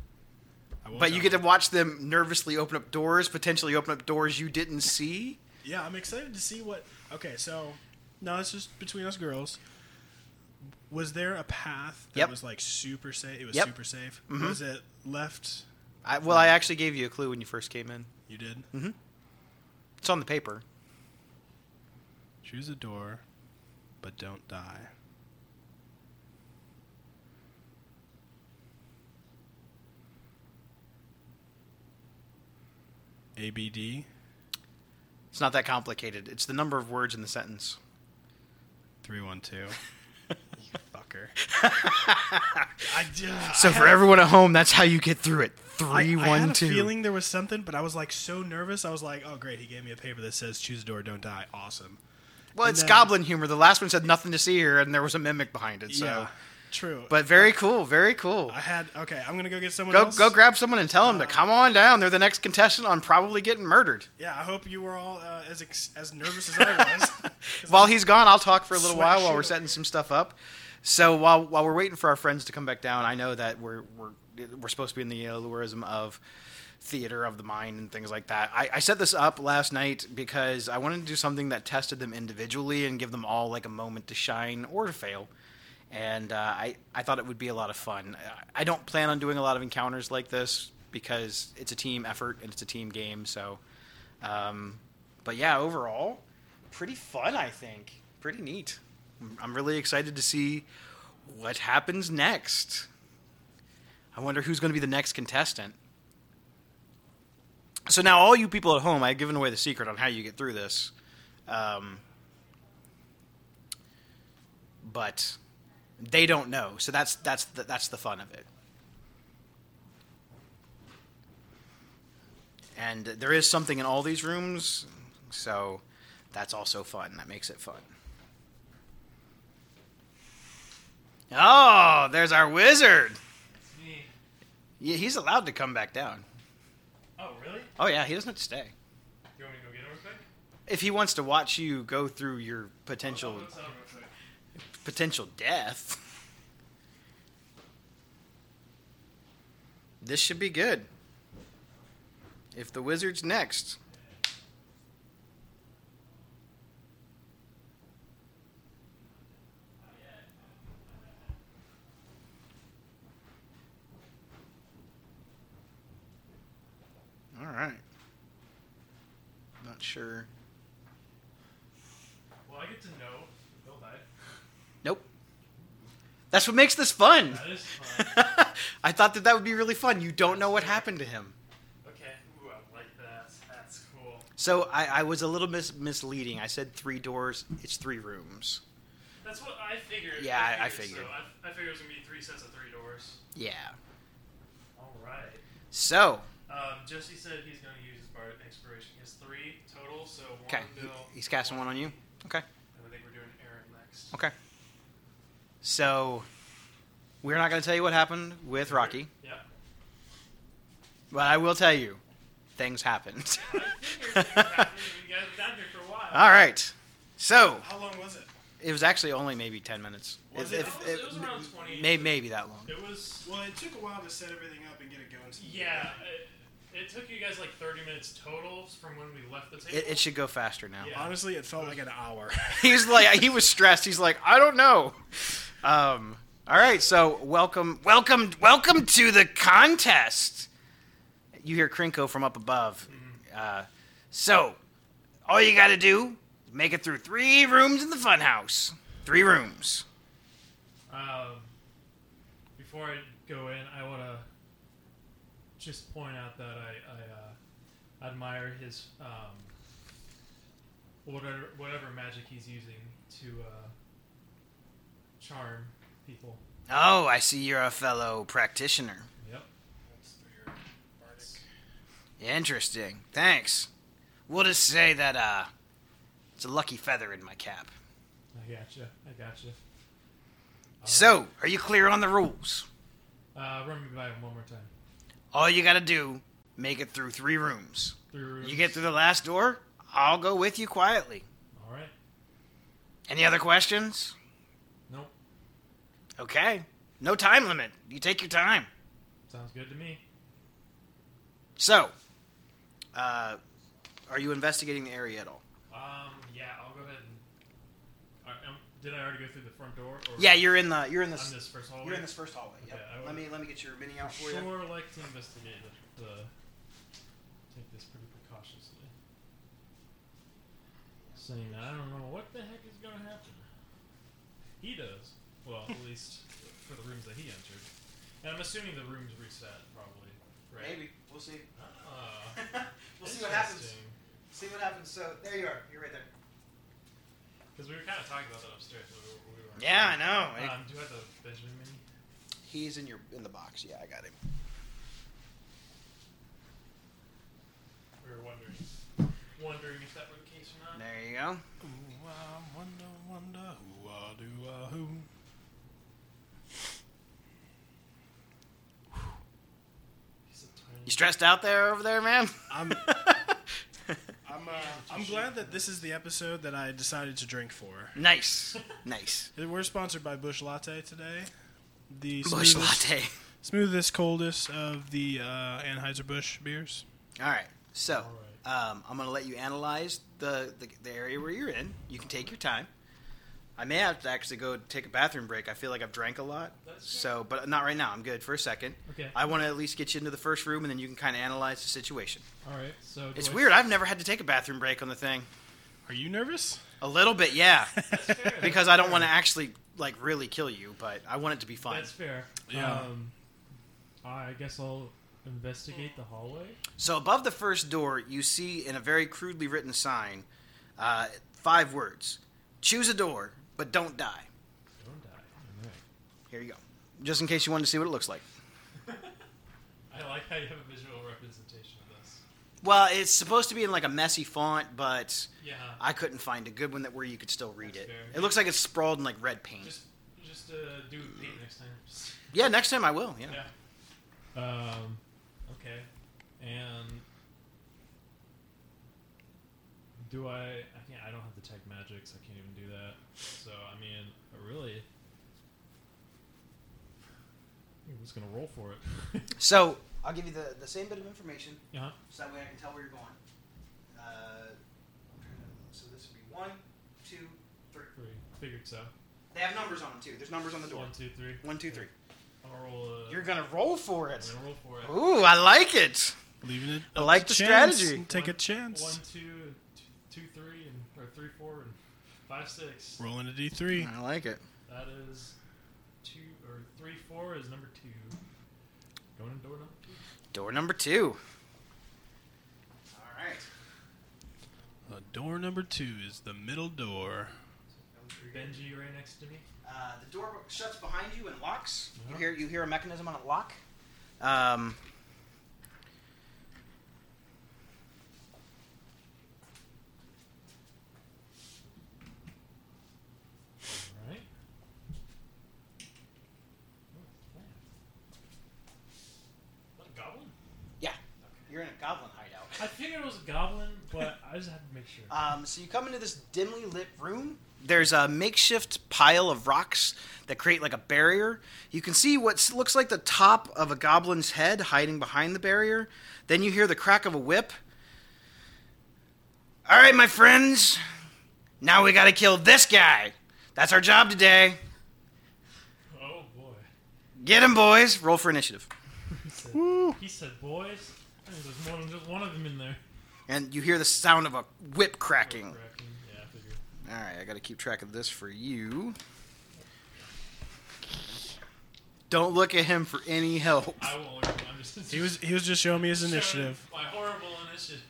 S5: I will
S2: but you
S5: tell
S2: get to
S5: them.
S2: watch them nervously open up doors, potentially open up doors you didn't see.
S5: Yeah, I'm excited to see what. Okay, so now it's just between us girls. Was there a path that
S2: Yep.
S5: was like super safe? It was
S2: Yep. Mm-hmm.
S5: super safe. Was it left?
S2: I, well, I actually gave you a clue when you first came in.
S5: You did.
S2: Mm-hmm. It's on the paper.
S5: Choose a door, but don't die. ABD
S2: It's not that complicated. It's the number of words in the sentence.
S5: three one two. you fucker. I, uh,
S2: So for everyone at home, that's how you get through it.
S5: I,
S2: Three,
S5: I had
S2: one,
S5: a
S2: two.
S5: feeling there was something, but I was like so nervous. I was like, "Oh, great! He gave me a paper that says choose a door, don't die. Awesome."
S2: Well,
S5: and
S2: it's
S5: then-
S2: goblin humor. The last one said nothing to see here, and there was a mimic behind it. So,
S5: yeah, true.
S2: but very cool, very cool.
S5: I had okay. I'm gonna go get someone
S2: Go,
S5: else. Uh,
S2: go grab someone and tell them to come on down. They're the next contestant on probably getting murdered.
S5: Yeah, I hope you were all uh, as ex- as nervous as I was. 'Cause
S2: While
S5: I'm-
S2: he's gone, I'll talk for a little
S5: Sweat
S2: while while
S5: shit
S2: we're
S5: up.
S2: setting some stuff up. So while while we're waiting for our friends to come back down, I know that we're we're we're supposed to be in the allurism of theater of the mind and things like that. I, I set this up last night because I wanted to do something that tested them individually and give them all like a moment to shine or to fail. And uh, I I thought it would be a lot of fun. I, I don't plan on doing a lot of encounters like this because it's a team effort and it's a team game. So, um, but yeah, overall, pretty fun. I think pretty neat. I'm- I'm really excited to see what happens next. I wonder who's going to be the next contestant. So now, all you people at home, I've given away the secret on how you get through this. Um, but they don't know, so that's that's the, that's the fun of it. And there is something in all these rooms, so that's also fun. That makes it fun. Oh, there's our wizard.
S4: Me.
S2: Yeah, he's allowed to come back down.
S4: Oh, really?
S2: Oh yeah, he doesn't have to stay.
S4: You want me to go get him real quick?
S2: If he wants to watch you go through your potential
S4: I'll tell him real quick.
S2: potential death, this should be good. If the wizard's next, sure.
S4: Well, I get to know. He'll die.
S2: Nope. That's what makes this fun.
S4: That is fun.
S2: I thought that that would be really fun. You don't know what happened to him.
S4: okay. Ooh, I like that. That's cool.
S2: So I, I was a little mis- misleading. I said three doors. It's three rooms.
S4: That's what I figured.
S2: Yeah, I- I figured.
S4: So I, I figured it was gonna be three sets of three doors.
S2: Yeah.
S4: All right.
S2: So
S4: Um, Jesse said he's gonna use his bar expiration. He has three total, so one
S2: okay,
S4: bill.
S2: he's casting one on you. Oh. Okay.
S4: And I think we're doing Aaron next.
S2: Okay. So we're not going to tell you what happened with Rocky,
S4: Yeah.
S2: but I will tell you things happened.
S4: I figured it was happening. You guys were down here for a while.
S2: All right. So
S5: How long was it?
S2: it was actually only maybe ten minutes.
S5: Was
S2: If-
S5: it-
S2: if-
S4: it, was, it was
S2: if-
S4: around twenty.
S2: may, maybe that long.
S4: It was.
S5: Well, it took a while to set everything up and get it going.
S4: Yeah. It, it took you guys like thirty minutes total from when we left the table.
S2: It, it should go faster now.
S4: Yeah.
S5: Honestly, it felt like an hour.
S2: He's like he was stressed. He's like I don't know. Um, all right. So welcome, welcome, welcome to the contest. You hear Krinko from up above. Uh, so all you got to do is make it through three rooms in the funhouse. Three rooms.
S4: Um, before I go in, I want to just point out that I, I uh, admire his um, whatever whatever magic he's using to uh, charm people.
S2: Oh, I see you're a fellow practitioner.
S4: Yep.
S2: Interesting. Thanks. We'll just say that uh, it's a lucky feather in my cap.
S4: I gotcha. I gotcha.
S2: So, are you clear on the rules?
S4: Uh, run me by him one more time.
S2: All you gotta do, make it through three rooms.
S4: Three rooms.
S2: You get through the last door, I'll go with you quietly.
S4: All right.
S2: Any other questions?
S4: Nope.
S2: Okay. No time limit. You take your time.
S4: Sounds good to me.
S2: So, uh, are you investigating the area at all?
S4: Um, yeah, I'll go ahead and. Alright, um, did I already go through the front door? Or
S2: Yeah, you're in the you're in
S4: I'm
S2: this
S4: this first hallway.
S2: you're in this first hallway. Yep.
S4: Okay, I
S2: let
S4: would-
S2: me let me get your mini out for you.
S4: sure like to investigate the, the take this pretty precautiously. Saying that I don't know what the heck is gonna happen. He does. Well, at least for the rooms that he entered. And I'm assuming the rooms reset probably, right?
S2: Maybe we'll see.
S4: Ah,
S2: we'll see what happens.
S4: interesting.
S2: See what happens. So there you are. You're right there.
S4: 'Cause we were kind of talking about that upstairs. So we, we were
S2: Yeah, I know. eh?
S4: Um, do you have the Benjamin mini?
S2: He's in your in the box. Yeah, I got him.
S4: We were wondering, wondering if that were the case or not.
S2: There you go.
S5: Ooh, I wonder, wonder who I do I who.
S4: He's a tiny
S2: You stressed out there over there, man?
S5: I'm. I'm. Uh, I'm glad that this is the episode that I decided to drink for.
S2: nice. Nice.
S5: We're sponsored by Bush Latte today. The
S2: Bush
S5: smoothest,
S2: latte.
S5: smoothest, coldest of the uh, Anheuser Busch beers.
S2: All right. So,
S4: All
S2: um, I'm going to let you analyze the, the, the area where you're in. You can take your time. I may have to actually go take a bathroom break. I feel like I've drank a lot.
S4: That's
S2: So, but not right now. I'm good for a second.
S4: Okay.
S2: I want to at least get you into the first room and then you can kind of analyze the situation.
S4: All right. So do
S2: It's
S4: I-
S2: weird. I've never had to take a bathroom break on the thing. uh,
S5: Are you nervous?
S2: A little bit, yeah.
S4: That's fair.
S2: because I don't want to actually like really kill you, but I want it to be fun.
S4: That's fair.
S5: Yeah.
S4: Um, I guess I'll investigate the hallway.
S2: So above the first door, you see in a very crudely written sign, uh, five words: "Choose a door, but don't die."
S4: Don't die.
S2: Here you go, just in case you wanted to see what it looks like.
S4: I like how you have a visual representation of this.
S2: Well, it's supposed to be in like a messy font, but
S4: Yeah.
S2: I couldn't find a good one that where you could still read
S4: That's
S2: it.
S4: fair.
S2: It looks like it's sprawled in like red paint.
S4: Just, just uh, do it paint next time.
S2: yeah, next time I will. Yeah.
S4: yeah. Um. Okay. And do I? I can't. I don't have the tech magics. I can't even do that. So I mean, I really. I'm just gonna roll for it.
S2: So I'll give you the, the same bit of information,
S4: yeah.
S2: so that way I can tell where you're going. Uh, I'm trying to- so this would be one, two, three.
S4: Three. Figured so.
S2: They have numbers on them too. There's numbers on the door.
S4: One, two, three.
S2: One, two, three.
S4: I'm gonna roll a.
S2: You're gonna roll for
S4: I'm
S2: it.
S4: gonna roll for it.
S2: Ooh, I like it.
S5: Leaving it.
S2: I like
S5: up
S2: the
S5: to chance.
S2: strategy.
S5: Take a
S4: One-
S5: chance.
S4: One, two, two, Five six.
S5: Rolling a d3.
S2: I like it.
S4: That is two or three four is number two. Going in door number two.
S2: Door number two. All right.
S5: Uh, door number two is the middle door.
S4: Benji right next to me.
S2: Uh, the door shuts behind you and locks. You hear you hear a mechanism on it lock. Um,
S4: All right. What a goblin?
S2: yeah, you're in a goblin hideout.
S4: I figured it was a goblin, but I just had to make sure.
S2: Um, so you come into this dimly lit room. There's a makeshift pile of rocks that create like a barrier. You can see what s- looks like the top of a goblin's head hiding behind the barrier. Then you hear the crack of a whip. All right, my friends. Now we gotta kill this guy. That's our job today.
S4: Oh boy.
S2: Get him, boys. Roll for initiative.
S4: He said, he said boys. I think There's more than just one of them in there.
S2: And you hear the sound of a whip cracking.
S4: Cracking. Yeah, I figured.
S2: All right, I got to keep track of this for you. Don't look at him for any help.
S4: I won't look at him. I'm just
S5: He was he was just showing me his initiative.
S4: My horrible initiative.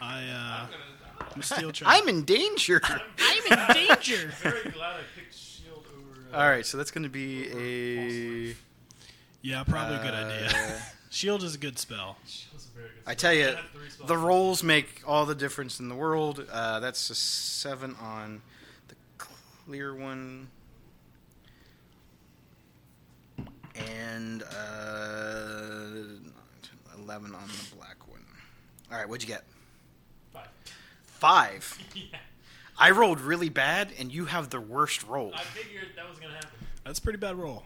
S5: I
S4: I'm
S5: uh,
S4: gonna
S5: I'm still trying.
S2: I'm in danger.
S5: I'm in danger.
S4: very glad I picked shield over. Uh,
S2: All right, so that's going to be
S5: Yeah, probably a
S2: a
S5: good idea.
S2: Uh,
S5: Shield is a good spell.
S4: Shield's a very good
S2: I
S4: spell.
S2: tell you,
S4: I had three spells.
S2: the rolls make all the difference in the world. Uh, that's a seven on the clear one, and uh, eleven on the black one. All right, what'd you get?
S4: Five.
S2: Five.
S4: yeah,
S2: I rolled really bad, and you have the worst roll.
S4: I figured that was gonna happen.
S5: That's a pretty bad roll.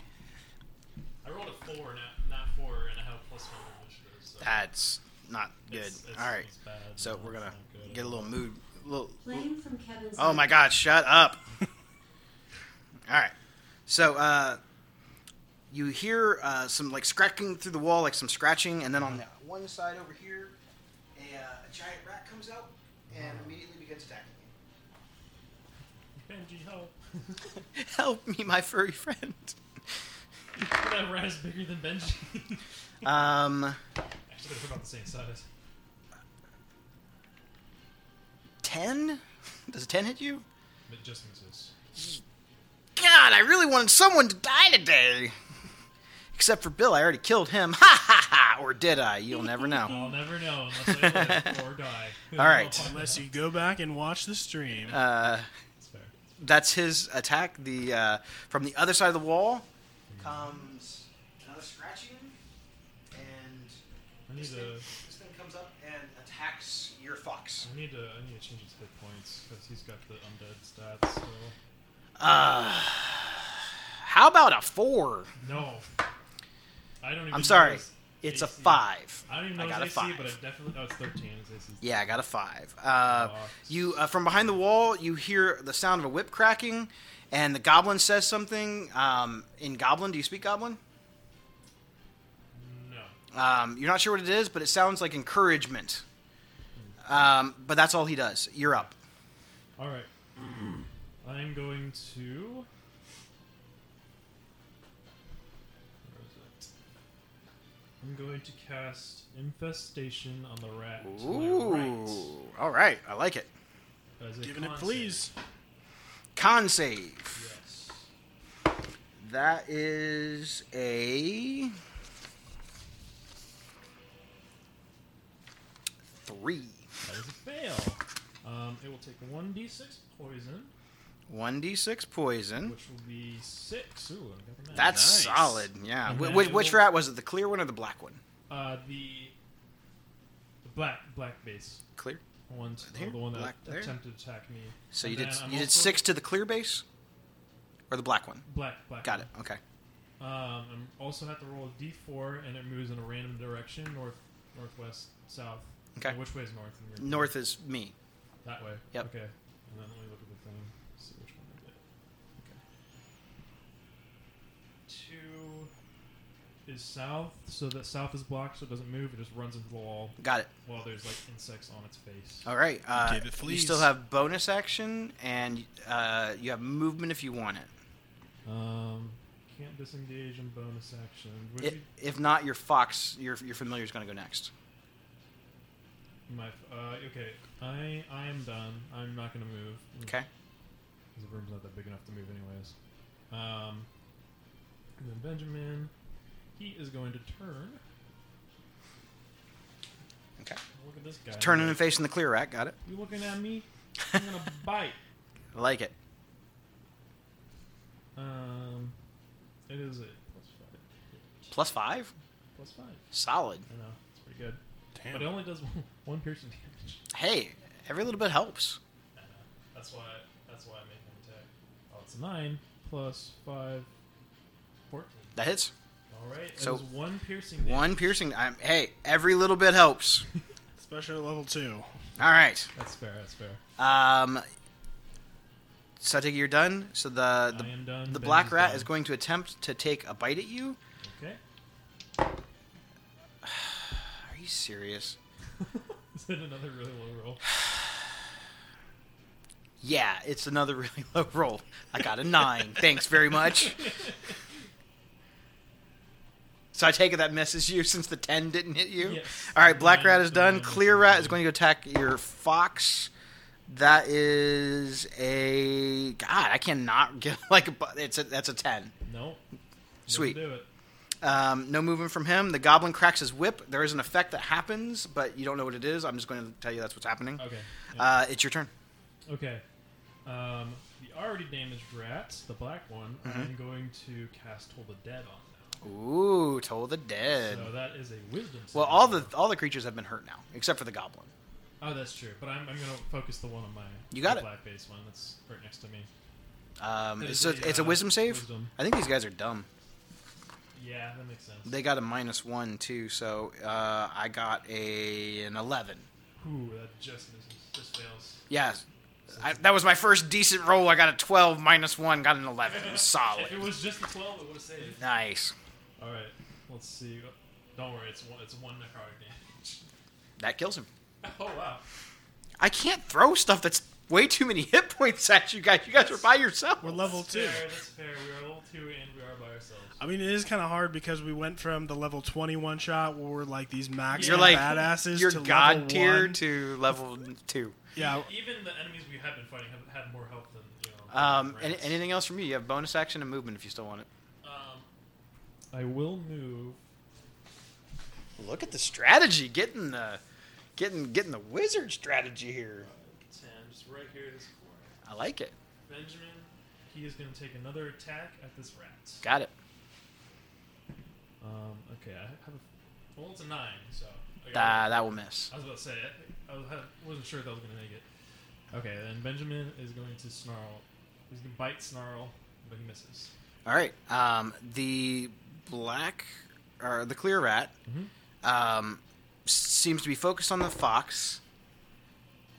S4: I rolled a four, not, not four, and I have plus one initiative. So
S2: That's not good.
S4: it's- it's-
S2: all right,
S4: it's bad.
S2: so
S4: No,
S2: we're
S4: it's
S2: gonna
S4: not good.
S2: get a little mood. Little,
S8: Blame from Kevin's.
S2: oh my God! Shut up. all right, so uh, you hear uh, some like scratching through the wall, like some scratching, and then on the one side over here, a, uh, a giant rat comes out and immediately begins attacking you.
S4: Benji, help!
S2: Help me, my furry friend.
S4: that rat is bigger than Benji.
S2: Um,
S4: Actually, they're about the same size.
S2: ten? Does a ten hit you?
S4: It just misses.
S2: God, I really wanted someone to die today. Except for Bill, I already killed him. Ha ha ha! Or did I? You'll never know.
S4: I'll never know unless I live or die.
S2: All right.
S5: Unless you go back and watch the stream.
S2: Uh,
S4: That's fair.
S2: that's his attack. The uh, from the other side of the wall comes another scratching, and
S4: I need
S2: this
S4: to.
S2: thing, this thing comes up and attacks your fox.
S4: I need to. I need to change his hit points because he's got the undead stats. So
S2: How about a four?
S4: no, I don't. Even
S2: I'm sorry,
S4: know his
S2: it's a
S4: AC.
S2: five.
S4: I don't even know
S2: I got a
S4: his AC,
S2: five.
S4: but it definitely. Oh, it's thirteen. His AC.
S2: Yeah, I got a five. Uh,
S4: Fox.
S2: you uh, from behind the wall, you hear the sound of a whip cracking, and the goblin says something um, in Goblin. Do you speak Goblin?
S4: No.
S2: Um, you're not sure what it is, but it sounds like encouragement. Um, but that's all he does. You're up.
S4: All right. I'm going to. Where is it? I'm going to cast infestation on the rat to my right
S2: all right, I like it.
S4: as a
S5: Giving it
S4: con save.
S5: please.
S2: Con save.
S4: Yes.
S2: That is a three.
S4: That is a fail. Um, it will take one d6 poison,
S2: One d six poison.
S4: which will be six. Ooh, I got the math.
S2: That's
S5: Nice.
S2: solid. Yeah.
S4: And
S2: Wh-
S4: then
S2: which,
S4: it
S2: which
S4: will-
S2: rat was it? The clear one or the black one?
S4: uh, the the black black base
S2: Clear.
S4: one,
S2: Here?
S4: the one that
S2: Black there?
S4: attempted to attack me.
S2: So
S4: And
S2: you did
S4: then I'm
S2: you did
S4: also-
S2: six to the clear base, or the black one?
S4: Black black.
S2: Got
S4: one.
S2: it. Okay.
S4: Um, and also have to roll a d4, and it moves in a random direction: north, northwest, south.
S2: Okay.
S4: Uh, which way is north? in your-
S2: North is me.
S4: That way.
S2: Yep.
S4: Okay. And then let me look at the thing. See which one I get. Okay. Two. is south, so that south is blocked, so it doesn't move. It just runs into the wall
S2: Got it.
S4: while there's like insects on its face.
S2: All right. Uh,
S8: gave it
S2: you
S8: fleas.
S2: still have bonus action, and uh, you have movement if you want it.
S4: Um, can't disengage in bonus action. Would
S2: I
S4: you,
S2: if not, your fox, your your familiar is going to go next.
S4: my uh, okay. I I am done. I'm not gonna move.
S2: Okay.
S4: Because the room's not that big enough to move anyways. Um, and then Benjamin, he is going to turn.
S2: Okay.
S4: Look at this guy.
S2: Turning and facing the clear rack. Got it.
S4: You looking at me? I'm gonna bite.
S2: I like it.
S4: Um, it is a plus five.
S2: Plus five.
S4: Plus five.
S2: Solid.
S4: I know it's pretty good, but it
S8: Damn.
S4: only does one, one piercing damage.
S2: Hey, every little bit helps.
S4: That's why. That's why I made him attack. Oh, it's a nine plus five. 14.
S2: That hits.
S4: All right. it
S2: So,
S4: is one piercing. Damage.
S2: One piercing. I'm, hey, every little bit helps.
S5: Especially at level two.
S2: All right.
S4: That's fair. That's fair.
S2: Um. So I take it you're done. So the
S4: I am
S2: the,
S4: done.
S2: the
S4: Ben's
S2: black rat
S4: done.
S2: is going to attempt to take a bite at you.
S4: Okay.
S2: Are you serious?
S4: Is it another really low roll?
S2: Yeah, it's another really low roll. I got a nine. Thanks very much. So I take it that misses you since the ten didn't hit you.
S4: Yes.
S2: All right, black
S4: Nine
S2: rat is
S4: to
S2: done.
S4: nine.
S2: Clear rat is going to attack your fox. That is a God. I cannot get like a, bu- it's a, that's a ten.
S4: Nope.
S2: Sweet.
S4: Didn't do it.
S2: Um, no movement from him. The goblin cracks his whip. There is an effect that happens, but you don't know what it is. I'm just going to tell you that's what's happening.
S4: Okay. yeah.
S2: Uh, it's your turn.
S4: okay. Um, the already damaged rat, the black one,
S2: Mm-hmm.
S4: I'm going to cast Toll the Dead on
S2: Ooh, toll the
S4: now.
S2: dead.
S4: So that is a wisdom.
S2: Well,
S4: saving
S2: all the
S4: throw.
S2: all the creatures have been hurt now, except for the goblin.
S4: Oh, that's true. But I'm, I'm going to focus the one on my.
S2: You got
S4: the
S2: it.
S4: Black base one that's right next to me.
S2: Um,
S4: That is
S2: so
S4: a,
S2: it's a
S4: uh,
S2: wisdom save.
S4: wisdom.
S2: I think these guys are dumb.
S4: Yeah, that makes sense.
S2: They got a minus one too, so uh, I got a an eleven.
S4: Ooh, that just misses. Just fails.
S2: Yeah, I, that was my first decent roll. I got a twelve minus one, got an eleven.
S4: If it
S2: Solid,
S4: was just a 12, it would have saved.
S2: nice.
S4: All right. Let's see. Don't worry. It's one, it's one necrotic damage.
S2: That kills him.
S4: Oh, wow.
S2: I can't throw stuff that's way too many hit points at you guys. You guys are by yourself.
S5: We're level
S4: That's
S5: two.
S4: Fair, that's fair. We are level two and we are by ourselves.
S5: I mean, it is kind of hard because we went from the level 21 shot where we're like these max
S2: You're like
S5: badasses
S2: you're
S5: to
S2: god
S5: level
S2: tier
S5: one.
S2: to level two.
S5: yeah,
S4: Even the enemies we have been fighting have had more health than you know.
S2: Um,
S4: ranks.
S2: any, anything else from you? You have bonus action and movement if you still want it.
S4: Um, I will move.
S2: Look at the strategy, getting the getting getting the wizard strategy here.
S4: Ten, just right here, this corner.
S2: I like it.
S4: Benjamin, he is going to take another attack at this rat.
S2: Got it.
S4: Um, okay, I have a. Well, it's a nine, so. I got-
S2: Ah, that will miss.
S4: I was about to say, I, I was- I wasn't sure if that was going to make it. Okay, then Benjamin is going to snarl. He's going to bite snarl, but he misses.
S2: All right. Um, the black or the clear rat um, s- seems to be focused on the fox.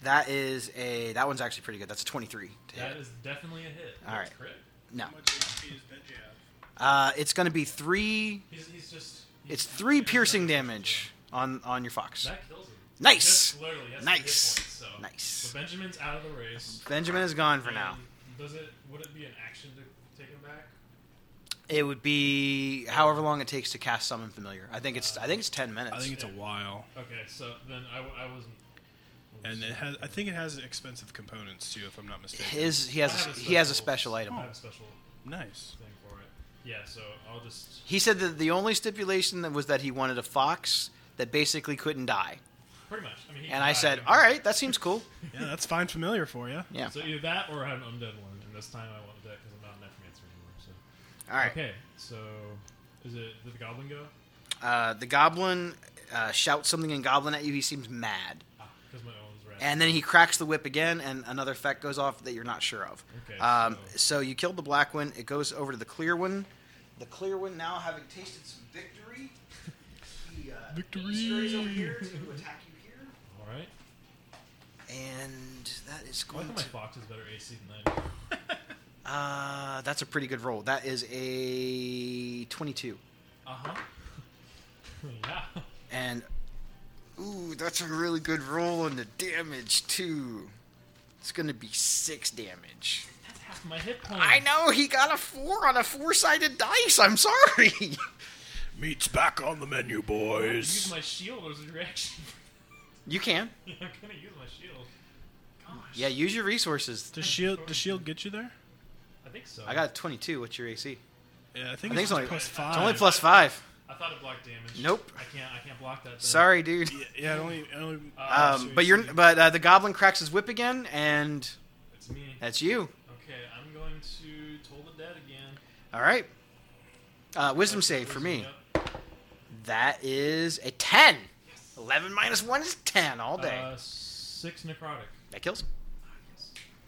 S2: That is a that one's actually pretty good. That's a twenty-three. To
S4: That
S2: hit.
S4: is definitely a hit.
S2: All
S4: That's
S2: right.
S4: Crit.
S2: no,
S5: How much HP does Benji
S2: uh,
S5: have?
S2: it's going to be three.
S4: He's, he's just. he's-
S2: It's three
S4: he's-
S2: piercing damage on on your fox.
S4: That kills him.
S2: Nice.
S4: Just literally has three hit
S2: Nice.
S4: points, so.
S2: Nice.
S4: But Benjamin's out of the race.
S2: Benjamin is gone for now.
S4: And Does it? Would it be an action to take him back?
S2: It would be however long it takes to cast summon familiar. I think it's I think it's ten minutes.
S8: I think it's a while,
S4: Okay, so then I, w- I wasn't.
S8: and it has. I think it has expensive components too, if I'm not mistaken.
S2: His he has
S4: I
S2: a,
S4: have a
S2: he has a
S4: special-
S2: special item.
S4: I have a special
S8: Nice.
S4: thing for it. Yeah, so I'll just.
S2: He said that the only stipulation that was that he wanted a fox that basically couldn't die.
S4: Pretty much. I mean, he
S2: And I
S4: died.
S2: said, "All right, that seems cool."
S5: Yeah, that's fine familiar for you.
S2: Yeah.
S4: So either that or I have an undead one, and this time I want that because I'm not a necromancer anymore. So.
S2: All right.
S4: Okay, so is it did the goblin go?
S2: Uh, the goblin uh, shouts something in goblin at you. He seems mad,
S4: Ah, because my own is red.
S2: and then he cracks the whip again, and another effect goes off that you're not sure of.
S4: Okay,
S2: Um,
S4: so-
S2: so you killed the black one. It goes over to the clear one. The clear one now, having tasted some victory, he, uh,
S5: Victory.
S2: scurries over here to attack you here.
S4: All right.
S2: And that is
S4: I like
S2: going
S4: how my
S2: to.
S4: fox is better AC than I do.
S2: Uh, that's a pretty good roll. That is a 22.
S4: Uh huh. yeah.
S8: And ooh, that's a really good roll on the damage too. It's gonna be six damage.
S4: That's half my hit point.
S8: I know he got a four on a four-sided dice. I'm sorry.
S5: Meat's back on the menu,
S4: Use
S5: boys.
S4: my shield as a reaction.
S8: you can.
S4: I'm gonna use my shield. Gosh.
S8: Yeah, use your resources.
S5: Does shield does shield get you there?
S4: I think so.
S8: I got a 22. What's your AC?
S5: Yeah, I
S8: I
S5: think, it's,
S8: think it's only
S5: plus five.
S8: It's only plus five.
S4: I thought it blocked damage.
S8: Nope.
S4: I can't. I can't block that. Thing.
S8: Sorry, dude.
S5: Yeah, yeah, it only. It only
S4: Uh,
S8: Um, but you're but uh, the goblin cracks his whip again, and
S4: It's me.
S8: that's you.
S4: Okay, I'm going to toll the dead again.
S8: All right. Uh, wisdom
S4: That's
S8: save for me.
S4: wisdom, yep.
S8: That is a 10. 11 minus 1 is 10 all day.
S4: Uh, six necrotic.
S8: that kills.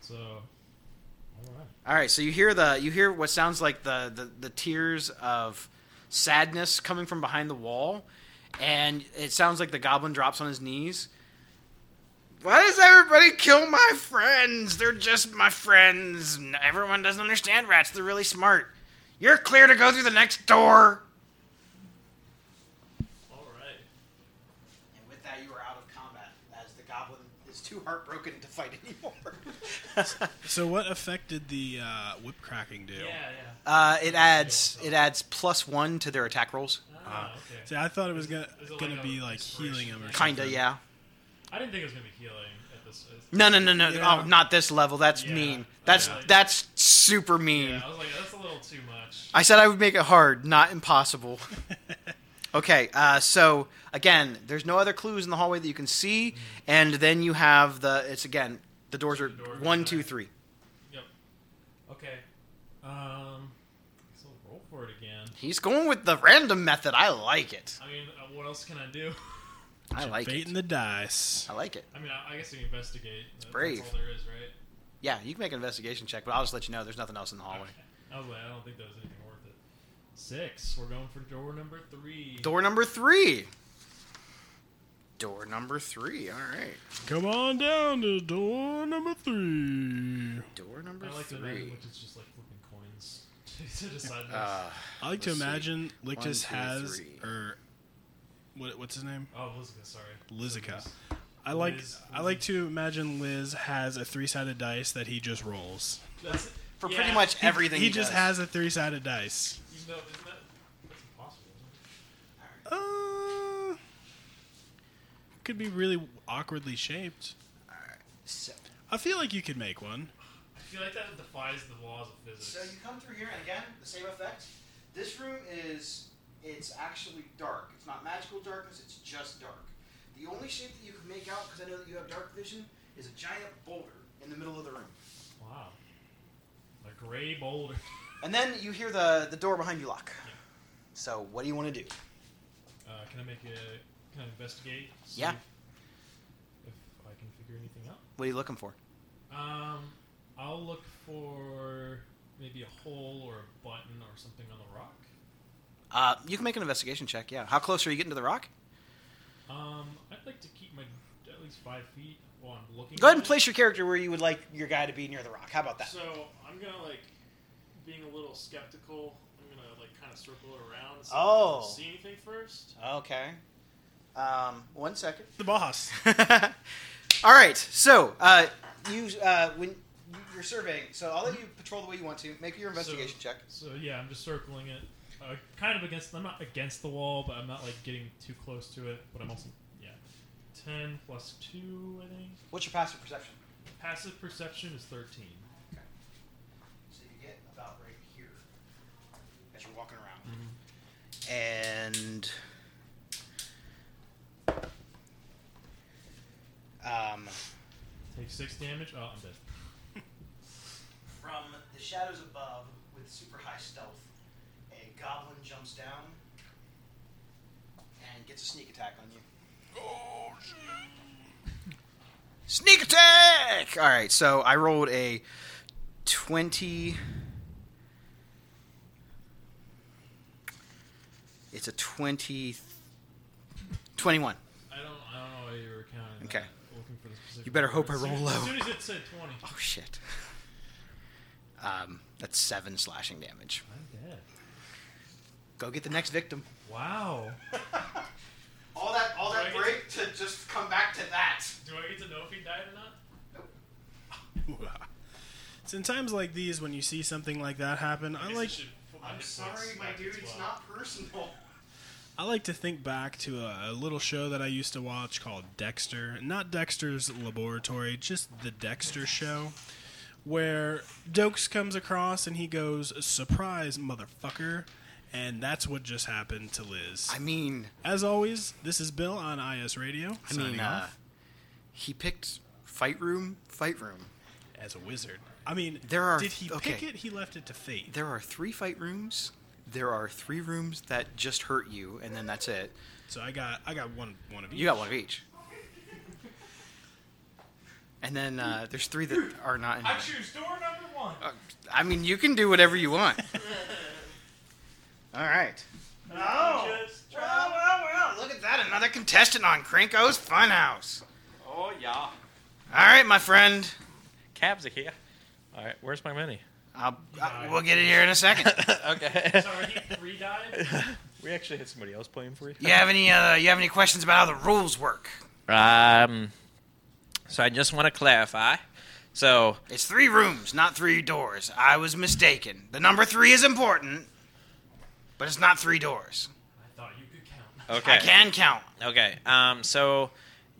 S4: So, all right.
S8: All right, so you hear the you hear what sounds like the, the the tears of sadness coming from behind the wall, and it sounds like the goblin drops on his knees. Why does everybody kill my friends? They're just my friends. N- Everyone doesn't understand rats. They're really smart. You're clear to go through the next door.
S4: All right.
S8: And with that, you are out of combat as the goblin is too heartbroken to fight anymore.
S5: so what effect did the uh, whip cracking do?
S4: Yeah, yeah.
S8: uh, it adds it adds plus one to their attack rolls.
S4: Ah, okay.
S5: Uh, See, I thought it was gonna,
S4: Is it like
S5: gonna
S4: a
S5: be like
S4: inspiration
S5: healing him or
S4: thing?
S8: Kinda,
S5: something.
S8: yeah.
S4: I didn't think it was gonna be healing at this.
S8: No, no, no, no.
S5: Yeah.
S8: Oh, not this level. That's
S4: Yeah.
S8: mean. That's
S4: Yeah.
S8: that's super mean.
S4: Yeah, I was like, that's a little too much.
S8: I said I would make it hard, not impossible. okay, uh, so again, there's no other clues in the hallway that you can see, and then you have the. It's again, the doors are
S4: The doors
S8: one,
S4: are
S8: two,
S4: nine.
S8: three.
S4: Yep. Okay. Um, I guess I'll roll for it again.
S8: He's going with the random method. I like it.
S4: I mean, uh, what else can I do?
S8: I like
S5: Baiting
S8: it.
S5: the dice.
S8: I like it.
S4: I mean, I, I guess I can investigate. It's
S8: brave.
S4: That's all there is, right?
S8: Yeah, you can make an investigation check, but I'll just let you know there's nothing else in the hallway.
S4: I was like, I don't think there was anything worth it. Six. We're going for door number three.
S8: Door number three. Door number three. All right.
S5: Come on down to door number three.
S8: Door number
S4: I like the
S8: three.
S4: imagine which is just like flipping coins to decide this.
S8: Uh,
S5: I like
S8: Let's
S5: to
S8: see.
S5: imagine Lictus
S8: One, two,
S5: has
S8: three.
S5: or what, what's his name?
S4: oh, Elizabeth, sorry.
S5: Lizica. I like
S4: Liz-
S5: I like to imagine Liz has a three sided dice that he just rolls.
S4: That's,
S8: for
S4: yeah,
S8: pretty much everything
S5: he,
S8: he,
S5: just
S8: does.
S5: has a three sided dice.
S4: You know, isn't that, that's impossible. Isn't it?
S5: Uh, could be really awkwardly shaped.
S8: So,
S5: I feel like you could make one.
S4: I feel like that defies the laws of
S8: so
S4: physics.
S8: you come through here, and again, the same effect. This room is it's actually dark. It's not magical darkness. It's just dark. The only shape that you can make out, because I know that you have dark vision, is a giant boulder in the middle of the room.
S4: Wow. A gray boulder.
S8: And then you hear the the door behind you lock. So what do you want to do?
S4: Uh, can I make a. Can I investigate? See
S8: Yeah.
S4: If, if I can figure anything out?
S8: What are you looking for?
S4: Um, I'll look for maybe a hole or a button or something on the rock.
S8: Uh, you can make an investigation check. Yeah. How close are you getting to the rock?
S4: Um, I'd like to keep my at least five feet while I'm looking.
S8: Go ahead
S4: at
S8: and
S4: it.
S8: place your character where you would like your guy to be near the rock. How about that?
S4: So I'm gonna like being a little skeptical. I'm gonna like kind of circle it around. And see if I
S8: Oh.
S4: can see anything first?
S8: Okay. Um, one second.
S5: The boss.
S8: all right. So uh, you uh, when you- you're surveying, so I'll let you patrol the way you want to. Make your investigation
S4: So-
S8: check.
S4: So yeah, I'm just circling it, uh, kind of against. I'm not against the wall, but I'm not like getting too close to it. But I'm also yeah, ten plus two. I think
S8: What's your passive perception?
S4: passive perception is thirteen.
S8: So you get about right here as you're walking around, and um,
S4: Take six damage. Oh, I'm dead.
S8: from the shadows above with super high stealth, a goblin jumps down and gets a sneak attack on you. Sneak attack! All right, so I rolled a twenty. It's a 20, 21.
S4: I don't. I don't know why you were counting.
S8: Okay.
S4: that, Looking for the specific
S8: You better hope
S4: number.
S8: I
S4: As
S8: roll
S4: soon-
S8: low.
S4: As soon as it said twenty,
S8: Oh shit. Um, that's seven slashing damage.
S4: I'm dead.
S8: Go get the next victim.
S4: Wow.
S2: perfect to just come back to that.
S4: Do I get to know if he died or not?
S5: It's in times like these when you see something like that happen. I like
S2: I'm sorry, my dude. It's not personal.
S5: I like to think back to a, a little show that I used to watch called Dexter. Not Dexter's Laboratory, just the Dexter Show, where Dokes comes across and he goes, "Surprise, motherfucker!" And that's what just happened to Liz.
S2: I mean,
S5: As always, this is Bill on IS Radio.
S2: I
S5: signing
S2: mean, uh,
S5: off
S2: he picked fight room, fight room.
S5: as a wizard. I mean,
S2: uh, There are-
S5: did he pick
S2: okay.
S5: it? He left it to fate.
S2: There are three fight rooms. There are three rooms that just hurt you, and then that's it.
S5: So I got I got one one of each.
S2: You got one of each. And then uh, there's three that are not in.
S4: I
S2: here.
S4: choose door number one.
S2: Uh, I mean, you can do whatever you want. All right.
S4: Oh. Just
S2: Well, well, well. Look at that. Another contestant on Crinko's Funhouse.
S6: Oh yeah.
S2: All right, my friend.
S6: Cabs are here.
S4: All right, where's my money?
S2: I'll, I, we'll get it here in a second.
S6: okay.
S4: Sorry, he three died.
S6: we actually had somebody else playing for you.
S2: You have any? Uh, you have any questions about how the rules work?
S6: Um. So I just want to clarify. So
S2: It's three rooms, not three doors. I was mistaken. The number three is important, but it's not three doors.
S4: I thought you could count.
S6: okay.
S2: I can count.
S6: Okay. Um, so,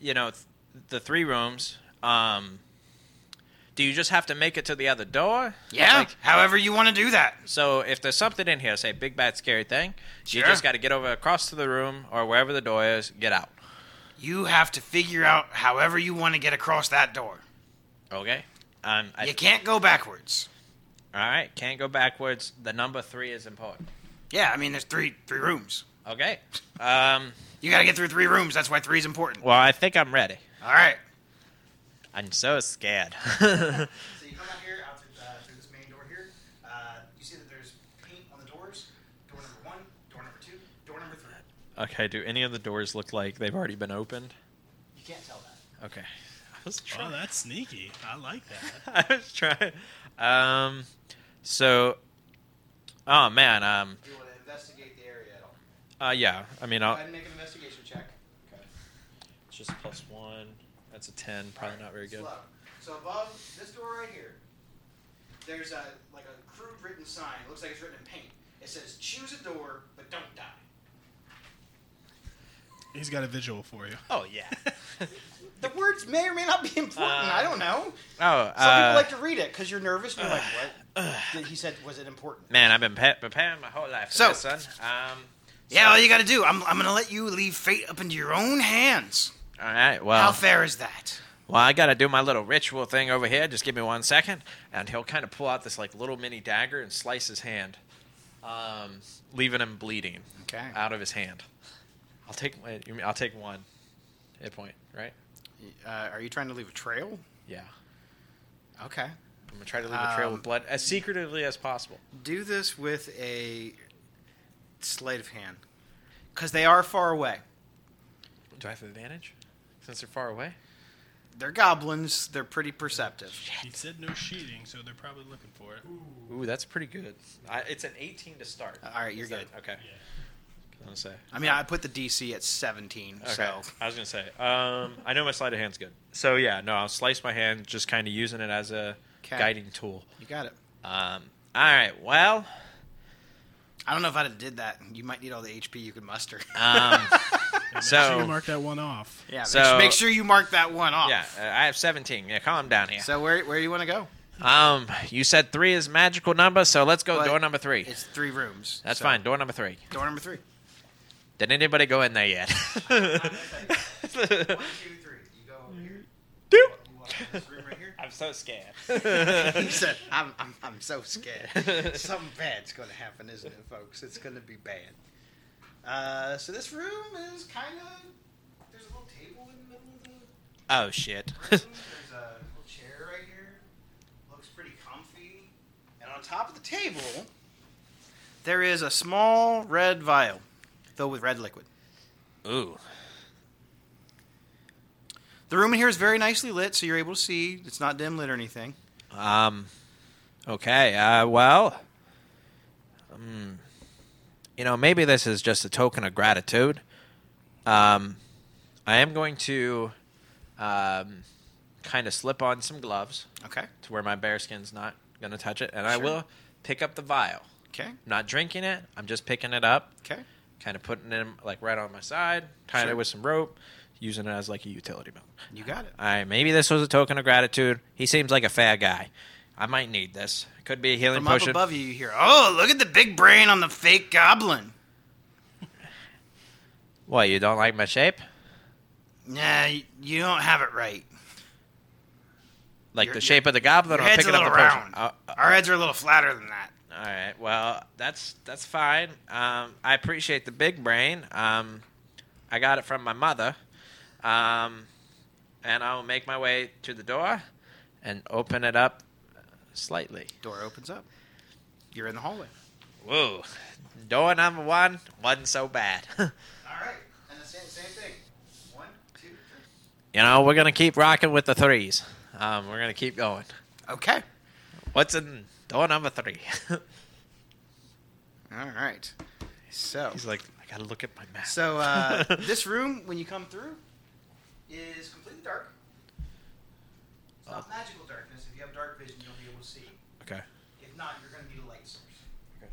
S6: you know, th- the three rooms. Um, do you just have to make it to the other door?
S2: Yeah.
S6: Like,
S2: however you want to do that.
S6: so if there's something in here, say big bad scary thing,
S2: Sure.
S6: you just got to get over across to the room or wherever the door is, get out.
S2: You have to figure out however you want to get across that door.
S6: Okay. Um, I,
S2: You can't go backwards.
S6: all right. Can't go backwards. The number three is important.
S2: Yeah, I mean there's three three rooms.
S6: Okay. Um,
S2: You got to get through three rooms. That's why three is important.
S6: well, I think I'm ready.
S2: All right.
S6: I'm so scared.
S2: So you come out here, out through, uh, through this main door here. Uh, you see that there's paint on the doors. Door number one, door number two, door number three.
S6: okay. Do any of the doors look like they've already been opened?
S2: You can't tell that.
S6: Okay. I was
S5: Oh, that's sneaky. I like that.
S6: I was trying. Um, so, oh man. Um,
S2: Do you want to investigate the area at all?
S6: uh, yeah. I mean,
S2: Go
S6: I'll,
S2: ahead and make an investigation check. Okay.
S6: it's just plus one. That's a ten. Probably not very good.
S2: Slow. So above this door right here, there's a like a crude written sign. It looks like it's written in paint. It says, "Choose a door, but don't die."
S5: He's got a visual for you.
S6: Oh yeah.
S2: The words may or may not be important. I don't know.
S6: oh,
S2: Some
S6: uh,
S2: people like to read it because you're nervous. And you're like, "What?" Did- he said, "Was it important?"
S6: man, I've been pe- preparing my whole life for
S2: So-
S6: this, son. Um,
S2: Yeah, all you got to do. I'm, I'm going to let you leave fate up into your own hands.
S6: all right. Well,
S2: How fair is that?
S6: well, I gotta do my little ritual thing over here. Just give me one second, and he'll kind of pull out this like little mini dagger and slice his hand, um, leaving him bleeding.
S2: Okay.
S6: out of his hand. I'll take my, you mean- I'll take one hit point, right?
S2: Uh, are you trying to leave a trail?
S6: Yeah.
S2: Okay.
S6: I'm gonna try to leave a trail
S2: Um,
S6: of blood as secretively as possible.
S2: Do this with a sleight of hand because they are far away.
S6: Do I have advantage since they're far away?
S2: They're goblins. They're pretty perceptive.
S5: He said no shooting, so they're probably looking for it.
S6: Ooh, that's pretty good. Oh, I, it's an 18 to start.
S2: All right, you're
S6: Is that-
S2: good.
S6: okay. I was gonna say.
S2: I mean, I put the DC at 17,
S6: Okay.
S2: so
S6: I was gonna say. Um, I know my sleight of hand's good. So yeah, no, I'll slice my hand, just kind of using it as a
S2: 'Kay.
S6: guiding tool.
S2: you got it.
S6: Um, all right. Well,
S2: I don't know if I'd have did that. You might need all the HP you could muster.
S6: um,
S5: Make sure you
S6: so
S5: mark that one off.
S2: yeah. make-
S6: So-
S2: make, sure you mark that one off.
S6: yeah, uh, I have 17. Yeah, calm down here.
S2: So where where you want to go?
S6: Um, you said three is a magical number, so let's go
S2: But
S6: door number three.
S2: It's three rooms.
S6: That's
S2: so-
S6: fine. Door number three.
S2: Door number three.
S6: Did anybody go in there yet?
S2: One, two, three. You go over here.
S6: Doop.
S2: You walk in this room right here.
S6: I'm so scared.
S2: He said, I'm, I'm, I'm so scared. Something bad's going to happen, isn't it, folks? It's going to be bad. Uh, so this room is kind of. There's a little table in the middle of the
S6: oh shit.
S2: There's a little chair right here. Looks pretty comfy. And on top of the table, there is a small red vial filled with red liquid.
S6: Ooh.
S2: The room in here is very nicely lit, so you're able to see. It's not dim lit or anything.
S6: Um. Okay. Uh. Well. hmm, Um. You know, maybe this is just a token of gratitude. Um. I am going to um, kind of slip on some gloves
S2: Okay.
S6: to where my bear skin's not going to touch it, and I
S2: Sure.
S6: will pick up the vial.
S2: Okay.
S6: I'm not drinking it. I'm just picking it up,
S2: Okay.
S6: kind of putting it in, like right on my side, tying
S2: Sure.
S6: it with some rope, using it as like a utility belt.
S2: You got it.
S6: All right, maybe this was a token of gratitude. He seems like a fair guy. I might need this. Could be a healing
S2: From up
S6: potion.
S2: above you, you hear, "Oh, look at the big brain on the fake goblin."
S6: What, you don't like my shape?
S2: Nah, y- you don't have it right.
S6: Like
S2: Your-
S6: the
S2: your-
S6: shape of the goblin
S2: Your
S6: or
S2: head's a
S6: picking up
S2: little
S6: the
S2: round.
S6: potion? Uh, uh,
S2: Our heads are a little flatter than that.
S6: all right, well, that's that's fine. Um, I appreciate the big brain. Um, I got it from my mother. Um, and I will make my way to the door and open it up slightly.
S2: Door opens up. You're in the hallway.
S6: Whoa. Door number one wasn't so bad.
S2: All right, and the same, same thing. One, two, three.
S6: You know, we're gonna keep rocking with the threes. Um, we're gonna keep going.
S2: Okay.
S6: What's in door number three?
S2: All right. So,
S6: He's like, I gotta look at my map.
S2: so uh, this room, when you come through, is completely dark. It's not magical darkness. If you have dark vision, you'll be able to see.
S6: okay.
S2: If not, you're going to need a light source.
S6: Okay.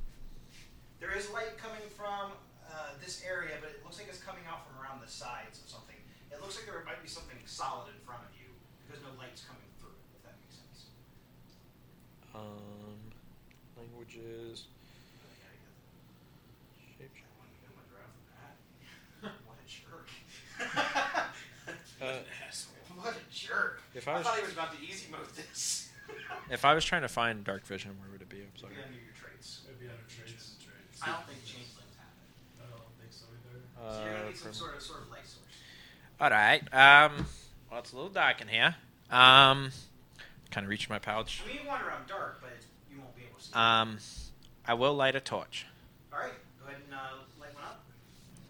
S2: There is light coming from uh, this area, but it looks like it's coming out from around the sides of something. It looks like there might be something solid in front of you because no light's coming through, if that makes sense.
S6: Um, languages.
S2: What a jerk.
S6: Uh,
S2: what a jerk.
S6: If I
S2: I
S6: was-
S2: thought he was about to easy mode this.
S6: If I was trying to find dark vision, where would it be? I'm
S2: Look
S6: sorry.
S2: under your traits.
S4: It'd be under traits. traits.
S2: I don't think changelings happen.
S4: I don't think so either.
S2: So you're gonna
S6: Uh,
S2: need some
S6: from-
S2: sort of sort of light source.
S6: All right. Um, well, it's a little dark in here. Um, kind of reach my pouch.
S2: I mean, you wander around dark, but it's, you won't be able to see.
S6: Um, I will light a torch.
S2: All right, go ahead and uh, light one up.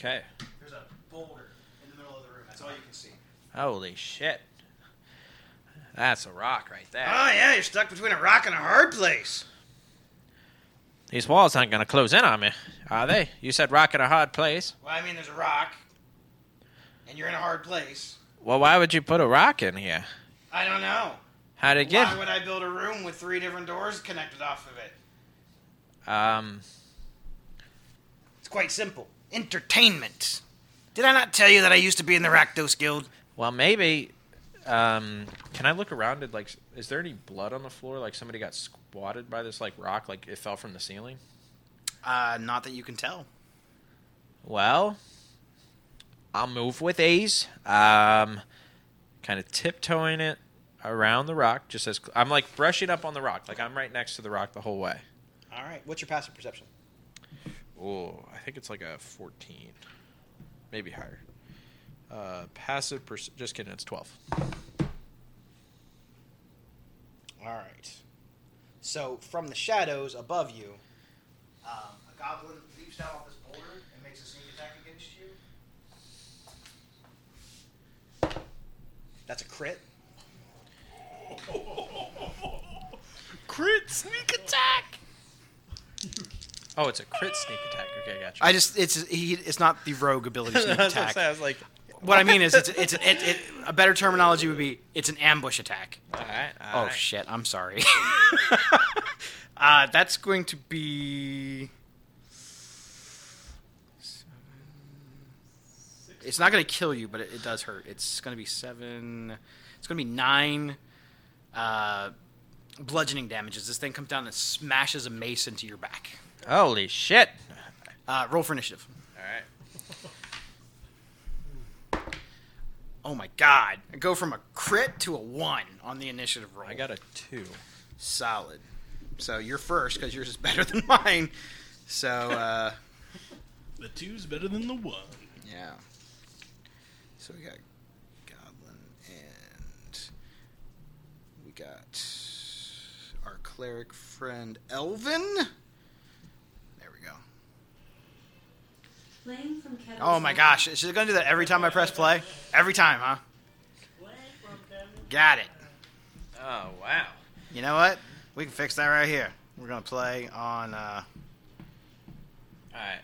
S6: Okay.
S2: There's a boulder in the middle of the room. That's all you can see.
S6: Holy shit. That's a rock right there.
S2: Ah, yeah, you're stuck between a rock and a hard place.
S6: These walls aren't gonna close in on me, are they? You said rock in a hard place.
S2: Well, I mean, there's a rock, and you're in a hard place.
S6: Well, why would you put a rock in here?
S2: I don't know.
S6: How'd it get?
S2: Why would I build a room with three different doors connected off of it?
S6: Um,
S2: It's quite simple. Entertainment. Did I not tell you that I used to be in the Rakdos Guild?
S6: well, maybe. Um, can I look around and like, is there any blood on the floor? Like somebody got squatted by this like rock, like it fell from the ceiling.
S2: Uh, not that you can tell.
S6: Well, I'll move with ease. Um, kind of tiptoeing it around the rock, just as I'm like brushing up on the rock, like I'm right next to the rock the whole way.
S2: All right. What's your passive perception?
S6: Oh, I think it's like a 14, maybe higher. Uh, passive, pers- just kidding, it's 12.
S2: All right. So from the shadows above you, um, a goblin leaps down off this boulder and makes a sneak attack against you. That's a crit.
S5: Crit sneak attack.
S6: Oh, it's a crit sneak attack. Okay, I got you.
S2: I just it's he, it's not the rogue ability sneak
S6: That's what I'm
S2: attack.
S6: saying, I was like,
S2: What I mean is it's it's it, it, a better terminology would be it's an ambush attack.
S6: all right, all
S2: Oh
S6: right.
S2: shit! I'm sorry. uh, that's going to be. It's not going to kill you, but it, it does hurt. It's going to be seven. It's going to be nine uh, bludgeoning damages. This thing comes down and smashes a mace into your back.
S6: Holy shit.
S2: Uh, roll for initiative.
S6: All right.
S2: Oh my god! I go from a crit to a one on the initiative roll.
S6: I got a two.
S2: solid. So you're first because yours is better than mine. So uh,
S5: The two's better than the one.
S2: yeah. So we got goblin and we got our cleric friend Elvin. There we go.
S10: Flame from Kevin's
S2: Oh my gosh, is it gonna do that every time I press play? Every time, huh? Got it.
S6: Oh, wow.
S2: You know what? We can fix that right here. We're gonna play on. Uh,
S6: All right.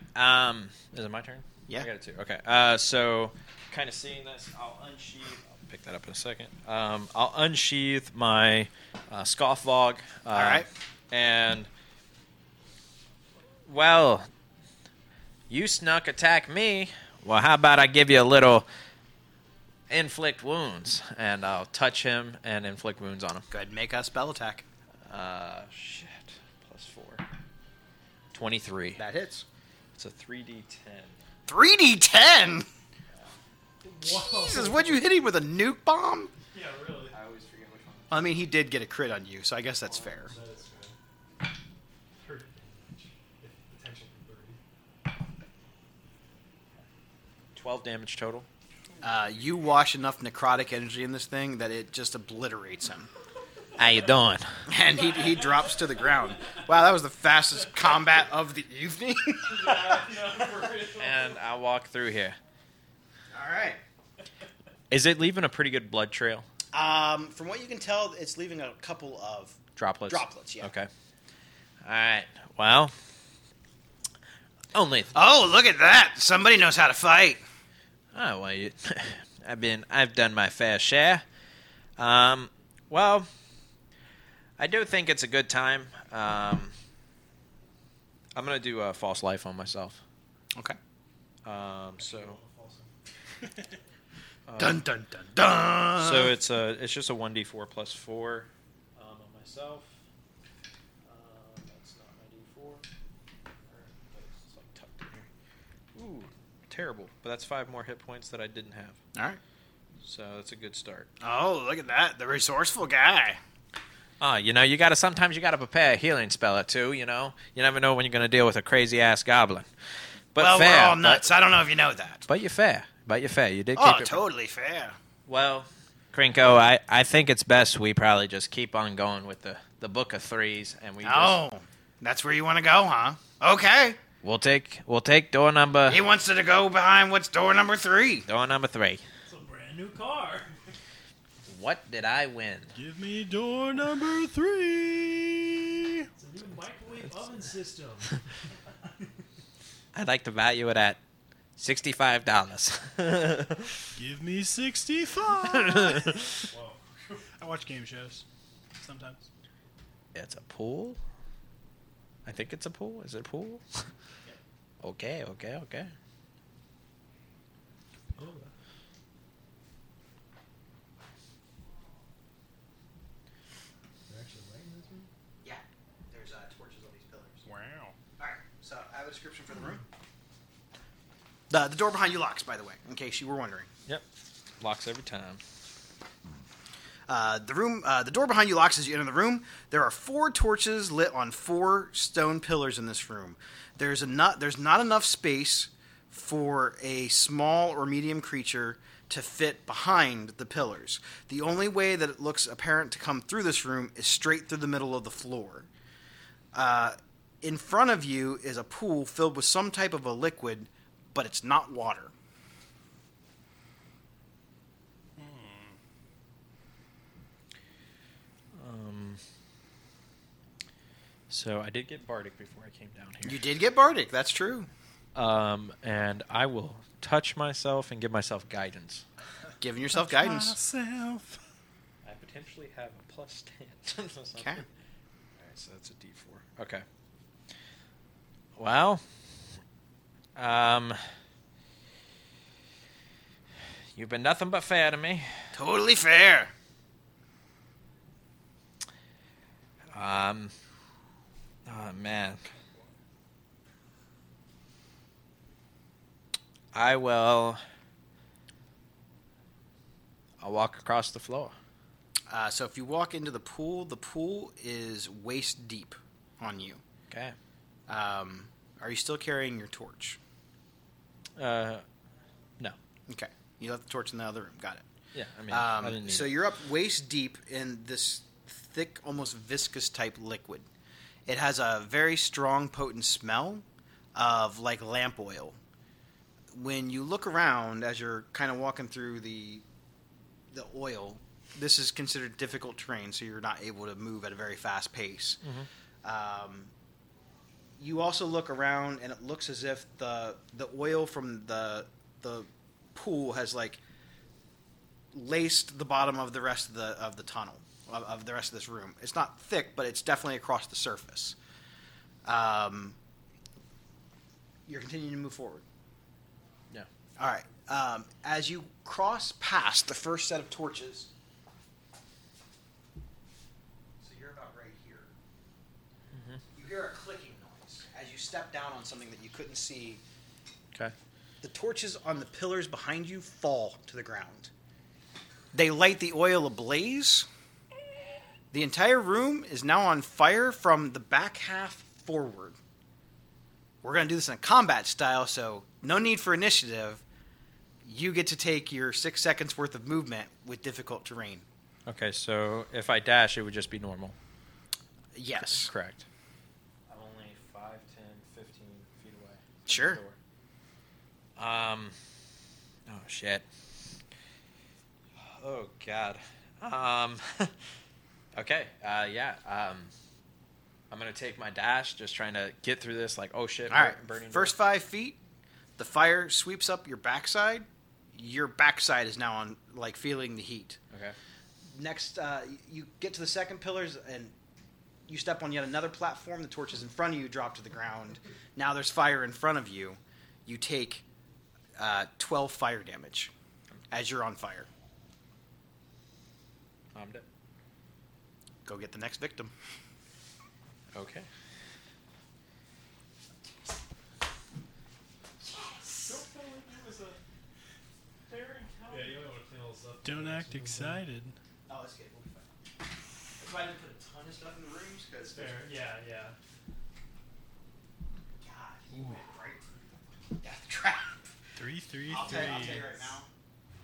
S6: Um, is it my turn?
S2: Yeah.
S6: I got a two. Okay. Uh, so kind of seeing this, I'll unsheath. I'll pick that up in a second. Um, I'll unsheath my uh, scoffvog. Uh, All
S2: right.
S6: And well, you snuck attack me. Well, how about I give you a little inflict wounds, and I'll touch him and inflict wounds on him.
S2: Go ahead and make a spell attack.
S6: Uh, shit. Plus four. Twenty-three.
S2: That hits.
S6: It's a three D ten.
S2: 3d10?
S4: Whoa.
S2: Jesus, what'd you hit him with? A nuke bomb?
S4: Yeah, really.
S6: I always forget which one.
S2: I mean, he did get a crit on you, so I guess that's fair.
S4: That is good. Thirty damage. If Potential for thirty.
S6: Twelve damage total.
S2: Uh, you wash enough necrotic energy in this thing that it just obliterates him.
S6: How you doing?
S2: And he, he drops to the ground. Wow, that was the fastest combat of the evening.
S6: And I walk through here.
S2: All right.
S6: Is it leaving a pretty good blood trail?
S2: Um, from what you can tell, it's leaving a couple of.
S6: Droplets.
S2: Droplets, yeah.
S6: Okay. All right. Well, only.
S2: Oh, look at that! Somebody knows how to fight.
S6: Oh well, you, I've been. I've done my fair share. Um. Well, I do think it's a good time. Um. I'm gonna do a false life on myself.
S2: Okay.
S6: Um. So.
S2: dun dun dun dun.
S6: So it's a it's just a one d four plus four um, on myself. Um, that's not my d four. It's like tucked in here. Ooh, terrible! But that's five more hit points that I didn't have.
S2: all right.
S6: So that's a good start.
S2: Oh, look at that! The resourceful guy.
S6: Ah, you know, you gotta sometimes you gotta prepare a healing spell or two. You know, you never know when you're gonna deal with a crazy ass goblin. But
S2: well,
S6: fair,
S2: we're all
S6: but-
S2: nuts. I don't know if you know that.
S6: But, you're fair. But you're fair. You did keep
S2: Oh,
S6: it.
S2: totally fair.
S6: Well, Krinko, I, I think it's best we probably just keep on going with the, the book of threes, and we just,
S2: Oh, that's where you want to go, huh? Okay.
S6: we'll take we'll take door number
S2: He wants to go behind what's door number three.
S6: door number three.
S4: It's a brand new car.
S6: What did I win?
S8: Give me door number three.
S4: It's a new microwave oven system.
S6: I'd like to value it at sixty five dollars.
S8: Give me 65.
S4: Whoa.
S8: I watch game shows sometimes.
S6: It's a pool. I think it's a pool. Is it a pool? okay, okay, okay.
S4: Oh. They're actually lighting this one?
S2: Yeah, there's uh, torches on these pillars.
S8: Wow.
S2: All right, so I have a description for the room. The, the door behind you locks, by the way, in case you were wondering.
S6: Yep. Locks every time.
S2: Uh, the room, uh, the door behind you locks as you enter the room. There are four torches lit on four stone pillars in this room. There's a not, there's not enough space for a small or medium creature to fit behind the pillars. The only way that it looks apparent to come through this room is straight through the middle of the floor. Uh, in front of you is a pool filled with some type of a liquid, but it's not water.
S6: Um, So I did get Bardic before I came down here.
S2: You did get bardic. That's true.
S6: um, and I will touch myself and give myself guidance.
S2: Giving yourself guidance.
S8: Myself.
S6: I potentially have a plus ten. or something.
S2: Okay.
S6: All right, so that's a D four. Okay. Well, um, you've been nothing but fair to me.
S2: Totally fair.
S6: Um, oh man, I will. I'll walk across the floor.
S2: Uh, so if you walk into the pool, the pool is waist deep on you.
S6: Okay.
S2: Um, are you still carrying your torch?
S6: Uh, no.
S2: Okay, you left the torch in the other room. Got it.
S6: Yeah, I mean, I didn't
S2: Um,
S6: need
S2: so
S6: it.
S2: you're up waist deep in this thick, almost viscous type liquid. It has a very strong, potent smell of like lamp oil. When you look around as you're kind of walking through the the oil, this is considered difficult terrain, so you're not able to move at a very fast pace. Um, you also look around, and it looks as if the the oil from the the pool has like laced the bottom of the rest of the of the tunnel of, of the rest of this room. It's not thick, but it's definitely across the surface. Um, you're continuing to move forward.
S6: Yeah.
S2: All right. Um, as you cross past the first set of torches, so you're about right here. You hear a clicking noise as you step down on something that you couldn't see.
S6: Okay.
S2: The torches on the pillars behind you fall to the ground. They light the oil ablaze. The entire room is now on fire from the back half forward. We're going to do this in combat style, so no need for initiative. You get to take your six seconds worth of movement with difficult terrain.
S6: Okay, so if I dash, it would just be normal.
S2: Yes.
S6: Correct.
S4: I'm only 5, 10, 15 feet away.
S2: Sure.
S6: Um. Oh shit. Oh god. Um. okay. Uh. Yeah. Um. I'm gonna take my dash, just trying to get through this. Like, oh shit!
S2: All right.
S6: burning door.
S2: First five feet, the fire sweeps up your backside. Your backside is now on, like, feeling the heat.
S6: Okay.
S2: next uh, you get to the second pillars and you step on yet another platform the torches in front of you drop to the ground now there's fire in front of you you take uh, 12 fire damage as you're on fire
S6: I'm dead.
S2: go get the next victim
S6: Okay.
S4: Don't feel like it was a fair encounter. Yeah, you might want to clean all this up.
S8: Don't act excited.
S2: oh that's good we'll be fine that's why i didn't put a ton of stuff in the rooms because
S4: Fair. Yeah, yeah.
S2: right death trap
S8: Three, three,
S2: I'll
S8: three.
S2: tell, you, I'll tell you right now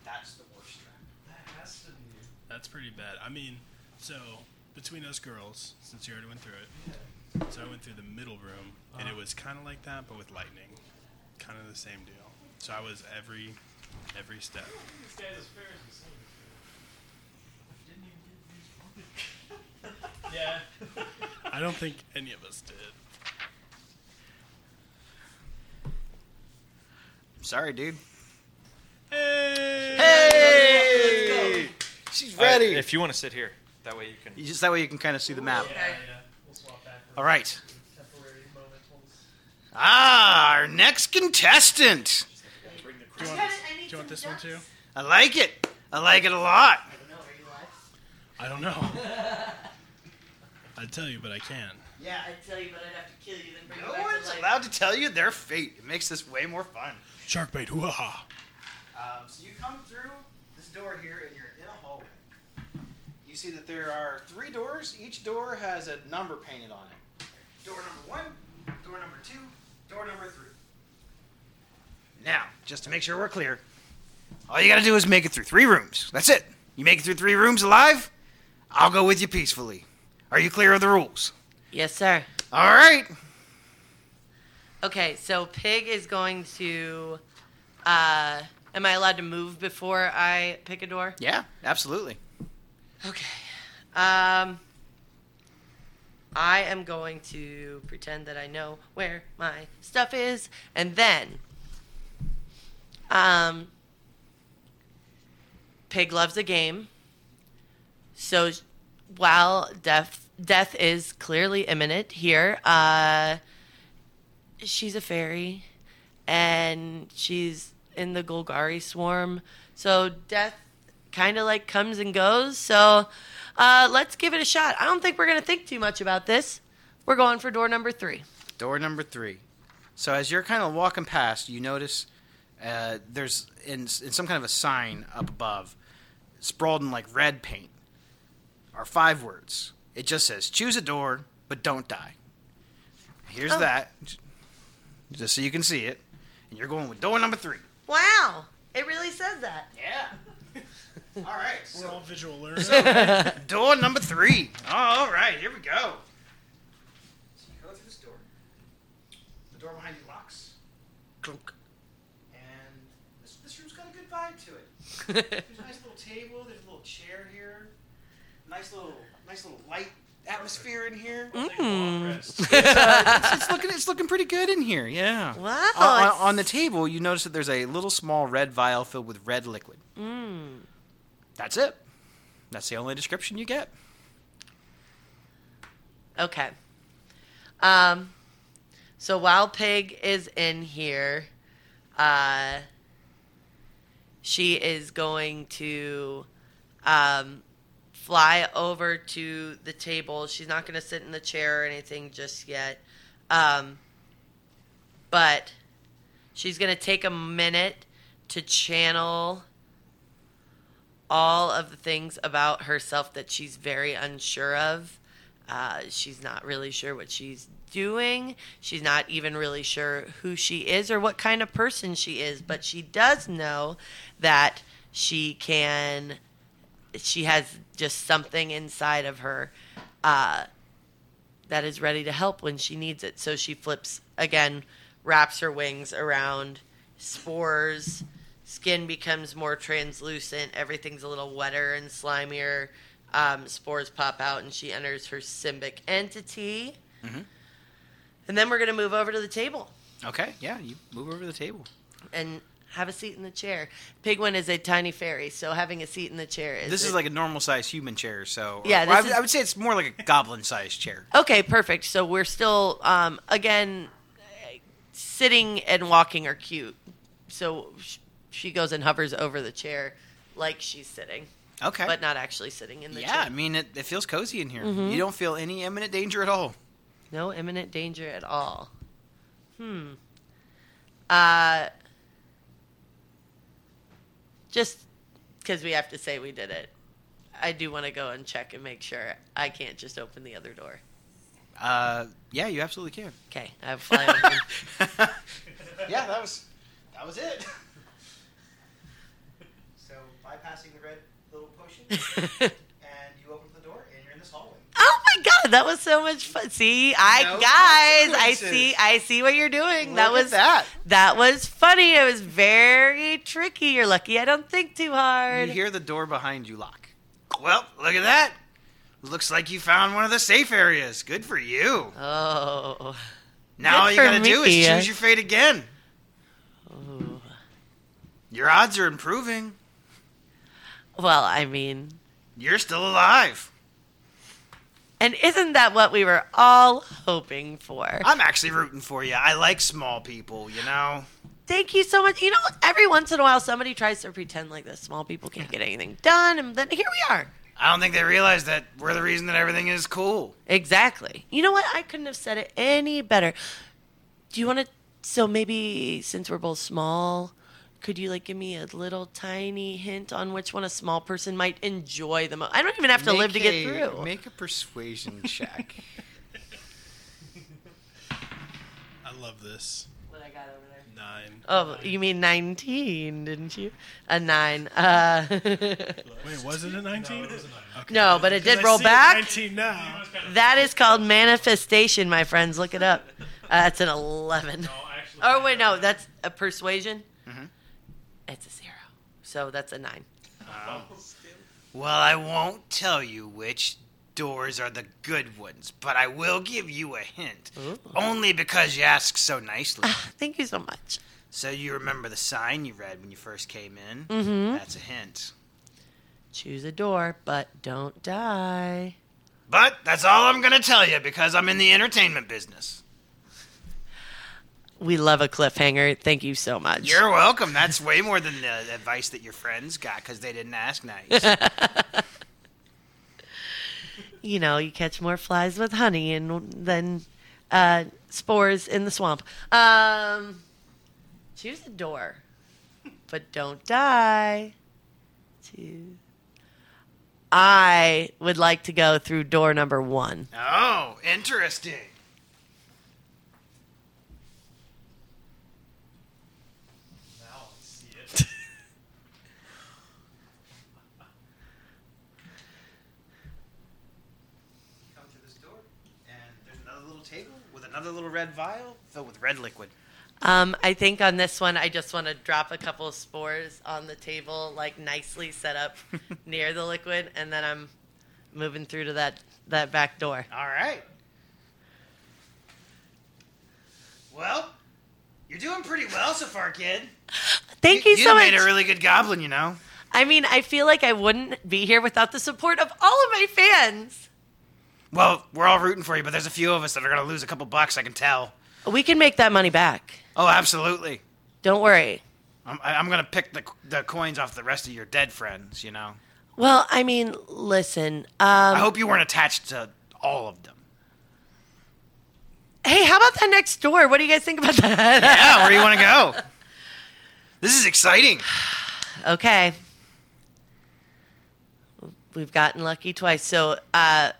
S2: that's the worst trap
S4: That has to be.
S8: That's pretty bad. I mean, so between us girls, since you already went through it, so I went through the middle room, and it was kind of like that, but with lightning, kind of the same deal. So I was every every step.
S4: This guy's as fair as the sun. Didn't even get these fucking- Yeah.
S8: I don't think any of us did.
S2: sorry dude
S8: Hey!
S2: hey she's
S6: All right,
S2: ready
S6: if you want to sit here, that way you can.
S2: You just that way you can kind of see the map
S4: Yeah, yeah. We'll swap back.
S2: all right
S4: Temporary momentals.
S2: Ah, our next contestent.
S8: Do you want this, do you want this one too?
S2: I like it. I like it a lot.
S8: I don't know. I'd tell you, but I can.
S3: Yeah, I'd tell you, but I'd have to kill you, then bring
S2: No
S3: you back
S2: one's
S3: to life.
S2: allowed to tell you their fate. It makes this way more fun.
S8: Shark bait, hoo-ha!
S2: Um, so you come through this door here, and you're in a hallway. You see that there are three doors. Each door has a number painted on it. Door number one, door number two, door number three. Now, just to make sure we're clear, all you gotta do is make it through three rooms. That's it. You make it through three rooms alive, I'll go with you peacefully. Are you clear of the rules?
S3: Yes, sir.
S2: All right.
S3: Okay, so Pig is going to. Uh, am I allowed to move before I pick a door?
S2: Yeah, absolutely.
S3: Okay. Um, I am going to pretend that I know where my stuff is, and then, um, Pig loves a game. So sh- while death death is clearly imminent here, uh, she's a fairy, and she's in the Golgari swarm. So death kind of like comes and goes. So uh, let's give it a shot. I don't think we're gonna think too much about this. We're going for door number three.
S2: Door number three. So as you're kind of walking past, you notice uh, there's in, in some kind of a sign up above, sprawled in like red paint, are five words. It just says, "Choose a door, but don't die." Here's
S3: Oh.
S2: that, just so you can see it. And you're going with door number three.
S3: Wow, it really says that.
S2: Yeah. all right.
S8: We're
S2: So
S8: all visual learners.
S2: door number three. Oh. all right, here we go. So you go through this door. The door behind you locks. Clunk. And this, this room's got a good vibe to it. There's a nice little table. There's a little chair here. Nice little, nice little light atmosphere in here.
S4: Long rest.
S2: It's, it's looking it's looking pretty good in here. Yeah.
S3: Wow,
S2: On- On,
S3: it's-
S2: on the table, you notice that there's a little small red vial filled with red liquid. Mm.
S3: Hmm.
S2: That's it. That's the only description you get.
S3: Okay. Um, so while Pig is in here, uh, she is going to um, fly over to the table. She's not going to sit in the chair or anything just yet. Um, but she's going to take a minute to channel all of the things about herself that she's very unsure of. Uh, she's not really sure what she's doing. She's not even really sure who she is or what kind of person she is, but she does know that she can, she has just something inside of her uh, that is ready to help when she needs it. So she flips again, wraps her wings around spores. Skin becomes more translucent. Everything's a little wetter and slimier. Um, spores pop out, and she enters her symbic entity.
S2: Mm-hmm.
S3: And then we're going to move over to the table
S2: Okay. Yeah. You move over to the table.
S3: and have a seat in the chair. Pigwin is a tiny fairy, so having a seat in the chair is.
S2: This
S3: a-
S2: is like a normal sized human chair. So uh,
S3: Yeah,
S2: Well, I,
S3: this
S2: would-
S3: is-
S2: I would say it's more like a goblin sized chair.
S3: Okay, perfect. So we're still, um, again, sitting and walking are cute. So sh- she goes and hovers over the chair like she's sitting,
S2: Okay.
S3: but not actually sitting in the
S2: yeah. I
S3: chair. Mm-hmm.
S2: mean, it, it feels cozy in here. You don't feel any imminent danger at all.
S3: No imminent danger at all. Hmm. Uh, just because we have to say we did it, I do want to go and check and make sure I can't just open the other door.
S2: Uh, yeah. You absolutely can.
S3: Okay, I fly open.
S2: yeah, that was that was it. so bypassing the red little potion, and you open the door, and you're in this hallway.
S3: Oh my god, that was so much fun. See, I
S2: No
S3: guys, I
S2: consequences.
S3: see I see what you're doing. that
S2: Look at
S3: was
S2: that.
S3: that was funny. It was very tricky. You're lucky I don't think too hard.
S2: You hear the door behind you lock. Well, look at that. Looks like you found one of the safe areas. Good for you.
S3: oh.
S2: Now all you
S3: for
S2: gotta do
S3: me.
S2: is choose your fate again.
S3: Ooh.
S2: Your odds are improving.
S3: Well, I mean,
S2: You're still alive.
S3: and isn't that what we were all hoping for?
S8: Uh,
S2: I'm actually rooting for you. I like small people, you know.
S3: Thank you so much. You know, every once in a while somebody tries to pretend like this small people can't get anything done and then here we are.
S2: I don't think they realize that we're the reason that everything is cool.
S3: Exactly. You know what? I couldn't have said it any better. Do you want to? So maybe since we're both small, could you like give me a little tiny hint on which one a small person might enjoy the most? I don't even have to live to get through.
S2: Make a persuasion check.
S8: I love this.
S3: What I got over there.
S8: Nine.
S3: Oh, you mean 19, didn't you? A nine. Uh,
S8: Wait, was it a 19?
S4: it was a nine.
S3: no, but it did
S8: I
S3: roll
S8: see a
S3: back.
S8: 19 now.
S3: That is called manifestation, my friends. Look it up. Uh, that's an 11.
S4: No, actually,
S3: Oh wait, no, that's a persuasion. It's a zero, so that's a nine.
S2: Well, I won't tell you which doors are the good ones, but I will give you a hint. Only because you asked so nicely.
S3: Oh, Thank you so much.
S2: so you remember the sign you read when you first came in? That's a hint.
S3: Choose a door, but don't die.
S2: But that's all I'm going to tell you because I'm in the entertainment business.
S3: We love a cliffhanger. Thank you so much.
S2: You're welcome. That's way more than the advice that your friends got because they didn't ask nice.
S3: you know, you catch more flies with honey and than uh, spores in the swamp. Um, choose a door, but don't die. Choose. I would like to go through door number one.
S2: oh, interesting.
S4: Now I see it.
S2: come to this door, and there's another little table with another little red vial filled with red liquid.
S3: Um, I think on this one, I just want to drop a couple of spores on the table, like nicely set up near the liquid, and then I'm moving through to that that back door.
S2: All right. Well, you're doing pretty well so far, kid.
S3: Thank you, so much.
S2: made a really good goblin, you know.
S3: I mean, I feel like I wouldn't be here without the support of all of my fans.
S2: Well, we're all rooting for you, but there's a few of us that are going to lose a couple bucks. I can tell.
S3: We can make that money back.
S2: Oh, absolutely.
S3: Don't worry.
S2: I'm, I- I'm going to pick the, the coins off the rest of your dead friends, you know.
S3: Well, I mean, listen.
S2: I
S3: Um,
S2: hope you weren't attached to all of them.
S3: hey, how about that next door? What do you guys think about that?
S2: Yeah, where do you want to go? This is exciting.
S3: okay. We've gotten lucky twice. So, uh,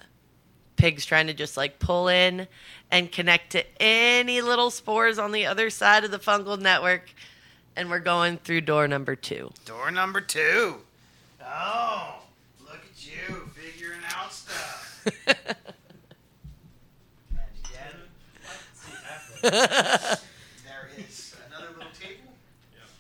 S3: Pig's trying to just like pull in and connect to any little spores on the other side of the fungal network. And we're going through door number two.
S2: Door number two. Oh, look at you figuring out stuff. there is another little table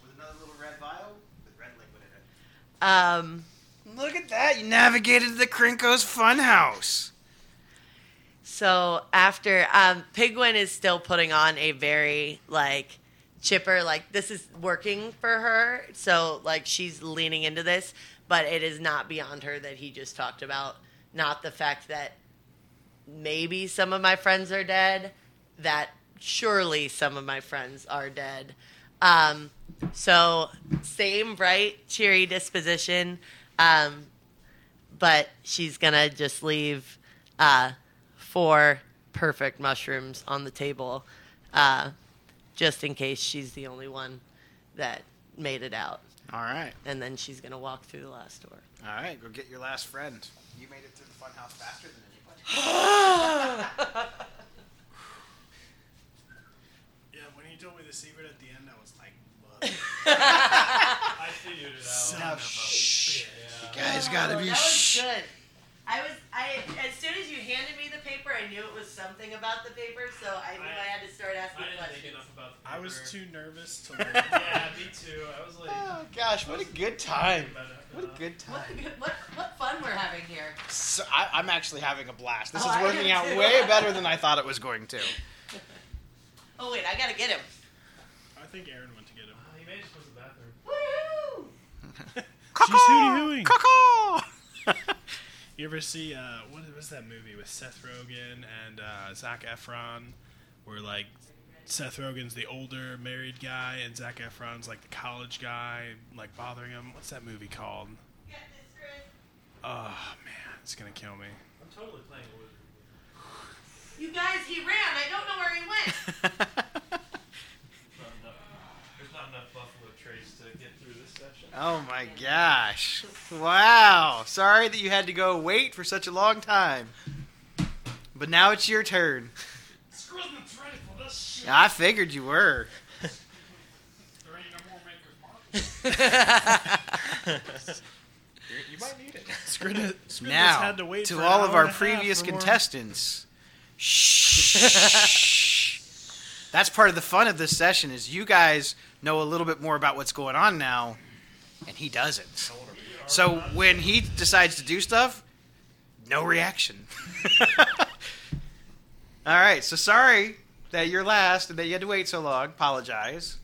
S2: with another little red vial with red liquid in
S3: Um,
S2: it. Look at that! You navigated to the Krinko's Funhouse.
S3: So after um, Pigwin is still putting on a very like chipper, like this is working for her. So like she's leaning into this, but it is not beyond her that he just talked about. Not the fact that maybe some of my friends are dead, that surely some of my friends are dead. Um, so same bright, cheery disposition. Um, but she's gonna just leave uh, four perfect mushrooms on the table, uh, just in case she's the only one that made it out.
S2: All right,
S3: And then she's gonna walk through the last door.
S2: all right. Go get your last friend. You made it through the Funhouse faster than anybody.
S8: Yeah, when he told me the secret at the end, I was like, "Mother
S4: I figured it
S2: Oh,
S4: out.
S8: of a bitch."
S2: You guys gotta be.
S3: Oh, that was
S2: Sh-
S3: good. I was I as soon as you handed me the paper, I knew it was something about the paper, so I knew I,
S4: I-
S3: had to start
S4: I
S3: asking
S4: didn't think
S3: questions.
S4: enough about the
S8: I was
S4: paper.
S8: too nervous to learn.
S4: Yeah, me too. I was like,
S2: oh gosh, what a good time! What a good
S3: What,
S2: time.
S3: what, what fun we're having here.
S2: So I, I'm actually having a blast. This
S3: Oh, I
S2: is
S3: am
S2: working out
S3: too.
S2: way better than I thought it was going to.
S3: Oh wait, I gotta get him.
S8: I think Aaron went to get him.
S4: Uh, he may just go to the bathroom.
S3: Woo!
S8: She's hooty hooing.
S2: Caw-caw!
S8: You ever see uh, what was that movie with Seth Rogen and uh, Zac Efron, where like Seth Rogen's the older married guy and Zac Efron's like the college guy, like bothering him? What's that movie called?
S3: Get this, Chris.
S8: Oh man, it's gonna kill me.
S4: I'm totally playing with you.
S3: You guys, he ran. I don't know where he went.
S4: Not enough, there's not enough buffalo trace to get through this session.
S2: oh my gosh. Wow. Sorry that you had to go wait for such a long time. But now it's your turn.
S4: Scrubman's ready for this shit.
S2: I figured you were.
S4: There ain't no more maker's mark.
S6: You, you might need it.
S8: Scribd- Scribd
S2: now,
S8: had to wait for an
S2: all of
S8: hour
S2: our
S8: and a half
S2: previous
S8: or more.
S2: contestants. Shh. That's part of the fun of this session is you guys know a little bit more about what's going on now, and he doesn't. So when he decides to do stuff, no reaction. all right. So sorry that you're last and that you had to wait so long. Apologize.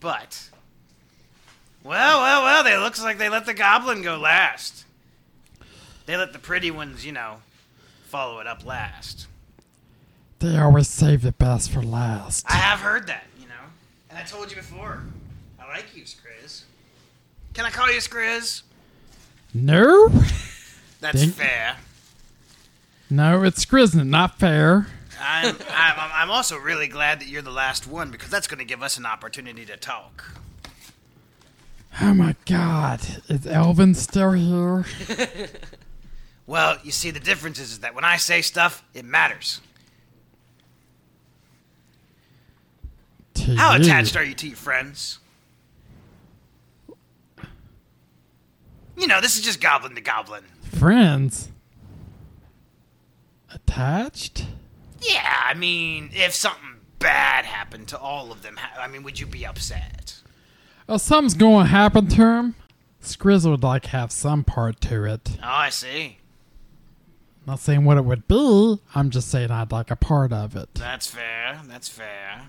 S2: But well, well, well, they looks like they let the goblin go last. They let the pretty ones, you know, follow it up last.
S1: They always save the best for last.
S2: I have heard that, you know. And I told you before. I like you, Skriz. Can I call you Skriz?
S1: No,
S2: That's
S1: Thank-
S2: fair.
S1: no, it's Grisnet, not fair.
S2: I'm, I'm, I'm- I'm also really glad that you're the last one because that's going to give us an opportunity to talk.
S1: Oh my God, is Elvin still here?
S2: Well, you see, the difference is that when I say stuff, it matters.
S1: To
S2: How
S1: you.
S2: attached are you to your friends? You know, this is just goblin to goblin.
S1: friends? Attached?
S2: Yeah, I mean, if something bad happened to all of them, ha- I mean, would you be upset?
S1: Oh, something's going to happen to him. Skriz would like have some part to it.
S2: Oh, I see.
S1: Not saying what it would be. I'm just saying I'd like a part of it.
S2: That's fair. That's fair.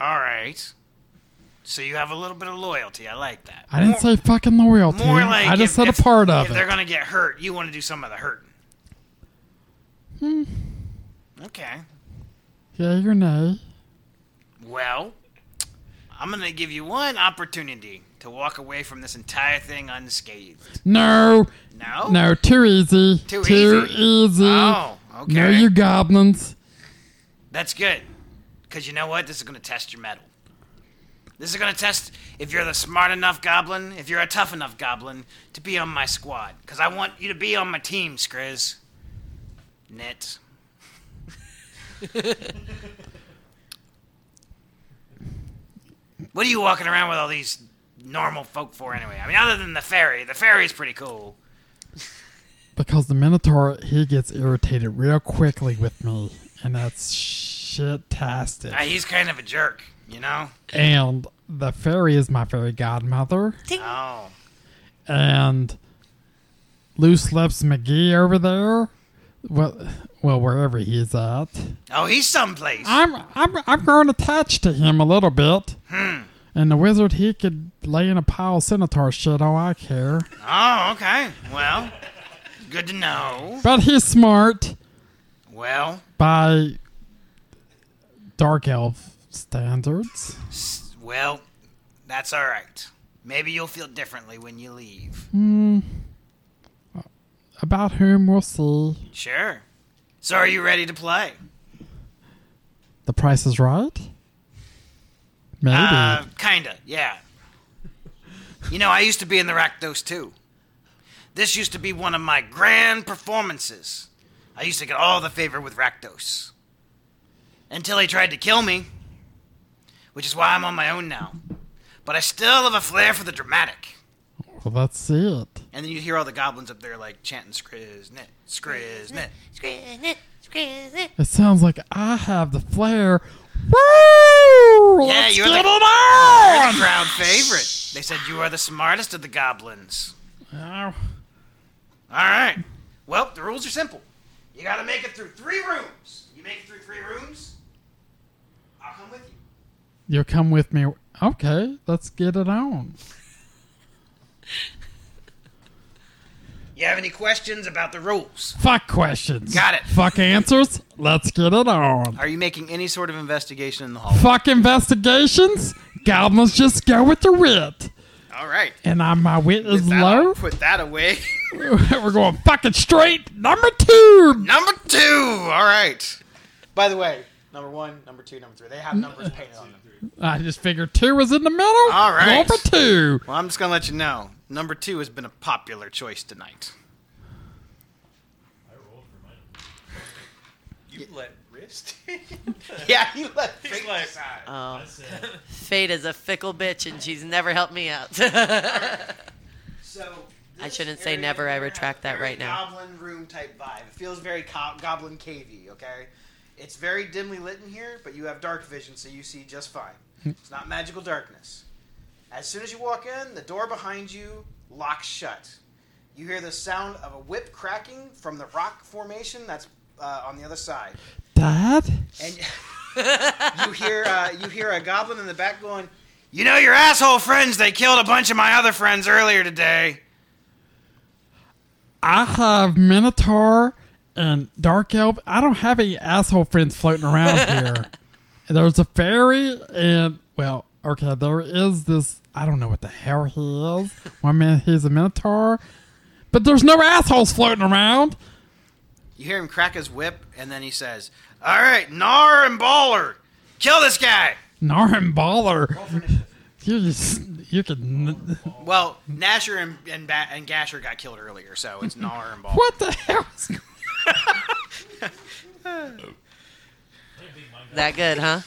S2: All right. So you have a little bit of loyalty. I like that.
S1: I didn't say fucking loyalty.
S2: More like
S1: I just
S2: if,
S1: said
S2: if-
S1: a part of
S2: if
S1: it.
S2: they're gonna get hurt, you want to do some of the hurting. Hmm. Okay.
S1: yeah, you're nay.
S2: Well, I'm gonna give you one opportunity to walk away from this entire thing unscathed.
S1: No,
S2: No.
S1: no, too easy.
S2: Too easy.
S1: easy.
S2: Oh, okay.
S1: No, you goblins.
S2: That's good. Because you know what? This is going to test your metal. This is going to test if you're the smart enough goblin, if you're a tough enough goblin to be on my squad. Because I want you to be on my team, Skriz. Knit. what are you walking around with all these normal folk for anyway? I mean, other than the fairy. The fairy's pretty cool.
S1: Because the Minotaur, he gets irritated real quickly with me, and that's shit-tastic.
S2: Uh, he's kind of a jerk, you know?
S1: and the fairy is my fairy godmother,
S2: Oh.
S1: and Loose Lips McGee over there, well, well, wherever he's at.
S2: Oh, he's someplace.
S1: I'm I'm I'm growing attached to him a little bit.
S2: Hmm.
S1: And the wizard, he could lay in a pile of centaur shit. Oh, I care. Ah.
S2: Oh, okay. Well, good to know.
S1: But he's smart
S2: Well,
S1: by dark elf standards.
S2: s- well, that's all right. Maybe you'll feel differently when you leave.
S1: Hmm. About whom we'll see.
S2: Sure. So, are you ready to play?
S1: The price is right. Maybe.
S2: Uh, kinda. Yeah. You know, I used to be in the Rakdos too. This used to be one of my grand performances. I used to get all the favor with Rakdos. Until he tried to kill me, which is why I'm on my own now. But I still have a flair for the dramatic.
S1: well, that's it.
S2: And then you hear all the goblins up there like chanting Skriznit, Skriznit.
S1: It sounds like I have the flair. Woo!
S2: Yeah,
S1: Let's
S2: you're
S1: get
S2: the-
S1: it on!
S2: You're the crowd favorite. They said you are the smartest of the goblins.
S1: Ow.
S2: All right. Well, the rules are simple. You got to make it through three rooms. You make it through three rooms, I'll come with you.
S1: You'll come with me. Okay, let's get it on.
S2: You have any questions about the rules?
S1: Fuck questions.
S2: Got it.
S1: Fuck answers. Let's get it on.
S2: Are you making any sort of investigation in the hall?
S1: Fuck investigations. Goblins just go with the writ.
S2: All right.
S1: And I, my wit is
S2: That-
S1: low.
S2: Put that away.
S1: We're going fucking straight. Number two.
S2: Number two. All right. By the way, number one, number two, number three. They have numbers painted on them.
S1: I just figured two was in the middle.
S2: All right.
S1: Number two.
S2: Well, I'm just gonna let you know. Number two has been a popular choice tonight.
S6: You let wrist.
S2: Yeah, you left.
S6: He's like,
S3: Oh,
S4: said,
S3: Fate is a fickle bitch, and she's never helped me out.
S2: So
S3: I shouldn't say never, I retract that right now.
S2: Goblin room type vibe. It feels very co- goblin cavey. Okay, it's very dimly lit in here, but you have dark vision, so you see just fine. it's not magical darkness. As soon as you walk in, the door behind you locks shut. You hear the sound of a whip cracking from the rock formation that's uh, on the other side.
S1: Dad?
S2: and you hear uh, you hear a goblin in the back going, "You know your asshole friends. They killed a bunch of my other friends earlier today."
S1: I have Minotaur and Dark Elf. I don't have any asshole friends floating around here. There's a fairy, and well, okay, there is this. I don't know what the hell he is. One minute he's a Minotaur, but there's no assholes floating around.
S2: You hear him crack his whip, and then he says, "All right, Nar and Baller, kill this guy."
S1: Narn Baller. You just, you can.
S2: Well, Nasher and and, ba- and Gasher got killed earlier, so it's Nar and Baller.
S1: What the hell is going
S3: that good, huh?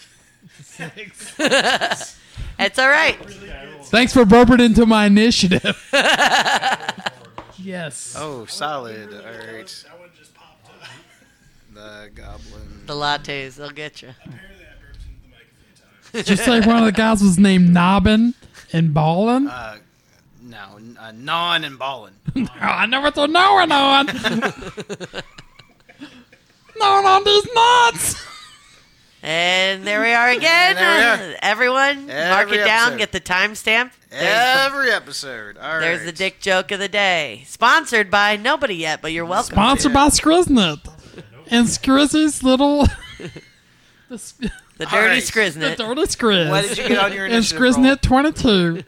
S3: it's all right.
S7: Thanks for bumping into my initiative. yes.
S2: Oh, solid. All right,
S5: That one just popped up.
S2: the goblin.
S3: The lattes, they'll get you.
S5: Apparently, I burped into the mic a few times.
S1: Did you say one of the guys was named Nobbin and Ballin?
S2: Uh, No, n- uh, gnawing and balling.
S1: I never thought knowing on. Gnawing on these nuts.
S3: And there we are again.
S2: there we
S3: Uh, Everyone, mark
S2: Every
S3: it down.
S2: episode.
S3: Get the timestamp. There's,
S2: Every episode. All
S3: the,
S2: right.
S3: there's the dick joke of the day. Sponsored by nobody yet, but you're welcome.
S1: Sponsored by Skriznet. And Skrizzy's little. the, s-
S3: the
S2: All
S3: dirty
S2: right.
S1: the
S3: Skriznet.
S1: dirty Skrizz.
S2: Why did you get on your
S1: and
S2: initiative roll?
S1: Skriznet 22.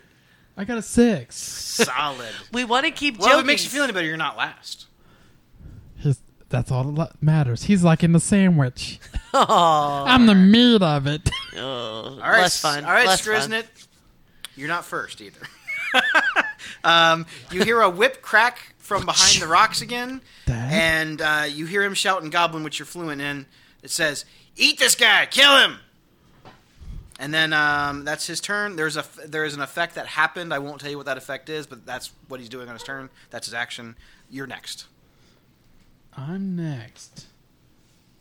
S1: I got a six.
S2: Solid.
S3: We want to keep
S2: Well, if
S3: joking.
S2: it makes you feel any better, you're not last.
S1: His, that's all that li- matters. He's like in the sandwich.
S3: Aw.
S1: I'm the meat of it.
S3: Oh,
S2: All right,
S3: less fun.
S2: All right,
S3: less
S2: Skriznet, you're not first either. um, you hear a whip crack from behind the rocks again,
S1: Dad?
S2: and uh, you hear him shout in Goblin, which you're fluent in. It says, "Eat this guy, kill him." And then um, that's his turn. There's a there is an effect that happened. I won't tell you what that effect is, but that's what he's doing on his turn. That's his action. You're next.
S7: I'm next.